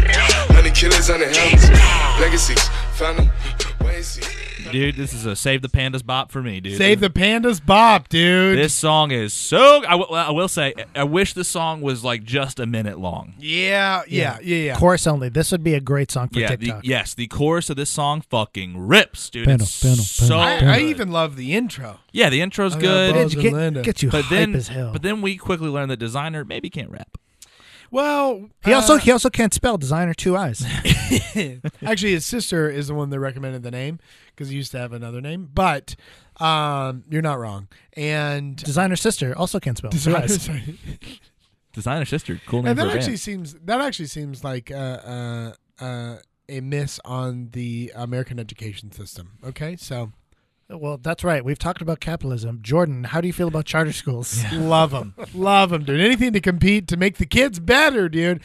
Speaker 9: Honey killers on the helmets. Legacies, family. Wait and see.
Speaker 3: Dude, this is a Save the Pandas bop for me, dude.
Speaker 1: Save the pandas, bop, dude.
Speaker 3: This song is so. I, w- I will say, I wish this song was like just a minute long.
Speaker 1: yeah, yeah, yeah, yeah.
Speaker 2: Chorus only. This would be a great song for
Speaker 3: yeah, the,
Speaker 2: TikTok.
Speaker 3: yes, the chorus of this song fucking rips, dude.
Speaker 2: Panda,
Speaker 3: it's
Speaker 2: panda,
Speaker 3: so
Speaker 2: panda,
Speaker 1: I, I
Speaker 3: good.
Speaker 1: even love the intro.
Speaker 3: yeah, the intro's
Speaker 1: I got
Speaker 3: good.
Speaker 1: balls
Speaker 2: It
Speaker 1: in Orlando.
Speaker 2: get, gets you
Speaker 3: but
Speaker 2: hype
Speaker 3: then,
Speaker 2: as hell.
Speaker 3: but then we quickly learned that designer maybe can't rap.
Speaker 1: Well,
Speaker 2: he also
Speaker 1: uh,
Speaker 2: he also can't spell designer two eyes.
Speaker 1: actually his sister is the one that recommended the name because he used to have another name. But um, you're not wrong. And
Speaker 2: designer sister also can't spell two eyes.
Speaker 1: Sorry.
Speaker 3: Designer sister, cool name
Speaker 1: and
Speaker 3: for
Speaker 1: that
Speaker 3: a
Speaker 1: actually
Speaker 3: band.
Speaker 1: seems that actually seems like uh, uh, uh, a miss on the American education system. Okay, so
Speaker 2: Well, that's right. We've talked about capitalism. Jordan, how do you feel about charter schools?
Speaker 1: Love them. Love them, dude. Anything to compete to make the kids better, dude.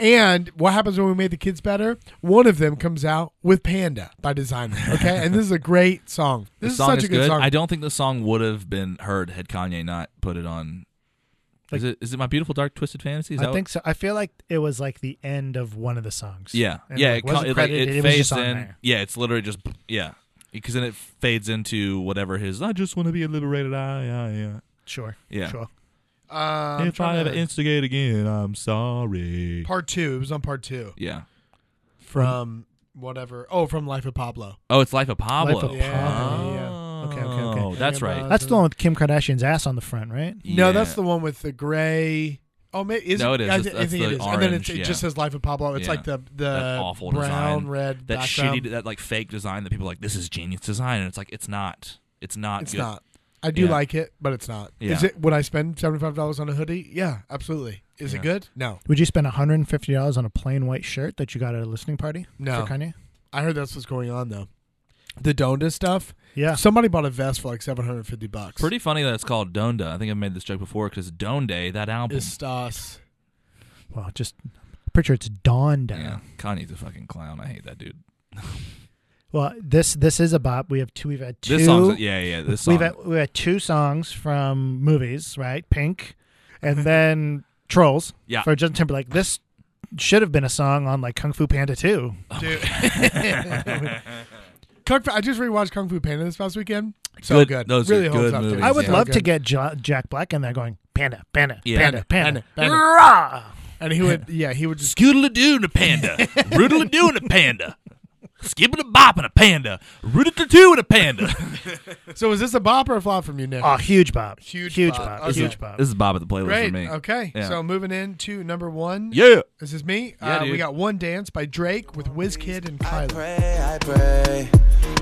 Speaker 1: And what happens when we make the kids better? One of them comes out with Panda by Designer. Okay. and this is a great song. This
Speaker 3: The
Speaker 1: is
Speaker 3: song
Speaker 1: such
Speaker 3: is
Speaker 1: a good, song.
Speaker 3: I don't think the song would have been heard had Kanye not put it on. is it is it my beautiful dark twisted fantasy? Is that
Speaker 2: I
Speaker 3: what-
Speaker 2: think so. I feel like it was like the end of one of the songs.
Speaker 3: Yeah,
Speaker 2: And,
Speaker 3: yeah.
Speaker 2: like,
Speaker 3: it co-
Speaker 2: wasn't
Speaker 3: it, like,
Speaker 2: credited.
Speaker 3: it
Speaker 2: It was
Speaker 3: fades
Speaker 2: just on
Speaker 3: in.
Speaker 2: there.
Speaker 3: Yeah, it's literally just yeah, because then it fades into whatever his. I just want to be obliterated. I, I, yeah.
Speaker 2: Sure.
Speaker 3: Yeah.
Speaker 2: Sure.
Speaker 1: Uh,
Speaker 3: if I ever instigate again, I'm sorry.
Speaker 1: part two. It was on part two
Speaker 3: Yeah.
Speaker 1: from whatever. Oh, from Life of Pablo.
Speaker 3: Oh, it's Life of Pablo.
Speaker 2: Life of
Speaker 1: Yeah.
Speaker 2: Pablo, yeah.
Speaker 3: Oh,
Speaker 2: Okay, okay, okay.
Speaker 3: That's
Speaker 1: Hang
Speaker 3: right.
Speaker 1: about-
Speaker 2: That's the one with Kim Kardashian's ass on the front, right?
Speaker 1: No,
Speaker 3: Yeah.
Speaker 1: that's the one with the gray. Oh, ma- is
Speaker 3: No, it is.
Speaker 1: I,
Speaker 3: That's-
Speaker 1: I think
Speaker 3: that's
Speaker 1: it
Speaker 3: the
Speaker 1: is. and then it's,
Speaker 3: orange,
Speaker 1: it just
Speaker 3: yeah.
Speaker 1: says Life of Pablo. It's
Speaker 3: Yeah.
Speaker 1: like the the
Speaker 3: That awful
Speaker 1: brown
Speaker 3: design.
Speaker 1: red
Speaker 3: that
Speaker 1: background.
Speaker 3: shitty, that like fake design that people are like this is genius design, and it's like it's not. It's not.
Speaker 1: It's
Speaker 3: good.
Speaker 1: not. I do
Speaker 3: Yeah.
Speaker 1: like it, but it's not. Is
Speaker 3: Yeah.
Speaker 1: it? Would I spend seventy five dollars on a hoodie? Yeah, absolutely. Is
Speaker 3: Yeah.
Speaker 1: it good? No,
Speaker 2: Would you spend $150 on a plain white shirt that you got at a listening party
Speaker 1: no.
Speaker 2: for Kanye?
Speaker 1: I heard that's what's going on though. The Donda stuff.
Speaker 2: Yeah.
Speaker 1: Somebody bought a vest for like seven hundred fifty bucks.
Speaker 3: Pretty funny that it's called Donda. I think I've made this joke before because Donde, that album.
Speaker 1: Estas.
Speaker 2: Well, just pretty sure it's Dawn Down.
Speaker 3: Yeah, Kanye's a fucking clown. I hate that dude.
Speaker 2: Well, this this is a bop. We have two. We've had two.
Speaker 3: This song's yeah, yeah. This song.
Speaker 2: We've had, we had two songs from movies, right? Pink, and then Trolls.
Speaker 3: Mm-hmm. Yeah.
Speaker 2: For Justin Timberlake, this should have been a song on like Kung Fu Panda 2.
Speaker 1: Dude. Kung Fu, I just rewatched Kung Fu Panda this past weekend. So
Speaker 3: Good-
Speaker 1: good.
Speaker 3: those are
Speaker 1: really holds
Speaker 3: good
Speaker 1: up. dude.
Speaker 3: movies,
Speaker 2: I would
Speaker 3: yeah.
Speaker 2: love
Speaker 1: So
Speaker 2: to
Speaker 1: good.
Speaker 2: get jo- Jack Black in there going Panda, Panda,
Speaker 3: Yeah.
Speaker 2: Panda, Panda,
Speaker 1: Panda, Panda.
Speaker 2: Rah!
Speaker 1: and he would. Yeah, he would just.
Speaker 3: Scoodle doo and a panda. Roodle doo and a panda. Skipping a bop and a panda. Root a two and a panda.
Speaker 1: So is this a bop or a flop from you, Nick?
Speaker 2: Oh, huge bop,
Speaker 1: Huge
Speaker 2: huge
Speaker 1: bop.
Speaker 2: bop,
Speaker 1: Okay.
Speaker 2: huge bop.
Speaker 3: this is Bob at the playlist
Speaker 1: Great.
Speaker 3: for me.
Speaker 1: Okay.
Speaker 3: Yeah.
Speaker 1: So moving into number one.
Speaker 3: Yeah.
Speaker 1: This is me.
Speaker 3: Yeah,
Speaker 1: uh, we
Speaker 3: dude.
Speaker 1: got One Dance by Drake with Wizkid and Kylie.
Speaker 8: pray, I pray.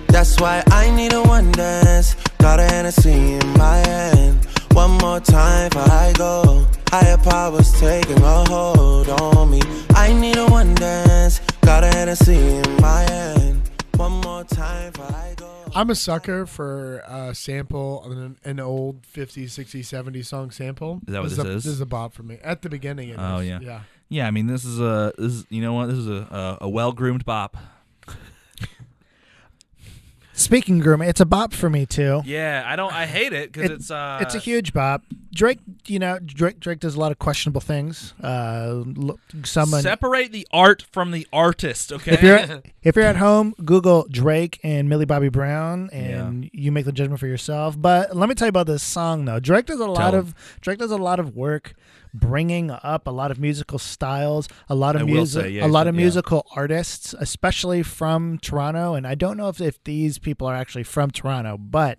Speaker 8: That's why I need a one dance. Got a Hennessy in my hand. One more time before I go. Higher powers taking a hold on me. I need a one dance. Got a Hennessy in my hand. One more time before I go.
Speaker 1: I'm a sucker for a sample, an, an old 50s, 60s, 70s song sample.
Speaker 3: Is that what
Speaker 1: this
Speaker 3: this
Speaker 1: a,
Speaker 3: is?
Speaker 1: This is a bop for me. At the beginning, it is.
Speaker 3: Oh, yeah.
Speaker 1: Yeah.
Speaker 3: Yeah, I mean this is a this is, you know what this is a a, a well groomed bop.
Speaker 2: Speaking groom, it's a bop for me too.
Speaker 3: Yeah, I don't. I hate it uh, because
Speaker 2: It- it's a huge bop. Drake, you know, Drake Drake does a lot of questionable things. Uh, look, someone
Speaker 3: separate the art from the artist. Okay.
Speaker 2: if you're if you're at home, Google Drake and Millie Bobby Brown, and you make the judgment for yourself. But let me tell you about this song though. Drake does a lot
Speaker 3: him.
Speaker 2: of Drake does a lot of work bringing up a lot of musical styles, a lot of
Speaker 3: I will
Speaker 2: music,
Speaker 3: say, yeah,
Speaker 2: a
Speaker 3: he's
Speaker 2: lot
Speaker 3: done-
Speaker 2: of
Speaker 3: yeah.
Speaker 2: musical artists, especially from Toronto. And I don't know if, if these people are actually from Toronto, but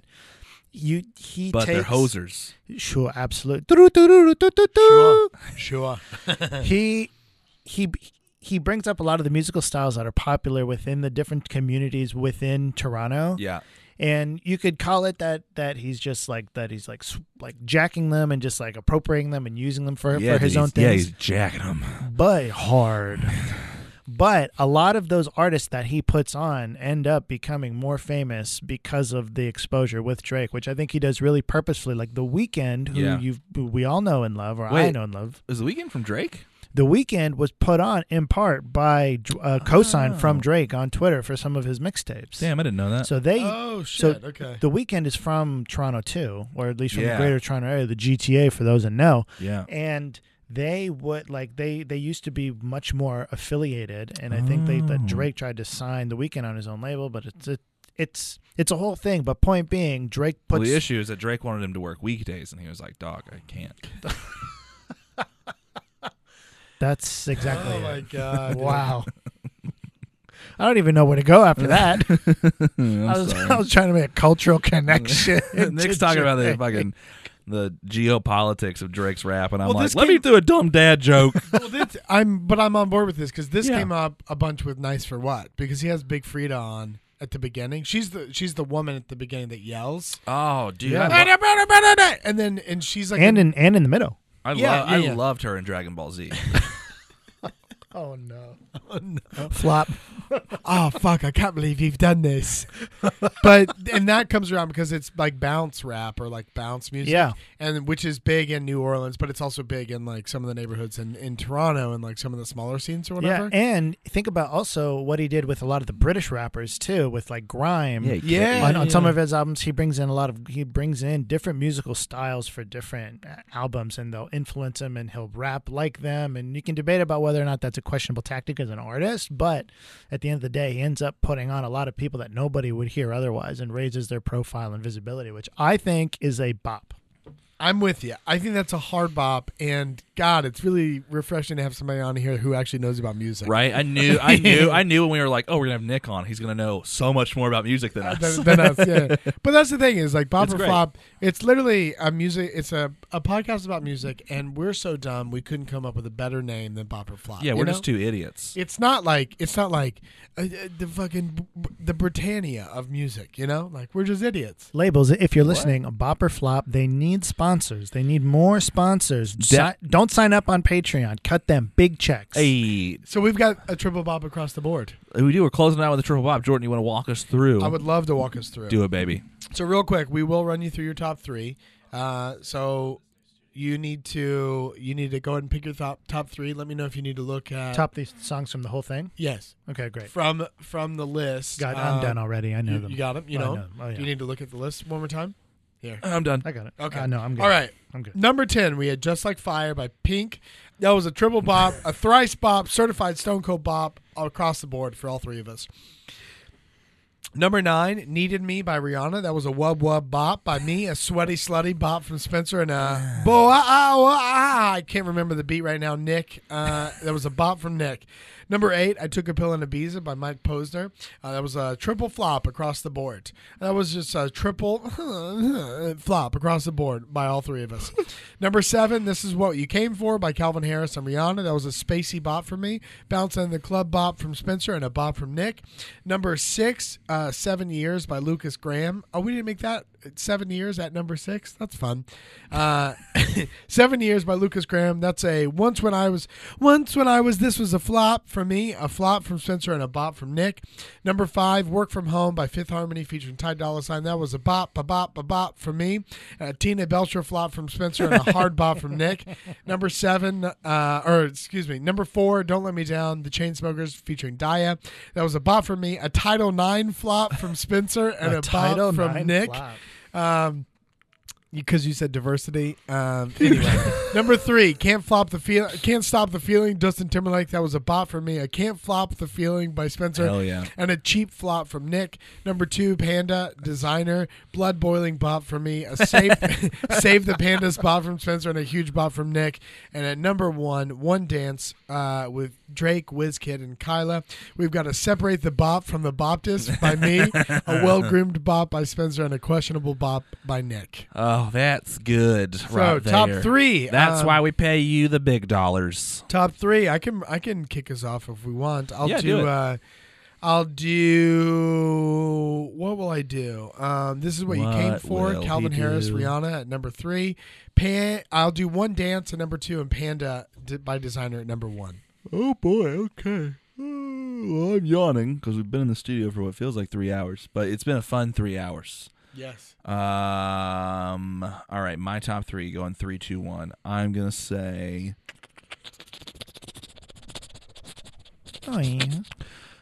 Speaker 2: you he
Speaker 3: but
Speaker 2: takes
Speaker 3: they're hosers.
Speaker 2: Sure, absolutely. Sure.
Speaker 1: Sure. Sure.
Speaker 2: He he he brings up a lot of the musical styles that are popular within the different communities within Toronto.
Speaker 3: Yeah.
Speaker 2: And you could call it that that he's just like that he's like s- like jacking them and just like appropriating them and using them for,
Speaker 3: yeah,
Speaker 2: for his
Speaker 3: dude,
Speaker 2: own
Speaker 3: he's- Yeah,
Speaker 2: things
Speaker 3: he's jacking them.
Speaker 2: but hard. But a lot of those artists that he puts on end up becoming more famous because of the exposure with Drake, which I think he does really purposefully. Like The Weeknd, who
Speaker 3: Yeah.
Speaker 2: you who we all know and love, or I
Speaker 3: Wait.
Speaker 2: know and love.
Speaker 3: Is the weekend from Drake?
Speaker 2: The Weeknd was put on in part by Dr- uh, cosign from Drake on Twitter for some of his mixtapes.
Speaker 3: Oh. Damn, I didn't know that.
Speaker 2: So they
Speaker 1: Oh,
Speaker 2: so
Speaker 1: shit. okay.
Speaker 2: The Weeknd is from Toronto too, or at least from
Speaker 3: Yeah.
Speaker 2: the Greater Toronto area, the GTA for those that know
Speaker 3: yeah.
Speaker 2: and they would like they they used to be much more affiliated and i think they
Speaker 3: Oh.
Speaker 2: that drake tried to sign the weekend on his own label but it's it, it's it's a whole thing but point being drake
Speaker 3: Well,
Speaker 2: puts
Speaker 3: the issue is that Drake wanted him to work weekdays, and he was like, "Dog, I can't."
Speaker 2: that's exactly
Speaker 1: Oh, my
Speaker 2: it.
Speaker 1: God. dude.
Speaker 2: wow i don't even know where to go after that I, was, I was trying to make a cultural connection
Speaker 3: Hmm, Nick's
Speaker 2: to
Speaker 3: talking about the
Speaker 2: Drake.
Speaker 3: fucking the geopolitics of Drake's rap, and I'm
Speaker 1: Well,
Speaker 3: like,
Speaker 1: this
Speaker 3: "Let
Speaker 1: came-
Speaker 3: me do a dumb dad joke."
Speaker 1: well, this, I'm, but I'm on board with this because this
Speaker 3: Yeah.
Speaker 1: came up a bunch with "Nice for What" because he has Big Frida on at the beginning. She's the she's the woman at the beginning that yells,
Speaker 3: oh, dude,
Speaker 2: Yeah.
Speaker 3: I, lo-
Speaker 1: and then and she's like,
Speaker 2: and in and in the middle
Speaker 3: I, lo-
Speaker 1: Yeah,
Speaker 3: I
Speaker 1: yeah, yeah.
Speaker 3: loved her in Dragon Ball Z.
Speaker 2: oh no, flop
Speaker 1: oh fuck, I can't believe you've done this. but and that comes around because it's like bounce rap or like bounce music,
Speaker 2: Yeah.
Speaker 1: and which is big in New Orleans, but it's also big in like some of the neighborhoods in in Toronto and like some of the smaller scenes or whatever.
Speaker 2: yeah and think about also what he did with a lot of the british rappers too with like grime
Speaker 3: Yeah, he
Speaker 1: Yeah.
Speaker 2: on,
Speaker 3: kicked-
Speaker 2: on some of his albums he brings in a lot of he brings in different musical styles for different uh, albums and they'll influence him and he'll rap like them and you can debate about whether or not that's a questionable tactic as an artist but at the end of the day he ends up putting on a lot of people that nobody would hear otherwise and raises their profile and visibility which i think is a bop
Speaker 1: I'm with you. I think that's a hard bop, and God, it's really refreshing to have somebody on here who actually knows about music.
Speaker 3: Right, I knew, I knew, I knew when we were like, "Oh, we're gonna have Nick on. He's gonna know so much more about music than us."
Speaker 1: Than, than us, yeah. But that's the thing is like Bop
Speaker 3: It's
Speaker 1: or
Speaker 3: great.
Speaker 1: Flop. It's literally a music. It's a, a podcast about music, and we're so dumb we couldn't come up with a better name than Bop or Flop.
Speaker 3: yeah,
Speaker 1: you
Speaker 3: we're
Speaker 1: know?
Speaker 3: just two idiots.
Speaker 1: It's not like it's not like uh, uh, the fucking b- the Britannia of music. You know, like we're just idiots.
Speaker 2: labels if you're listening bop or flop they need sponsors they need more sponsors
Speaker 3: De-
Speaker 2: Si- don't sign up on patreon cut them big checks
Speaker 3: Hey,
Speaker 1: So we've got a triple bop across the board.
Speaker 3: we do. We're closing out with a triple bop. Jordan, you want to walk us through?
Speaker 1: I would love to walk us through.
Speaker 3: do it, baby.
Speaker 1: So real quick, we will run you through your top three. Uh, so you need to you need to go ahead and pick your top top three. Let me know if you need to look at
Speaker 2: Top these songs from the whole thing.
Speaker 1: Yes,
Speaker 2: Okay, great.
Speaker 1: from from the list.
Speaker 2: God, I'm
Speaker 1: Um,
Speaker 2: done already. I know
Speaker 1: You,
Speaker 2: them.
Speaker 1: you got them. You
Speaker 2: I
Speaker 1: know. 'em?
Speaker 2: know 'em. Oh,
Speaker 1: Do
Speaker 2: yeah.
Speaker 1: you need to look at the list one more time? Here.
Speaker 3: I'm done.
Speaker 2: I got it.
Speaker 1: Okay.
Speaker 2: I know. I'm good.
Speaker 1: All right.
Speaker 2: I'm good.
Speaker 1: Number 10, we had Just Like Fire by Pink. That was a triple bop, a thrice bop, certified Stone Cold bop across the board for all three of us. Number nine, Needed Me by Rihanna. That was a wub wub bop by me, a sweaty slutty bop from Spencer, and a boy, ah, ah, ah, ah. I can't remember the beat right now, Nick. Uh, that was a bop from Nick. Number eight, I Took a Pill in Ibiza by Mike Posner. Uh, that was a triple flop across the board. That was just a triple flop across the board by all three of us. Number seven, This Is What You Came For by Calvin Harris and Rihanna. That was a spacey bop for me. Bounce in the Club bop from Spencer and a bop from Nick. Number six, uh, Seven Years by Lucas Graham. Oh, we didn't make that seven years at number six. That's fun. Uh, seven years by Lucas Graham. That's a once when I was once when I was this was a flop for me, a flop from Spencer and a bop from Nick. Number five, Work from Home by Fifth Harmony featuring Ty Dolla Sign. That was a bop, a bop, a bop for me. Uh, Tina Belcher flop from Spencer and a hard bop from Nick. Number seven, uh, or excuse me, number four, Don't Let Me Down, The Chainsmokers featuring Daya. That was a bop for me. A Title Nine flop from Spencer and a,
Speaker 2: Title
Speaker 1: bop from
Speaker 2: IX
Speaker 1: Nick
Speaker 2: flop.
Speaker 1: because you said diversity. Um, anyway, number three, can't flop the feel, can't stop the feeling. Justin Timberlake, that was a bot for me. I can't flop the feeling by Spencer.
Speaker 3: Hell yeah.
Speaker 1: And a cheap flop from Nick. Number two, Panda designer, blood boiling bot for me. A save, save the pandas bot from Spencer and a huge bot from Nick. And at number one, one dance uh, with Drake, Wizkid, and Kyla. We've got to separate the bop from the boptist by me. a well groomed bop by Spencer and a questionable bop by Nick.
Speaker 3: Oh, that's good.
Speaker 1: So top three.
Speaker 3: That's
Speaker 1: um,
Speaker 3: why we pay you the big dollars.
Speaker 1: top three. I can I can kick us off if we want. I'll
Speaker 3: Yeah,
Speaker 1: do.
Speaker 3: do it.
Speaker 1: uh I'll do. What will I do? Um, this is what, you came
Speaker 3: What
Speaker 1: for.
Speaker 3: will
Speaker 1: Calvin
Speaker 3: he
Speaker 1: Harris,
Speaker 3: do?
Speaker 1: Rihanna at number three. Pan. I'll do one dance at number two, and Panda d- by Designer at number one.
Speaker 3: Oh boy. Okay. Well, I'm yawning because we've been in the studio for what feels like three hours, but it's been a fun three hours.
Speaker 1: Yes.
Speaker 3: Um. All right, my top three going three, two, one. I'm gonna say
Speaker 2: Oh, yeah.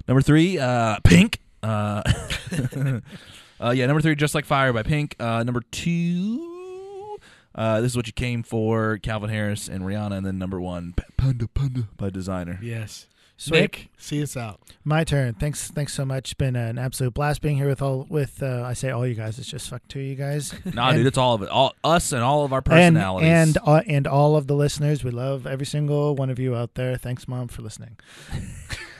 Speaker 3: number three, uh, Pink. Uh, uh, yeah, number three, Just Like Fire by Pink. Uh, number two, uh, this is what you came for, Calvin Harris and Rihanna, and then number one, P- Panda Panda by Designer.
Speaker 1: Yes.
Speaker 2: Sweet.
Speaker 1: Nick, see us out.
Speaker 2: My turn. Thanks. Thanks so much. It's been an absolute blast being here with all with. Uh, I say all you guys. It's just fuck two you guys.
Speaker 3: Nah,
Speaker 2: And-
Speaker 3: dude, it's all of it. All us and all of our
Speaker 2: and
Speaker 3: personalities.
Speaker 2: and uh, and all of the listeners. We love every single one of you out there. Thanks, mom, for listening.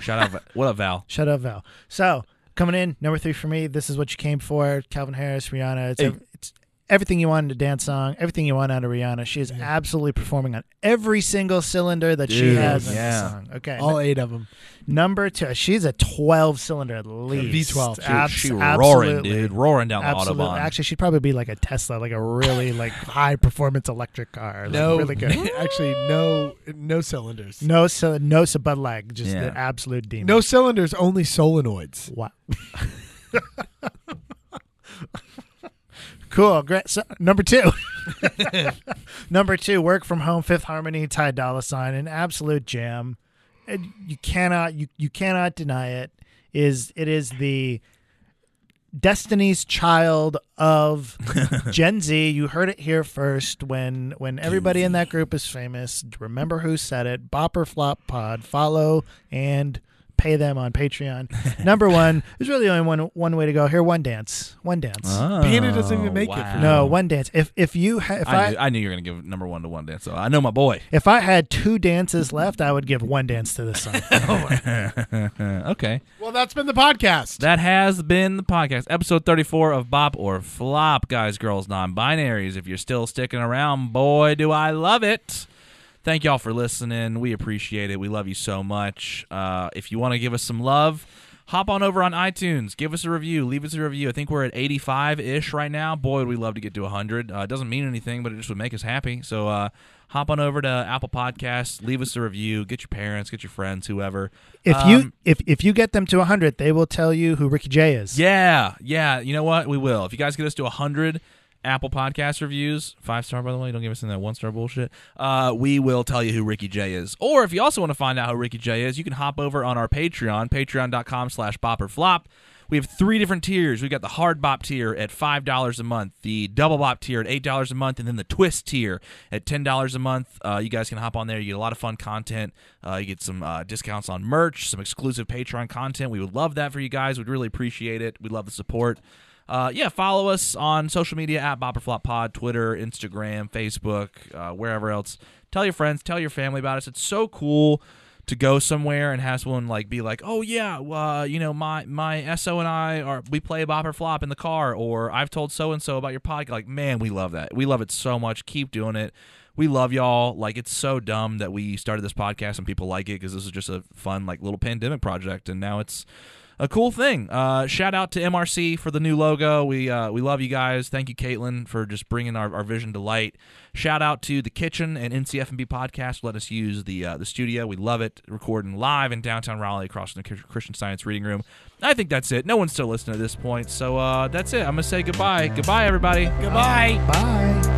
Speaker 3: shout out, Va- what up, Val?
Speaker 2: Shut up, Val. So coming in number three for me. This is what you came for. Calvin Harris, Rihanna. It's
Speaker 3: Hey.
Speaker 2: ev- it's everything you wanted in a dance song. Everything you want out of Rihanna. She is absolutely performing on every single cylinder that she
Speaker 3: Dude,
Speaker 2: has in
Speaker 3: yeah.
Speaker 2: the song. Okay,
Speaker 1: All eight of them.
Speaker 2: number two. She's a twelve cylinder at least.
Speaker 1: V12. Dude,
Speaker 2: Abs-
Speaker 3: she roaring,
Speaker 2: absolutely.
Speaker 3: dude, roaring down
Speaker 2: Absolutely.
Speaker 3: the autobahn.
Speaker 2: Actually, she'd probably be like a Tesla, like a really like high performance electric car. Like,
Speaker 1: No,
Speaker 2: really good.
Speaker 1: actually, no, no cylinders.
Speaker 2: No, so no, so but like just
Speaker 3: Yeah.
Speaker 2: the absolute demon.
Speaker 1: No cylinders, only solenoids.
Speaker 2: wow. cool. Great. So, number two. number two. Work from home. Fifth Harmony. Ty Dolla Sign. An absolute jam. And you cannot. You you cannot deny it. Is it is the Destiny's Child of Gen Z. You heard it here first. When when everybody in that group is famous, remember who said it. Bopper Flop Pod. Follow and pay them on Patreon. Number one. There's really only one one way to go here. One dance. One dance.
Speaker 3: Oh,
Speaker 1: Panda doesn't even make it for
Speaker 3: wow.
Speaker 1: you.
Speaker 2: No, one dance. If if you ha- if
Speaker 3: Oh. I,
Speaker 2: I,
Speaker 3: knew, I knew you were gonna give number one to one dance. So I know my boy.
Speaker 2: if I had two dances left, I would give one dance to this song.
Speaker 3: Uh, okay,
Speaker 1: Well, that's been the podcast.
Speaker 3: that has been the podcast, episode thirty-four of Bop or Flop, guys, girls, non-binaries. If you're still sticking around, boy, do I love it. Thank y'all for listening. We appreciate it. We love you so much. Uh, if you want to give us some love, hop on over on iTunes. Give us a review. Leave us a review. I think we're at 85 ish right now. Boy, would we love to get to 100. Uh, it doesn't mean anything, but it just would make us happy. So uh, hop on over to Apple Podcasts. Leave us a review. Get your parents, get your friends, whoever.
Speaker 2: If you
Speaker 3: Um,
Speaker 2: if if you get them to hundred, they will tell you who Ricky Jay is.
Speaker 3: yeah, yeah. You know what? We will. If you guys get us to 100, Apple Podcast reviews, five star by the way. Don't give us in that one star bullshit. Uh, we will tell you who Ricky J is. Or if you also want to find out who Ricky J is, you can hop over on our Patreon, Patreon.com/slash Bop or Flop. We have three different tiers. We've got the hard bop tier at five dollars a month, the double bop tier at eight dollars a month, and then the twist tier at ten dollars a month. Uh, you guys can hop on there. You get a lot of fun content. Uh, you get some uh, discounts on merch, some exclusive Patreon content. We would love that for you guys. We'd really appreciate it. We love the support. Uh, yeah, follow us on social media at BopperFlopPod, Twitter, Instagram, Facebook, uh, wherever else. Tell your friends, tell your family about us. It's so cool to go somewhere and have someone like be like, "Oh yeah, uh, you know my my so and I are we play bop or flop in the car," or "I've told so and so about your podcast." Like, man, we love that. We love it so much. Keep doing it. We love y'all. Like, it's so dumb that we started this podcast and people like it because this is just a fun like little pandemic project, and now it's a cool thing. Uh, shout out to MRC for the new logo. We uh, we love you guys. Thank you, Caitlin, for just bringing our, our vision to light. Shout out to the kitchen and NCFB podcast. Let us use the uh, the studio. We love it. Recording live in downtown Raleigh across from the Christian Science Reading Room. I think that's it. No one's still listening at this point, so uh, that's it. I'm gonna say goodbye. Goodbye, everybody.
Speaker 2: Bye.